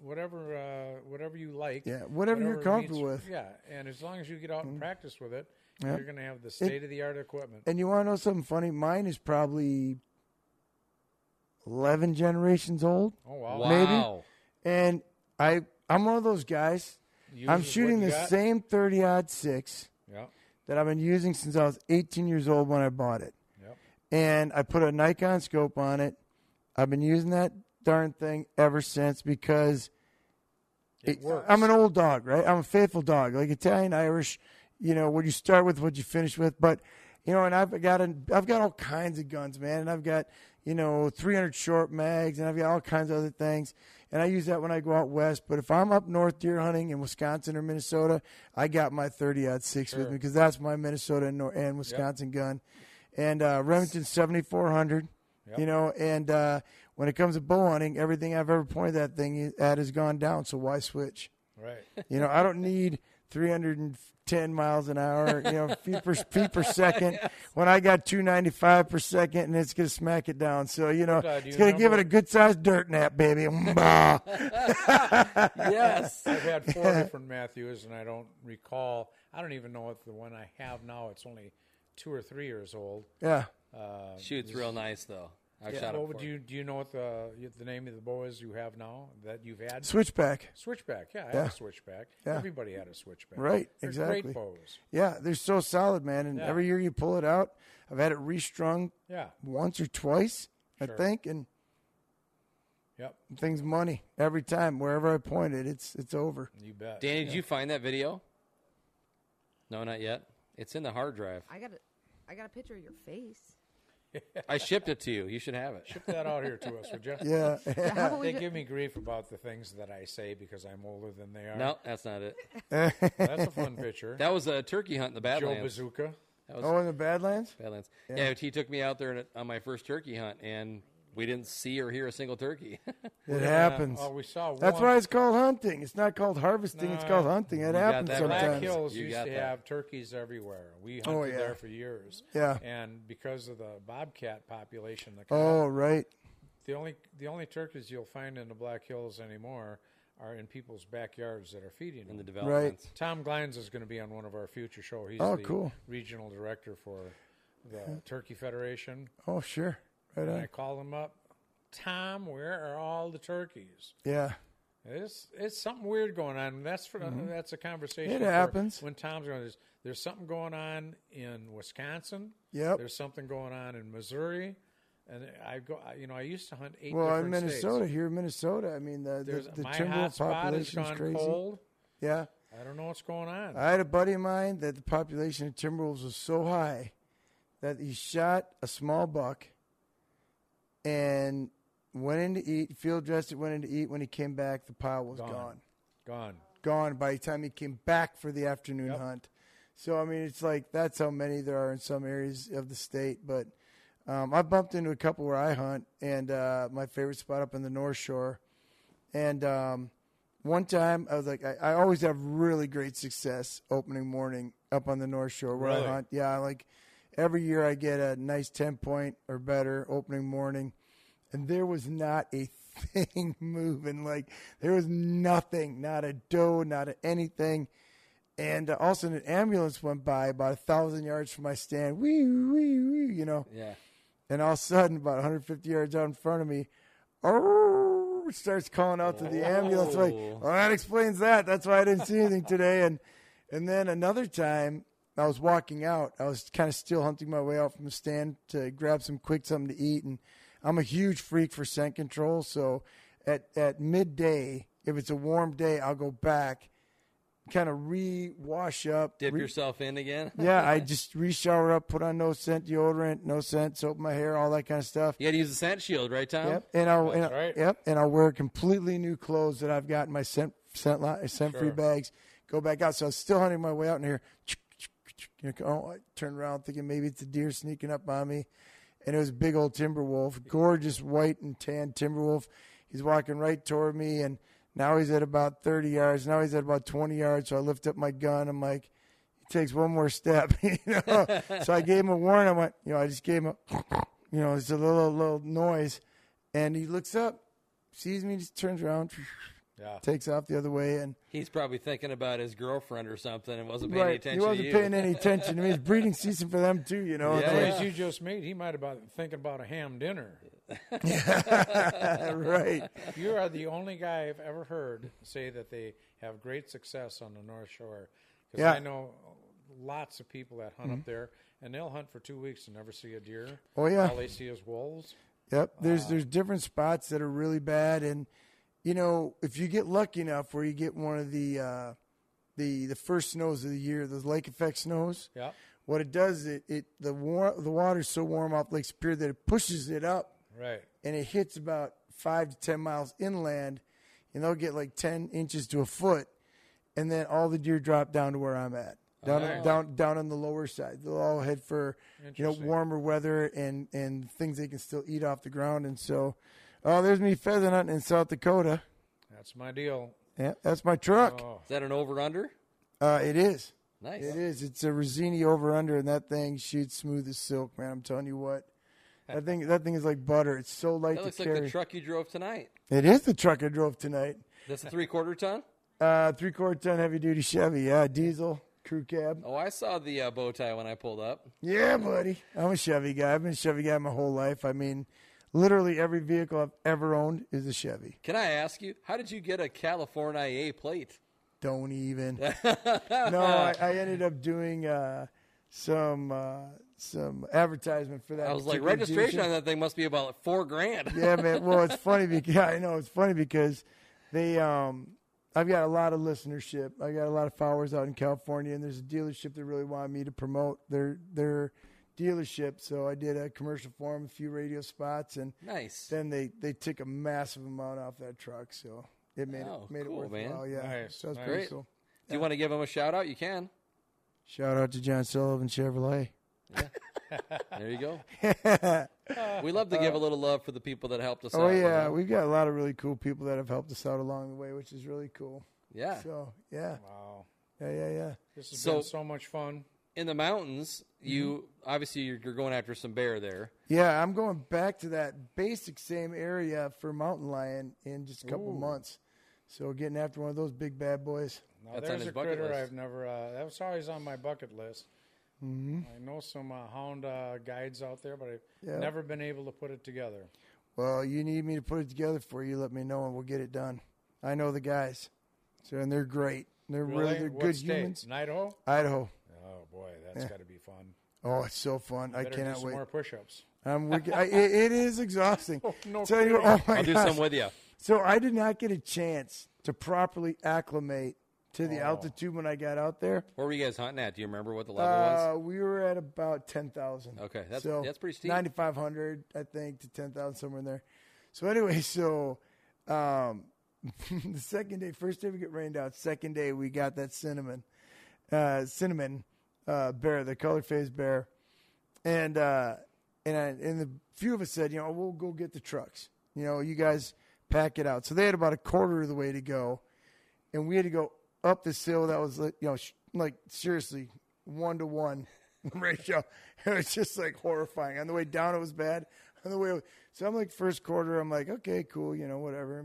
whatever, uh, whatever you like.
Yeah, whatever you're comfortable
meets-
with. Mm.
Yeah, and as long as you get out and practice with it, you're going to have the state of the art equipment.
And you want to know something funny? Mine is probably eleven generations old.
oh wow!
Wow.
And I, I'm one of those guys.
Use
I'm
what
shooting
you
the
got.
same thirty odd six
Yeah,
that I've been using since I was 18 years old when I bought it.
yeah.
and I put a Nikon scope on it. I've been using that darn thing ever since because it,
works.
I'm an old dog, right? I'm a faithful dog, like Italian, Irish. You know, what you start with, what you finish with. But you know, and I've got a, I've got all kinds of guns, man, and I've got you know 300 short mags, and I've got all kinds of other things. And I use that when I go out west. But if I'm up north deer hunting in Wisconsin or Minnesota, I got my 30 out six with me because that's my Minnesota and, nor- and Wisconsin gun and uh, Remington 7400. You know, and uh, when it comes to bow hunting, everything I've ever pointed that thing at has gone down. So why switch?
Right.
You know, I don't need 310 miles an hour, you know, feet per, feet per second when I got 295 per second and it's going to smack it down. So, you know,
uh, do
it's
you
going to give it
remember-
a good sized dirt nap, baby. Bah.
Yes.
I've had four different Matthews, and I don't recall. I don't even know what the one I have now. It's only two or three years old.
yeah.
Shoots real nice though. I've shot
what
them
would
for-
you do? You know what the the name of the bow is you have now that you've had?
Switchback.
Switchback. Yeah, I
Yeah.
had a switchback.
Yeah.
Everybody had a switchback.
Right,
They're
exactly.
Great bows.
Yeah, they're so solid, man. And
Yeah.
every year you pull it out. I've had it restrung
Yeah.
once or twice, I
Sure.
think, and
Yep.
things money every time. Wherever I point it, it's it's over.
You bet.
Danny, did you find that video? No, not yet. It's in the hard drive.
I got a, I got a picture of your face.
I shipped it to you. You should have it.
Put that out here to us, would you?
Yeah,
How about we
They
ju-
give me grief about the things that I say because I'm older than they are.
No, that's not it.
That's a fun picture.
That was a turkey hunt in the
Joe
Badlands.
Bazooka.
oh, in the Badlands.
Badlands. Yeah. he took me out there in- on my first turkey hunt, and we didn't see or hear a single turkey.
It happens.
Oh, we saw one.
That's why it's called hunting. It's not called harvesting. it's
No.
called hunting. It happens
that right.
Black
sometimes.
Hills
You
used
got
to
that.
have turkeys everywhere. We hunted
Oh, yeah.
there for years.
Yeah.
And because of the bobcat population, the,
Oh, right.
the only the only turkeys you'll find in the Black Hills anymore are in people's backyards that are feeding
in the
them.
developments.
Tom Glines is going to be on one of our future shows. He's
Oh,
the
cool.
regional director for the Turkey Federation.
Oh, sure. Right
And I
on.
called him up. Tom, where are all the turkeys?
Yeah.
It's it's something weird going on. That's for that's a conversation.
Mm-hmm. It
for
happens.
when Tom's going. There's there's something going on in Wisconsin.
Yep.
There's something going on in Missouri, and I go. I- You know, I used to hunt eight.
Well, in
different
Minnesota,
states.
here in Minnesota, I mean, the,
There's
the, the
my
timber
hot spot has
population
gone
is crazy.
cold.
Yeah.
I don't know what's going on.
I had a buddy of mine that the population of timberwolves was so high that he shot a small buck and went in to eat, field dressed it, went in to eat. When he came back, the pile was gone.
Gone.
Gone,
gone.
by the time he came back for the afternoon
Yep.
hunt. So, I mean, it's like that's how many there are in some areas of the state. But um, I bumped into a couple where I hunt, and uh, my favorite spot up in the North Shore. And um, one time, I was like, I, I always have really great success opening morning up on the North Shore where
Really?
I hunt. Yeah, like every year I get a nice 10 point or better opening morning. And there was not a thing moving. Like, there was nothing, not a doe, not a anything. And uh, all of a sudden, an ambulance went by about a thousand yards from my stand. Wee, wee, wee, you know.
Yeah.
And all of a sudden, about 150 yards out in front of me, "Arrrr," starts calling out to the ambulance. Like, well, that explains that. That's why I didn't see anything today. And and then another time, I was walking out. I was kind of still hunting my way out from the stand to grab some quick something to eat. And I'm a huge freak for scent control. So at at midday, if it's a warm day, I'll go back, kind of re-wash up,
Dip
re-
yourself in again.
yeah, I just re-shower up, put on no scent deodorant, no scent, soap in my hair, all that kind of stuff.
You got to use the scent shield, right, Tom?
Yep, and I'll, and
That's
I'll-
right.
yep, and I'll wear completely new clothes that I've got in my scent scent line, scent free
Sure.
bags. Go back out. So I was still hunting my way out in here. You know, oh, I turned around thinking maybe it's a deer sneaking up on me, and it was a big old timber wolf, gorgeous white and tan timber wolf. He's walking right toward me, and now he's at about thirty yards. Now he's at about twenty yards. So I lift up my gun. I'm like, he takes one more step, you know. so I gave him a warning. I went, you know, I just gave him a, you know, it's a little little noise, and he looks up, sees me, just turns around,
Yeah.
takes off the other way, and
He's probably thinking about his girlfriend or something and wasn't paying any
right, he
attention
wasn't
to you.
paying any attention to me. It's breeding season for them too, you know.
Yeah,
The
It's
noise you just made, he might have been thinking about a ham dinner.
like, right,
You are the only guy I've ever heard say that they have great success on the North Shore. Because
Yeah. Mm-hmm.
I know lots of people that hunt up there, and they'll hunt for two weeks and never see a deer.
Oh, yeah.
All they see is wolves.
yep. There's there's different spots that are really bad, and you know, if you get lucky enough where you get one of the uh, the the first snows of the year, those lake effect snows,
Yeah.
What it does, it, it the war, the water's so warm off Lake Superior that it pushes it up
Right.
and it hits about five to ten miles inland, and they'll get like ten inches to a foot, and then all the deer drop down to where I'm at, down
Okay.
down down on the lower side. They'll all head for you know
Interesting.
warmer weather and and things they can still eat off the ground. And so, oh, there's me pheasant hunting in South Dakota.
That's my deal.
Yeah, that's my truck.
Oh.
Is that an over under?
Uh, it is.
Nice.
It is. It's a Rosini over under, and that thing shoots smooth as silk, man. I'm telling you what. That thing, that thing is like butter. It's so light
That looks
to
like
carry.
the truck you drove tonight.
It is the truck I drove tonight.
That's a three quarter ton?
Uh, three quarter ton heavy duty Chevy. Yeah, diesel crew cab.
Oh, I saw the uh, bow tie when I pulled up.
Yeah, buddy. I'm a Chevy guy. I've been a Chevy guy my whole life. I mean, Literally every vehicle I've ever owned is a Chevy.
Can I ask you, how did you get a California A plate?
Don't even. no, I, I ended up doing uh, some uh, some advertisement for that.
I was like,
particular
registration
dealership.
on that thing must be about like four grand.
yeah, man. Well, it's funny because I know it's funny because they um I've got a lot of listenership. I got a lot of followers out in California, and there's a dealership that really wanted me to promote their their dealership. So I did a commercial for them, a few radio spots, and
Nice.
then they they took a massive amount off that truck. So it made
Oh,
it made
cool,
it worthwhile.
man.
Yeah,
Nice,
so that's
nice.
pretty
Great.
cool.
Do you want to give them a shout out? You can.
Shout out to John Sullivan Chevrolet.
There you go. we love to give a little love for the people that helped us out.
Oh yeah,
man.
we've got a lot of really cool people that have helped us out along the way, which is really cool.
yeah.
So yeah,
Wow.
yeah, yeah, yeah.
This has
So-
been so much fun.
In the mountains, you
Mm-hmm.
obviously you're, you're going after some bear there.
Yeah, I'm going back to that basic same area for mountain lion in just a couple months. So getting after one of those big bad boys.
Now,
That's on
there's
his
a
bucket
critter
list.
I've never. Uh, that was always on my bucket list. I know some uh, hound uh, guides out there, but I've
Mm-hmm. Yeah.
never been able to put it together.
Well, you need me to put it together for you. Let me know, and we'll get it done. I know the guys, so and they're great. They're really, they're
What
good
state?
humans.
In Idaho.
Idaho.
Oh boy, that's got to be fun.
Oh, it's so fun! I
Better do
cannot
some
wait.
more push-ups.
I'm wicked. I, it, it is exhausting.
no
Tell you, oh my
I'll do
gosh.
some with you.
So I did not get a chance to properly acclimate to
Oh.
the altitude when I got out there.
Where were you guys hunting at? Do you remember what the level was?
Uh, we were at about ten thousand.
Okay, that's- that's pretty steep.
Ninety five hundred, I think, to ten thousand somewhere in there. So anyway, so um, the second day, first day we get rained out. Second day we got that cinnamon, uh, cinnamon uh, bear, the color phase bear, and uh, and I, and the few of us said, you know, we'll go get the trucks. You know, you guys pack it out. So they had about a quarter of the way to go and we had to go up this hill that was like you know sh- like seriously one to one ratio it was just like horrifying on the way down it was bad on the way so i'm like first quarter i'm like okay cool you know whatever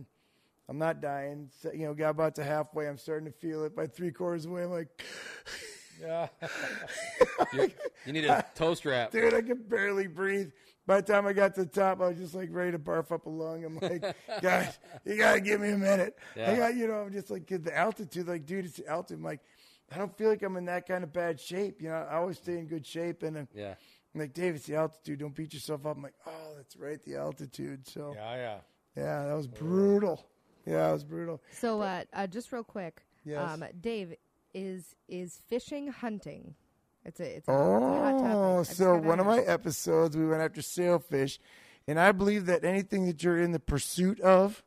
i'm not dying so, you know got about to halfway i'm starting to feel it by three quarters away i'm like
Yeah,
You need a toe strap.
dude i could barely breathe by the time i got to the top i was just like ready to barf up a lung i'm like guys you gotta give me a minute
Yeah.
i got you know i'm just like get the altitude like dude it's the altitude i'm like i don't feel like i'm in that kind of bad shape you know i always stay in good shape and then,
Yeah.
I'm like dave it's the altitude don't beat yourself up i'm like oh that's right the altitude so yeah,
yeah, yeah.
that was brutal yeah it was brutal
So, uh, uh, just real quick,
Yes.
um, Dave is is fishing hunting. It's a it's a, it's a hot topic. I
Oh,
just
so
got
one of
on
my
it.
episodes, we went after sailfish, and I believe that anything that you're in the pursuit of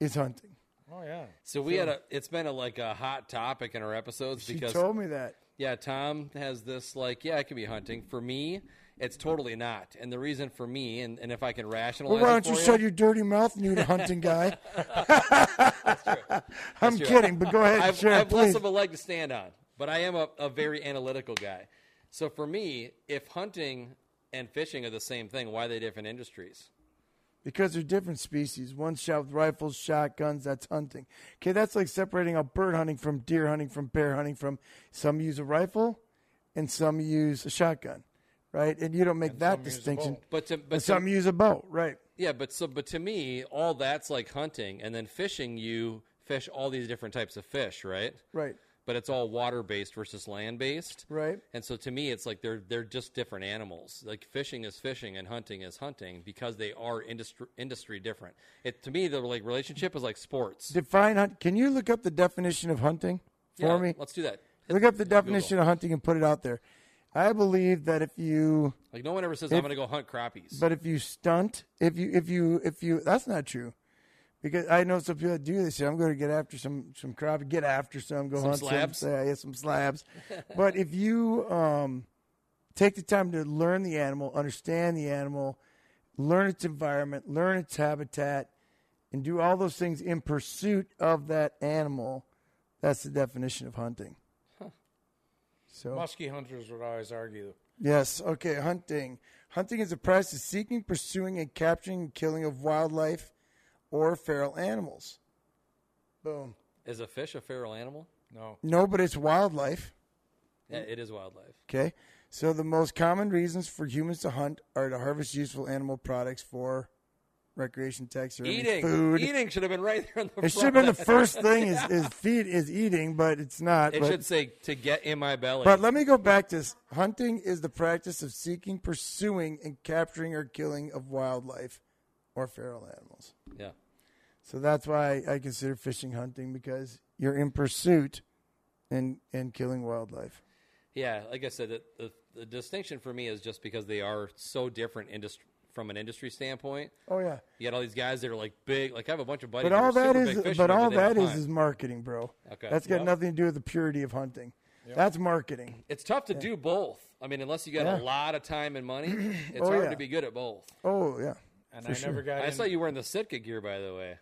is hunting.
Oh yeah.
So we had a. It's been a like a hot topic in our episodes
She
because
told me that.
Yeah, Tom has this like, yeah, I can be hunting. For me, it's totally not. And the reason for me, and, and if I can rationalize,
Well, why
it
don't you
for
shut your dirty mouth, nude hunting guy? I'm
true.
kidding, but go ahead,
I've,
share,
I've less
please.
of a leg to stand on, but I am a, a very analytical guy. So for me, if hunting and fishing are the same thing, why are they different industries?
because they're different species. One's shot with rifles, shotguns. That's hunting. Okay, that's like separating out bird hunting from deer hunting from bear hunting from. Some use a rifle, and some use a shotgun, right? And you don't make that
some use a
distinction.
bow.
But to,
And
but
some
to,
use a bow, right?
yeah, but so but to me, all that's like hunting, and then fishing, you fish all these different types of fish, right?
Right.
But it's all water based versus land based,
Right.
And so to me, it's like they're they're just different animals. Like fishing is fishing and hunting is hunting because they are industry industry different. It to me the like relationship is like sports.
Define hunt. Can you look up the definition of hunting for
Yeah,
me?
let's do that.
Look up the definition of hunting and put it out there. I believe that if you,
Like no one ever says I'm going to go hunt crappies.
but if you stunt, if you, if you, if you, that's not true. Because I know some people that do this. I'm going to get after some some crop, get after some, go hunt
slabs?
some, yeah, yeah, some slabs. but if you um, take the time to learn the animal, understand the animal, learn its environment, learn its habitat, and do all those things in pursuit of that animal, that's the definition of hunting. So
Muskie hunters would always argue.
Yes. Okay. Hunting. Hunting is the practice of seeking, pursuing, and capturing and killing of wildlife or feral animals. Boom.
Is a fish a feral animal?
No,
No, but it's wildlife.
Yeah, it is wildlife.
Okay. So the most common reasons for humans to hunt are to harvest useful animal products for recreation, tax, or
Eating,
food.
eating should have been right there in the.
It
front.
should have been the first thing is, is feed is eating, but it's not.
It
but,
should say to get in my belly.
but let me go back to this. hunting is the practice of seeking, pursuing, and capturing or killing of wildlife or feral animals.
yeah,
So that's why I consider fishing hunting because you're in pursuit and and killing wildlife.
yeah. Like I said, the, the, the distinction for me is just because they are so different industry from an industry standpoint.
Oh yeah.
You got all these guys that are like big. Like I have a bunch of buddies.
But all
that are
that
super
is
big fishermen,
but all
they don't
that is
hunt.
is marketing, bro.
Okay.
That's got
Yep.
nothing to do with the purity of hunting. That's marketing.
it's tough to do both. I mean, unless you got
Yeah.
a lot of time and money, it's
Oh,
hard
yeah.
to be good at both.
Oh yeah.
And I never got.
I
in-
saw you wearing the Sitka gear, by the way.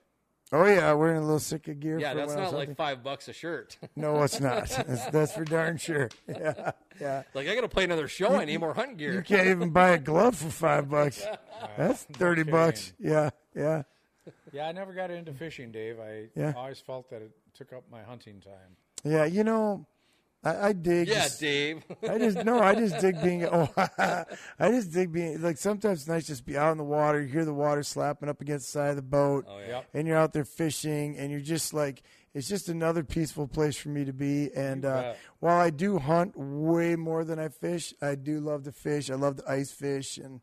Oh yeah, wearing a little sick of gear.
Yeah,
for
that's
when I was
not like
hunting.
five bucks a shirt.
No, it's not. that's, that's for darn sure. Yeah, yeah.
like I got to play another show. I need more hunting
You
gear.
can't even buy a glove for five bucks. That's thirty bucks. Yeah, yeah.
Yeah, I never got into fishing, Dave. I
Yeah.
always felt that it took up my hunting time.
Yeah, you know, I, I dig.
Yeah,
just- Oh,
Dave.
I just no, I just dig being. Oh, I just dig being like sometimes it's nice just be out in the water. You hear the water slapping up against the side of the boat,
Oh, yeah.
Yep.
and you're out there fishing, and you're just like it's just another peaceful place for me to be. And uh,
bet.
while I do hunt way more than I fish, I do love to fish. I love to ice fish, and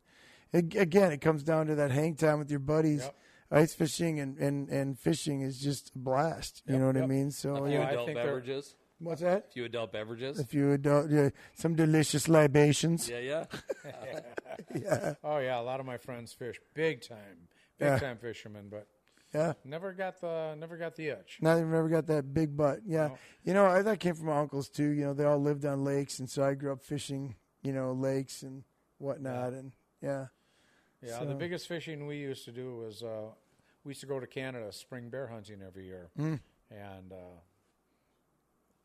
it, again, it comes down to that hang time with your buddies.
Yep.
Ice fishing and, and, and fishing is just a blast. You know what I
yep.
mean? So
few
Yeah, I
adult
think they're-
beverages.
what's that?
few adult beverages.
A few adult, yeah, some delicious libations.
Yeah, yeah.
Oh yeah, a lot of my friends fish big time, big
Yeah.
time fishermen, but
Yeah.
never got the never got the itch.
Now they've never got that big butt. Yeah. You know, I, that came from my uncles too. You know, they all lived on lakes. And so I grew up fishing, you know, lakes and whatnot. And yeah.
Yeah, the biggest fishing we used to do was uh, we used to go to Canada spring bear hunting every year,
Hmm.
and uh,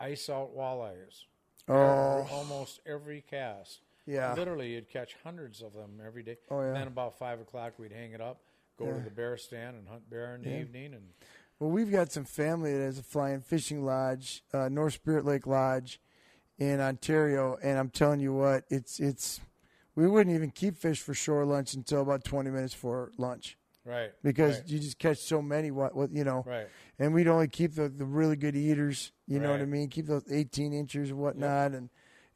ice out walleyes.
Oh.
almost every cast.
Yeah.
literally, you'd catch hundreds of them every day.
Oh, yeah.
And then about five o'clock, we'd hang it up, go to the bear stand, and hunt bear in the evening. And
Well, we've got some family that has a flying fishing lodge, uh, North Spirit Lake Lodge in Ontario. And I'm telling you what, it's, it's, we wouldn't even keep fish for shore lunch until about 20 minutes for lunch.
right
because
right.
you just catch so many what, what you know
Right.
and we'd only keep the, the really good eaters you know what i
Right.
mean keep those 18 inchers and whatnot and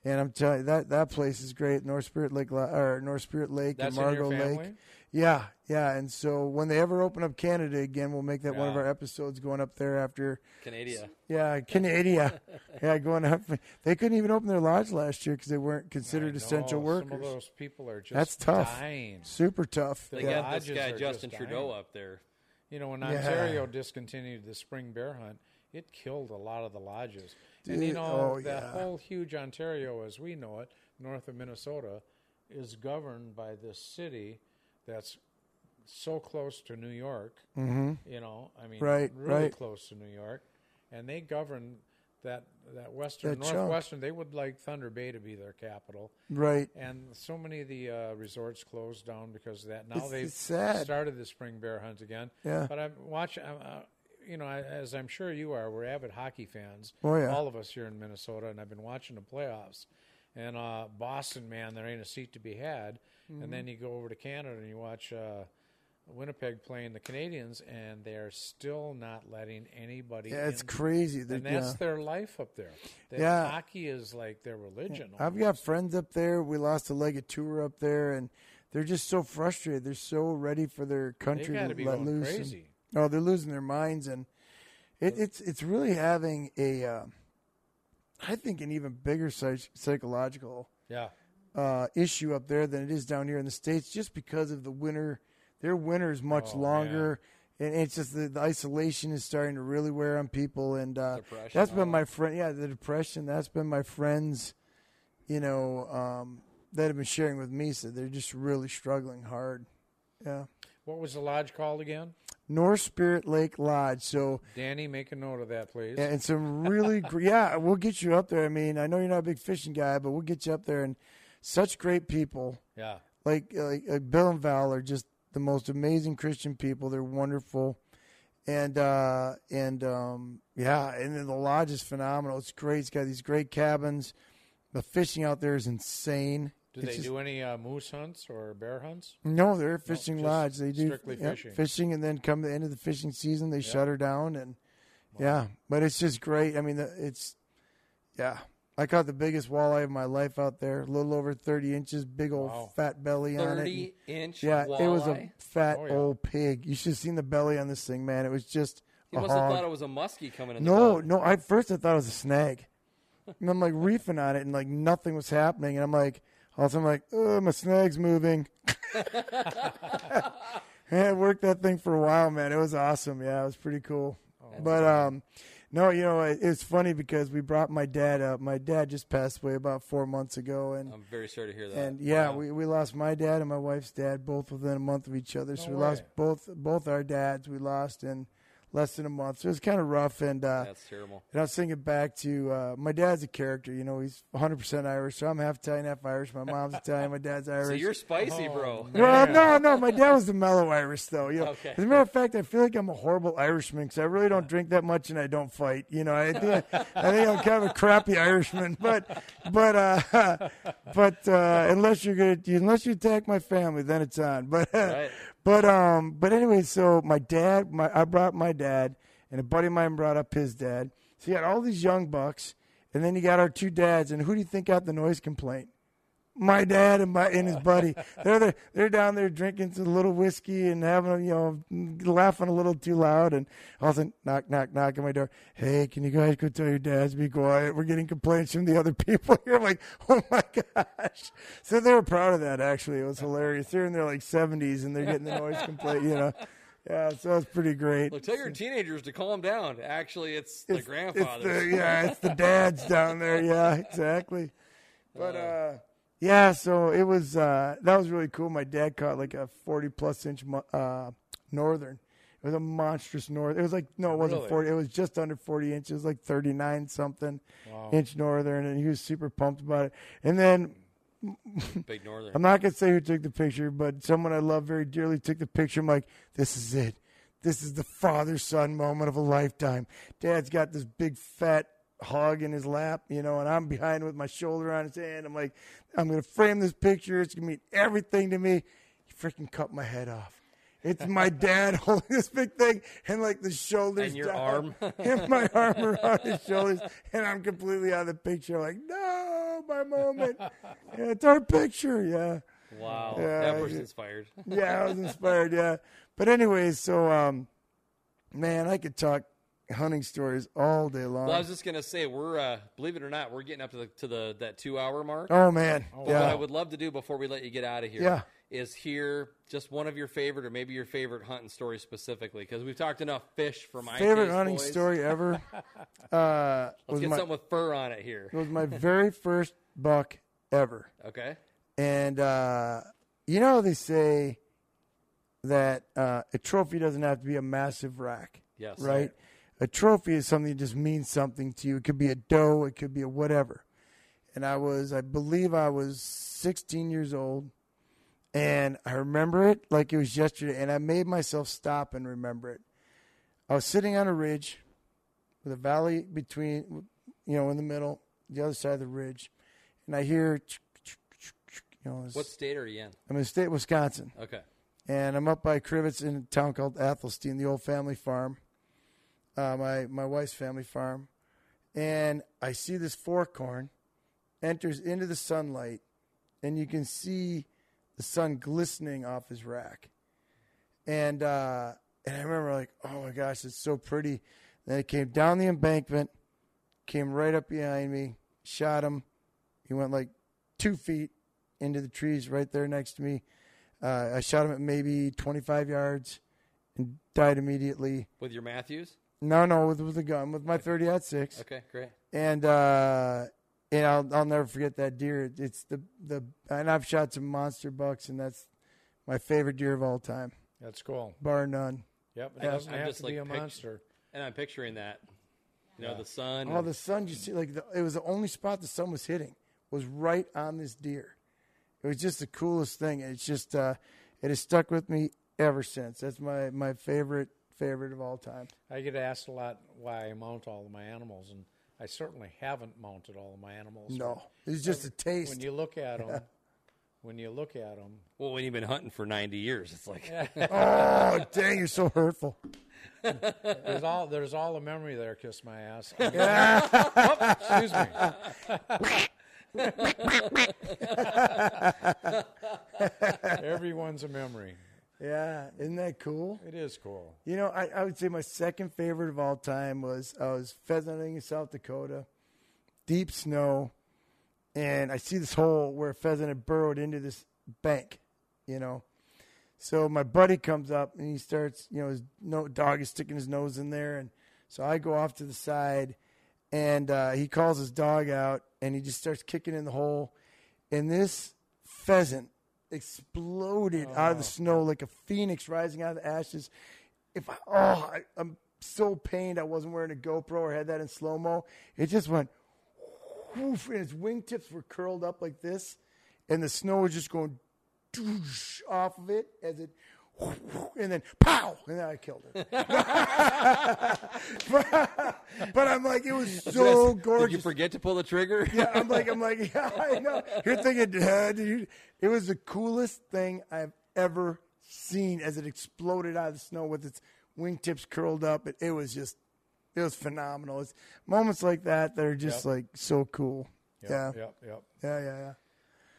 and i'm telling you that that place is great north spirit lake Lo- or north spirit lake
That's
and
in your
margot lake
family?
yeah yeah and so when they ever open up canada again we'll make that one of
Yeah.
our episodes going up there after
Canada.
yeah, Canada. yeah, going up. They couldn't even open their lodge last year because they weren't considered
I
essential
know, Some of
workers.
those people are just
That's tough.
Dying.
Super tough.
They
yeah.
got this
Lodges
guy
are
Justin
just
Trudeau
dying.
up there.
You know, when Ontario discontinued the spring bear hunt, it killed a lot of the lodges. and you
Dude,
know,
oh,
that
yeah.
whole huge Ontario as we know it, north of Minnesota, is governed by this city that's so close to New York. Mm-hmm. You know, I mean,
Right,
really
right.
close to New York, and they govern that that western
That chunk.
northwestern. They would like Thunder Bay to be their capital.
right.
And so many of the uh, resorts closed down because of that. Now
It's-
they've
it's sad.
started the spring bear hunt again.
Yeah.
But I'm watching, I'm, uh, you know, I, as I'm sure you are, we're avid hockey fans.
Oh, yeah.
All of us here in Minnesota, and I've been watching the playoffs. And uh, Boston, man, there ain't a seat to be had.
Mm-hmm.
And then you go over to Canada and you watch uh, Winnipeg playing the Canadians, and they're still not letting anybody.
Yeah, it's
in.
crazy. That,
And that's
yeah.
their life up there. That
Yeah.
Hockey is like their religion.
I've got friends up there. We lost a leg of tour up there, and they're just so frustrated. They're so ready for their country
gotta
to
be
let
going
loose. and-
crazy.
oh, they're losing their minds, and it, it's it's really having a, uh, I think, an even bigger psych- psychological
Yeah.
uh, issue up there than it is down here in the states, just because of the winter. Their winter is much longer, and it's just the, the isolation is starting to really wear on people. And uh,
Depression,
that's
all
been my friend. Yeah, the depression. That's been my friends. You know um, that have been sharing with me said they're just really struggling hard. Yeah,
What was the lodge called again?
North Spirit Lake Lodge. So
Danny, make a note of that, please.
yeah, and some really gr- yeah, we'll get you up there. I mean, I know you're not a big fishing guy, but we'll get you up there. And such great people.
Yeah.
like like, like Bill and Val are just the most amazing Christian people. They're wonderful, and uh, and um, yeah, and then the lodge is phenomenal. It's great. It's got these great cabins. The fishing out there is insane.
Do
It's
they
just-
do any uh, moose hunts or bear hunts?
No, they're a fishing
just
lodge. They do
strictly
yeah,
fishing.
and then come the end of the fishing season, they shut her down, and yeah, but it's just great. I mean, the- it's yeah. I caught the biggest walleye of my life out there, a little over thirty inches, big old
Wow.
fat belly on it. and-
Thirty inch
yeah,
walleye.
it was a fat
Oh, yeah.
old pig. You should have seen the belly on this thing, man. It was just
He
a
must have
hog.
thought it was a muskie coming in.
uh-huh. No,
the boat.
no. I first I thought it was a snag, and I'm like reefing on it, and like nothing was happening, and I'm like, all of a sudden, I'm like, oh, my snag's moving. and I worked that thing for a while, man. It was awesome. Yeah, it was pretty cool.
Oh,
but um, no, you know, it, it's funny because we brought my dad up. My dad just passed away about four months ago,
Oh,
and
I'm very sorry to hear that.
and yeah, we, we lost my dad and my wife's dad both within a month of each other. So we lost
way.
both both our dads. We lost in less than a month. So it was kind of rough. And uh,
That's terrible.
and I was thinking back to uh, my dad's a character. You know, he's 100 percent Irish. So I'm half Italian, half Irish. My mom's Italian. My dad's Irish.
So you're spicy, bro.
Well, oh, no, no. My dad was the mellow Irish, though. You know,
Okay.
As a matter of fact, I feel like I'm a horrible Irishman because I really don't drink that much and I don't fight. You know, I think, I think I'm kind of a crappy Irishman. But, but, uh, but uh, unless you're gonna, unless you attack my family, then it's on. But, uh,
Right.
but, um, but anyway, so my dad, my I brought my dad, and a buddy of mine brought up his dad. So you got all these young bucks, and then you got our two dads. And who do you think got the noise complaint? my dad and my and his buddy. They're there, they're down there drinking some little whiskey and having you know laughing a little too loud and all of a sudden knock knock knock on my door. Hey, can you guys go tell your dads be quiet? We're getting complaints from the other people here. I'm like, oh my gosh. So they were proud of that actually. It was hilarious. They're in their like seventies and they're getting the noise complaint, you know. Yeah, so it's pretty great.
Look, tell your teenagers to calm down. Actually, it's, the
It's
grandfathers.
the, yeah, it's the dads down there. Yeah, exactly. But uh, yeah, so it was uh, that was really cool. My dad caught like a forty plus inch mo- uh, northern. It was a monstrous north. It was like no, it wasn't
Really?
forty. It was just under forty inches, like thirty nine something inch northern, and he was super pumped about it. And then
Big northern.
I'm not gonna say who took the picture, but someone I love very dearly took the picture. I'm like, this is it. This is the father son moment of a lifetime. Dad's got this big fat hog in his lap, you know, and I'm behind with my shoulder on his hand. I'm like, I'm gonna frame this picture. It's gonna mean everything to me. He freaking cut my head off. It's my dad holding this big thing and like the shoulders
And your
down,
arm.
and my arm around his shoulders, and I'm completely out of the picture. like, no, my moment. Yeah, it's our picture. Yeah.
Wow,
Yeah,
that
I-
person's fired.
yeah, I was inspired. Yeah, but anyways, so um, man, I could talk hunting stories all day long.
Well, I was just gonna say we're uh, believe it or not, we're getting up to the to the that two hour mark.
oh man,
But what I
yeah,
would love to do before we let you get out of here is
Yeah.
hear just one of your favorite or maybe your favorite hunting story specifically because we've talked enough fish for my
favorite
taste,
hunting
boys.
story ever uh,
Let's
was
get
my
something with fur on it here.
was my very first buck ever,
Okay,
and uh, you know how they say that uh, a trophy doesn't have to be a massive rack.
yes,
right? A trophy is something that just means something to you. It could be a doe, it could be a whatever. And I was, I believe I was 16 years old. And I remember it like it was yesterday. And I made myself stop and remember it. I was sitting on a ridge with a valley between, you know, in the middle, the other side of the ridge. And I hear, you know,
What state are you in?
I'm in the state of Wisconsin
Okay,
and I'm up by Crivets in a town called Athelstein, the old family farm, uh, my my wife's family farm, and I see this fork horn enters into the sunlight, and you can see the sun glistening off his rack, and uh, and I remember like, oh my gosh, it's so pretty. Then it came down the embankment, came right up behind me, shot him. He went like two feet into the trees right there next to me. Uh, I shot him at maybe 25 yards and died immediately.
with your Matthews.
No, no, with, with a gun, with my 30 at six.
Okay, great.
And, uh, and I'll, I'll never forget that deer. It- It's the, the, and I've shot some monster bucks and that's my favorite deer of all time,
That's cool.
bar none.
Yep, it doesn't
I'm
have
just,
to
like,
be a
picture-
monster.
And I'm picturing that, you know, the sun.
All
and-
the sun you see, like the, it was the only spot the sun was hitting was right on this deer. It was just the coolest thing. It's just, uh, it has stuck with me ever since. That's my, my favorite, favorite of all time.
I get asked a lot why I mount all of my animals, and I certainly haven't mounted all of my animals.
No, it's just a taste.
When you look at them, when you look at them,
Well, when you've been hunting for 90 years, it's like,
oh, dang, you're so hurtful.
there's all there's all the memory there. Kiss my ass. Oh, excuse me. Everyone's a memory.
Yeah, isn't that cool?
It is cool.
You know, I, I would say my second favorite of all time was I was pheasant hunting in South Dakota, deep snow, and I see this hole where a pheasant had burrowed into this bank, you know. So my buddy comes up and he starts, you know, his no, dog is sticking his nose in there, and so I go off to the side, and uh, he calls his dog out, and he just starts kicking in the hole, and this pheasant exploded out of the snow like a phoenix rising out of the ashes. If I, oh, I, I'm so pained I wasn't wearing a GoPro or had that in slow mo. It just went woof, and its wingtips were curled up like this, and the snow was just going doosh off of it as it, woof, woof, and then pow, and then I killed it. but, but I'm like, it was so
did
gorgeous.
you forget to pull the trigger?
yeah, I'm like, I'm like, yeah, I know. You're thinking, uh, dude, it was the coolest thing I've ever seen as it exploded out of the snow with its wingtips curled up. It, it was just, it was phenomenal. It's moments like that that are just like so cool. yeah. Uh,
Yep. Yep.
yeah, yeah, yeah.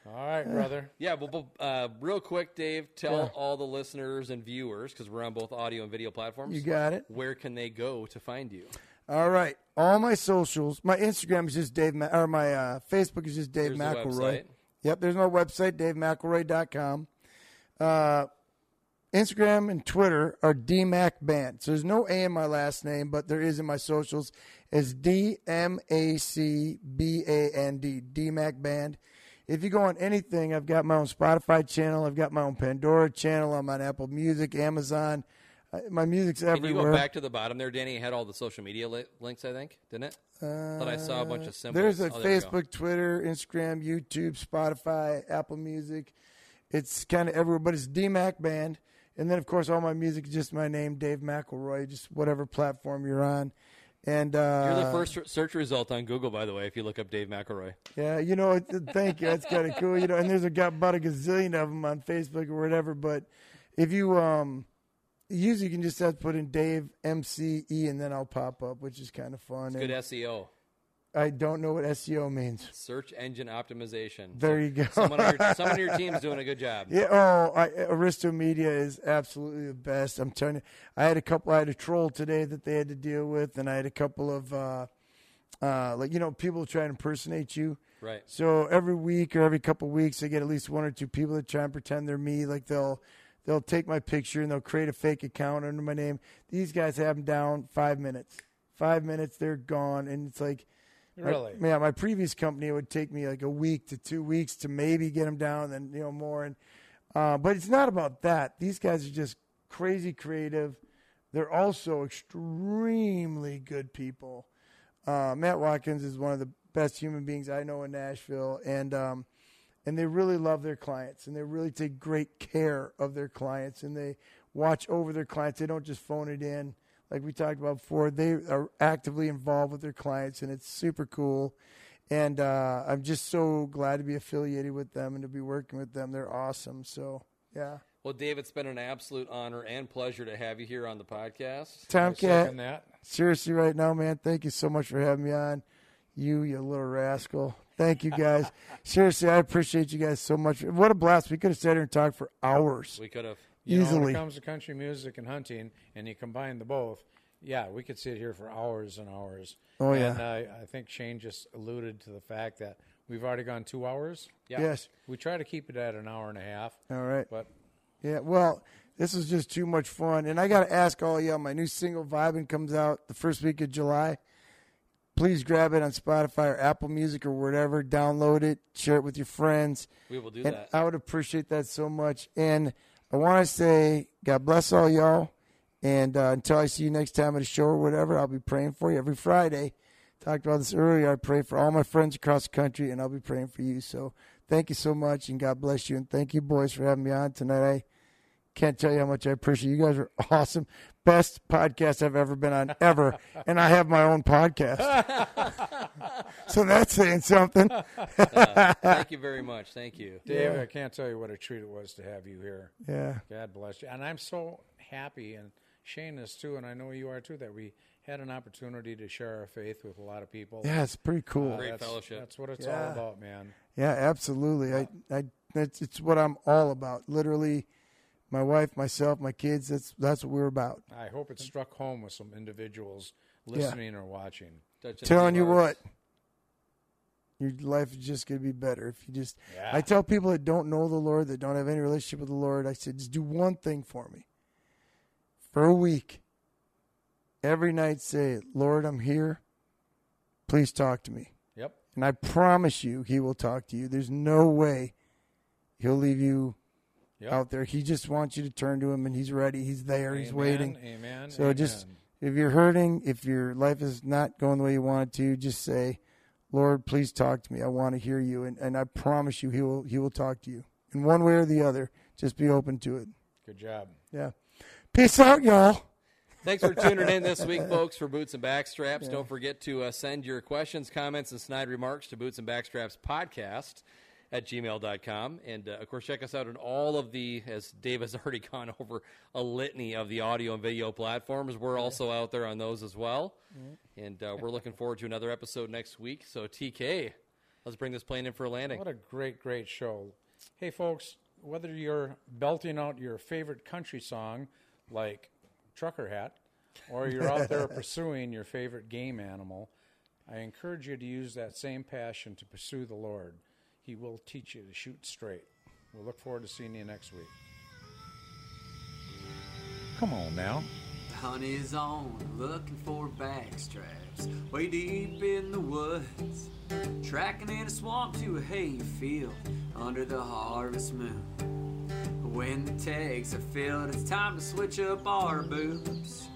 All right, brother.
Yeah, well, bu- uh, real quick, Dave, tell all the listeners and viewers because we're on both audio and video platforms.
You got it.
Where can they go to find you?
All right, all my socials. My Instagram is just Dave, Ma- or my uh, Facebook is just Dave
There's the
McElroy.
website.
yep, there's my website, DaveMcElroy.com. Uh, Instagram and Twitter are DMACBand. So there's no A in my last name, but there is in my socials. It's D M A C B A N D, DMACBand. If you go on anything, I've got my own Spotify channel. I've got my own Pandora channel. I'm on Apple Music, Amazon. Uh, my music's
Can you go
everywhere.
back to the bottom there, Danny? It had all the social media li- links, I think, didn't it? Uh, Thought I saw a bunch of symbols.
There's a
Oh, there we go.
Facebook, Twitter, Instagram, YouTube, Spotify, Apple Music. It's kind of everywhere, but it's DMAC Band. And then, of course, all my music is just my name, Dave McElroy, just whatever platform you're on. And uh,
You're the first r- search result on Google, by the way, if you look up Dave McElroy.
Yeah, you know, it- it- thank you. That's kind of cool. You know, and there's a, got about a gazillion of them on Facebook or whatever. But if you um, usually you can just have to put in Dave MCE, and then I'll pop up, which is kind of fun.
Good
And
SEO,
I don't know what SEO means.
search engine optimization.
There you go.
Someone on your, someone on your team's doing a good job.
Yeah. Oh, I, Aristo Media is absolutely the best. I'm telling you, I had a couple. I had a troll today that they had to deal with, and I had a couple of, uh, uh, like you know, people try and impersonate you.
Right.
So every week or every couple of weeks, I get at least one or two people that try and pretend they're me. Like they'll they'll take my picture and they'll create a fake account under my name. These guys have them down five minutes. Five minutes, they're gone, and it's like. My-
Really?
yeah, my previous company it would take me like a week to two weeks to maybe get them down, and you know more. And uh, but it's not about that. These guys are just crazy creative. They're also extremely good people. Uh, Matt Watkins is one of the best human beings I know in Nashville, and um, and they really love their clients, and they really take great care of their clients, and they watch over their clients. They don't just phone it in, like we talked about before. They are actively involved with their clients, and it's super cool. And uh, I'm just so glad to be affiliated with them and to be working with them. They're awesome. So yeah,
Well, Dave, it's been an absolute honor and pleasure to have you here on the podcast.
Second
Tomcat,
that.
seriously, right now, man, thank you so much for having me on. You, you little rascal. Thank you guys. Seriously, I appreciate you guys so much. What a blast! We could have sat here and talked for hours
We could have.
You know, when
easily.
it comes to country music and hunting, and you combine the both, yeah, we could sit here for hours and hours.
Oh,
And uh,
yeah.
I, I think Shane just alluded to the fact that we've already gone two hours.
Yeah.
Yes.
We try to keep it at an hour and a half.
All right.
But
Yeah, well, this was just too much fun. And I got to ask all y'all, my new single, Vibin', comes out the first week of July. Please grab it on Spotify or Apple Music or whatever. Download it, share it with your friends.
We will do
and
that.
I would appreciate that so much. And I want to say, God bless all y'all. And uh, until I see you next time at a show or whatever, I'll be praying for you every Friday. Talked about this earlier. I pray for all my friends across the country, and I'll be praying for you. So thank you so much, and God bless you. And thank you, boys, for having me on tonight. I Can't tell you how much I appreciate you guys. Are awesome, best podcast I've ever been on ever, and I have my own podcast. so that's saying something.
Thank you very much. Thank you.
Dave, I can't tell you what a treat it was to have you here.
Yeah,
God bless you. And I'm so happy, and Shane is too, and I know you are too, that we had an opportunity to share our faith with a lot of people. Uh,
yeah, it's pretty cool.
Great
That's-
fellowship.
That's what it's
Yeah.
all about, man.
Yeah, absolutely. I, I, that's it's what I'm all about. Literally, my wife, myself, my kids. That's that's what we're about.
I hope it struck home with some individuals listening or watching.
Touching
Telling
the
you
hearts.
what, your life is just gonna be better if you just.
Yeah.
I tell people that don't know the Lord, that don't have any relationship with the Lord, I said, just do one thing for me. For a week, every night, say, Lord, I'm here. Please talk to me.
Yep.
And I promise you, he will talk to you. There's no way he'll leave you
Yep.
out there. He just wants you to turn to him, and he's ready. He's there. He's waiting.
Amen.
So
amen.
just if you're hurting, if your life is not going the way you want it to, just say, "Lord, please talk to me. I want to hear you." And and I promise you, he will he will talk to you in one way or the other. Just be open to it.
good job.
Yeah. Peace out, y'all.
Thanks for tuning in this week, folks, for Boots and Backstraps. Don't forget to uh, send your questions, comments, and snide remarks to Boots and Backstraps podcast at gmail.com. And, uh, of course, check us out on all of the, as Dave has already gone over, a litany of the audio and video platforms. We're also out there on those as well. And uh, we're looking forward to another episode next week. So, TK, let's bring this plane in for a landing.
What a great, great show. Hey, folks, whether you're belting out your favorite country song like Trucker Hat or you're out there pursuing your favorite game animal, I encourage you to use that same passion to pursue the Lord. He will teach you to shoot straight. We'll look forward to seeing you next week. Come on now.
The hunt is on, looking for backstraps. Way deep in the woods, tracking in a swamp to a hayfield under the harvest moon. When the tags are filled, it's time to switch up our boots.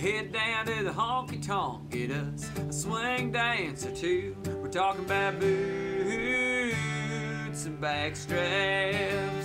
Head down to the honky tonk, get us a swing dance or two. We're talking about boots and backstraps.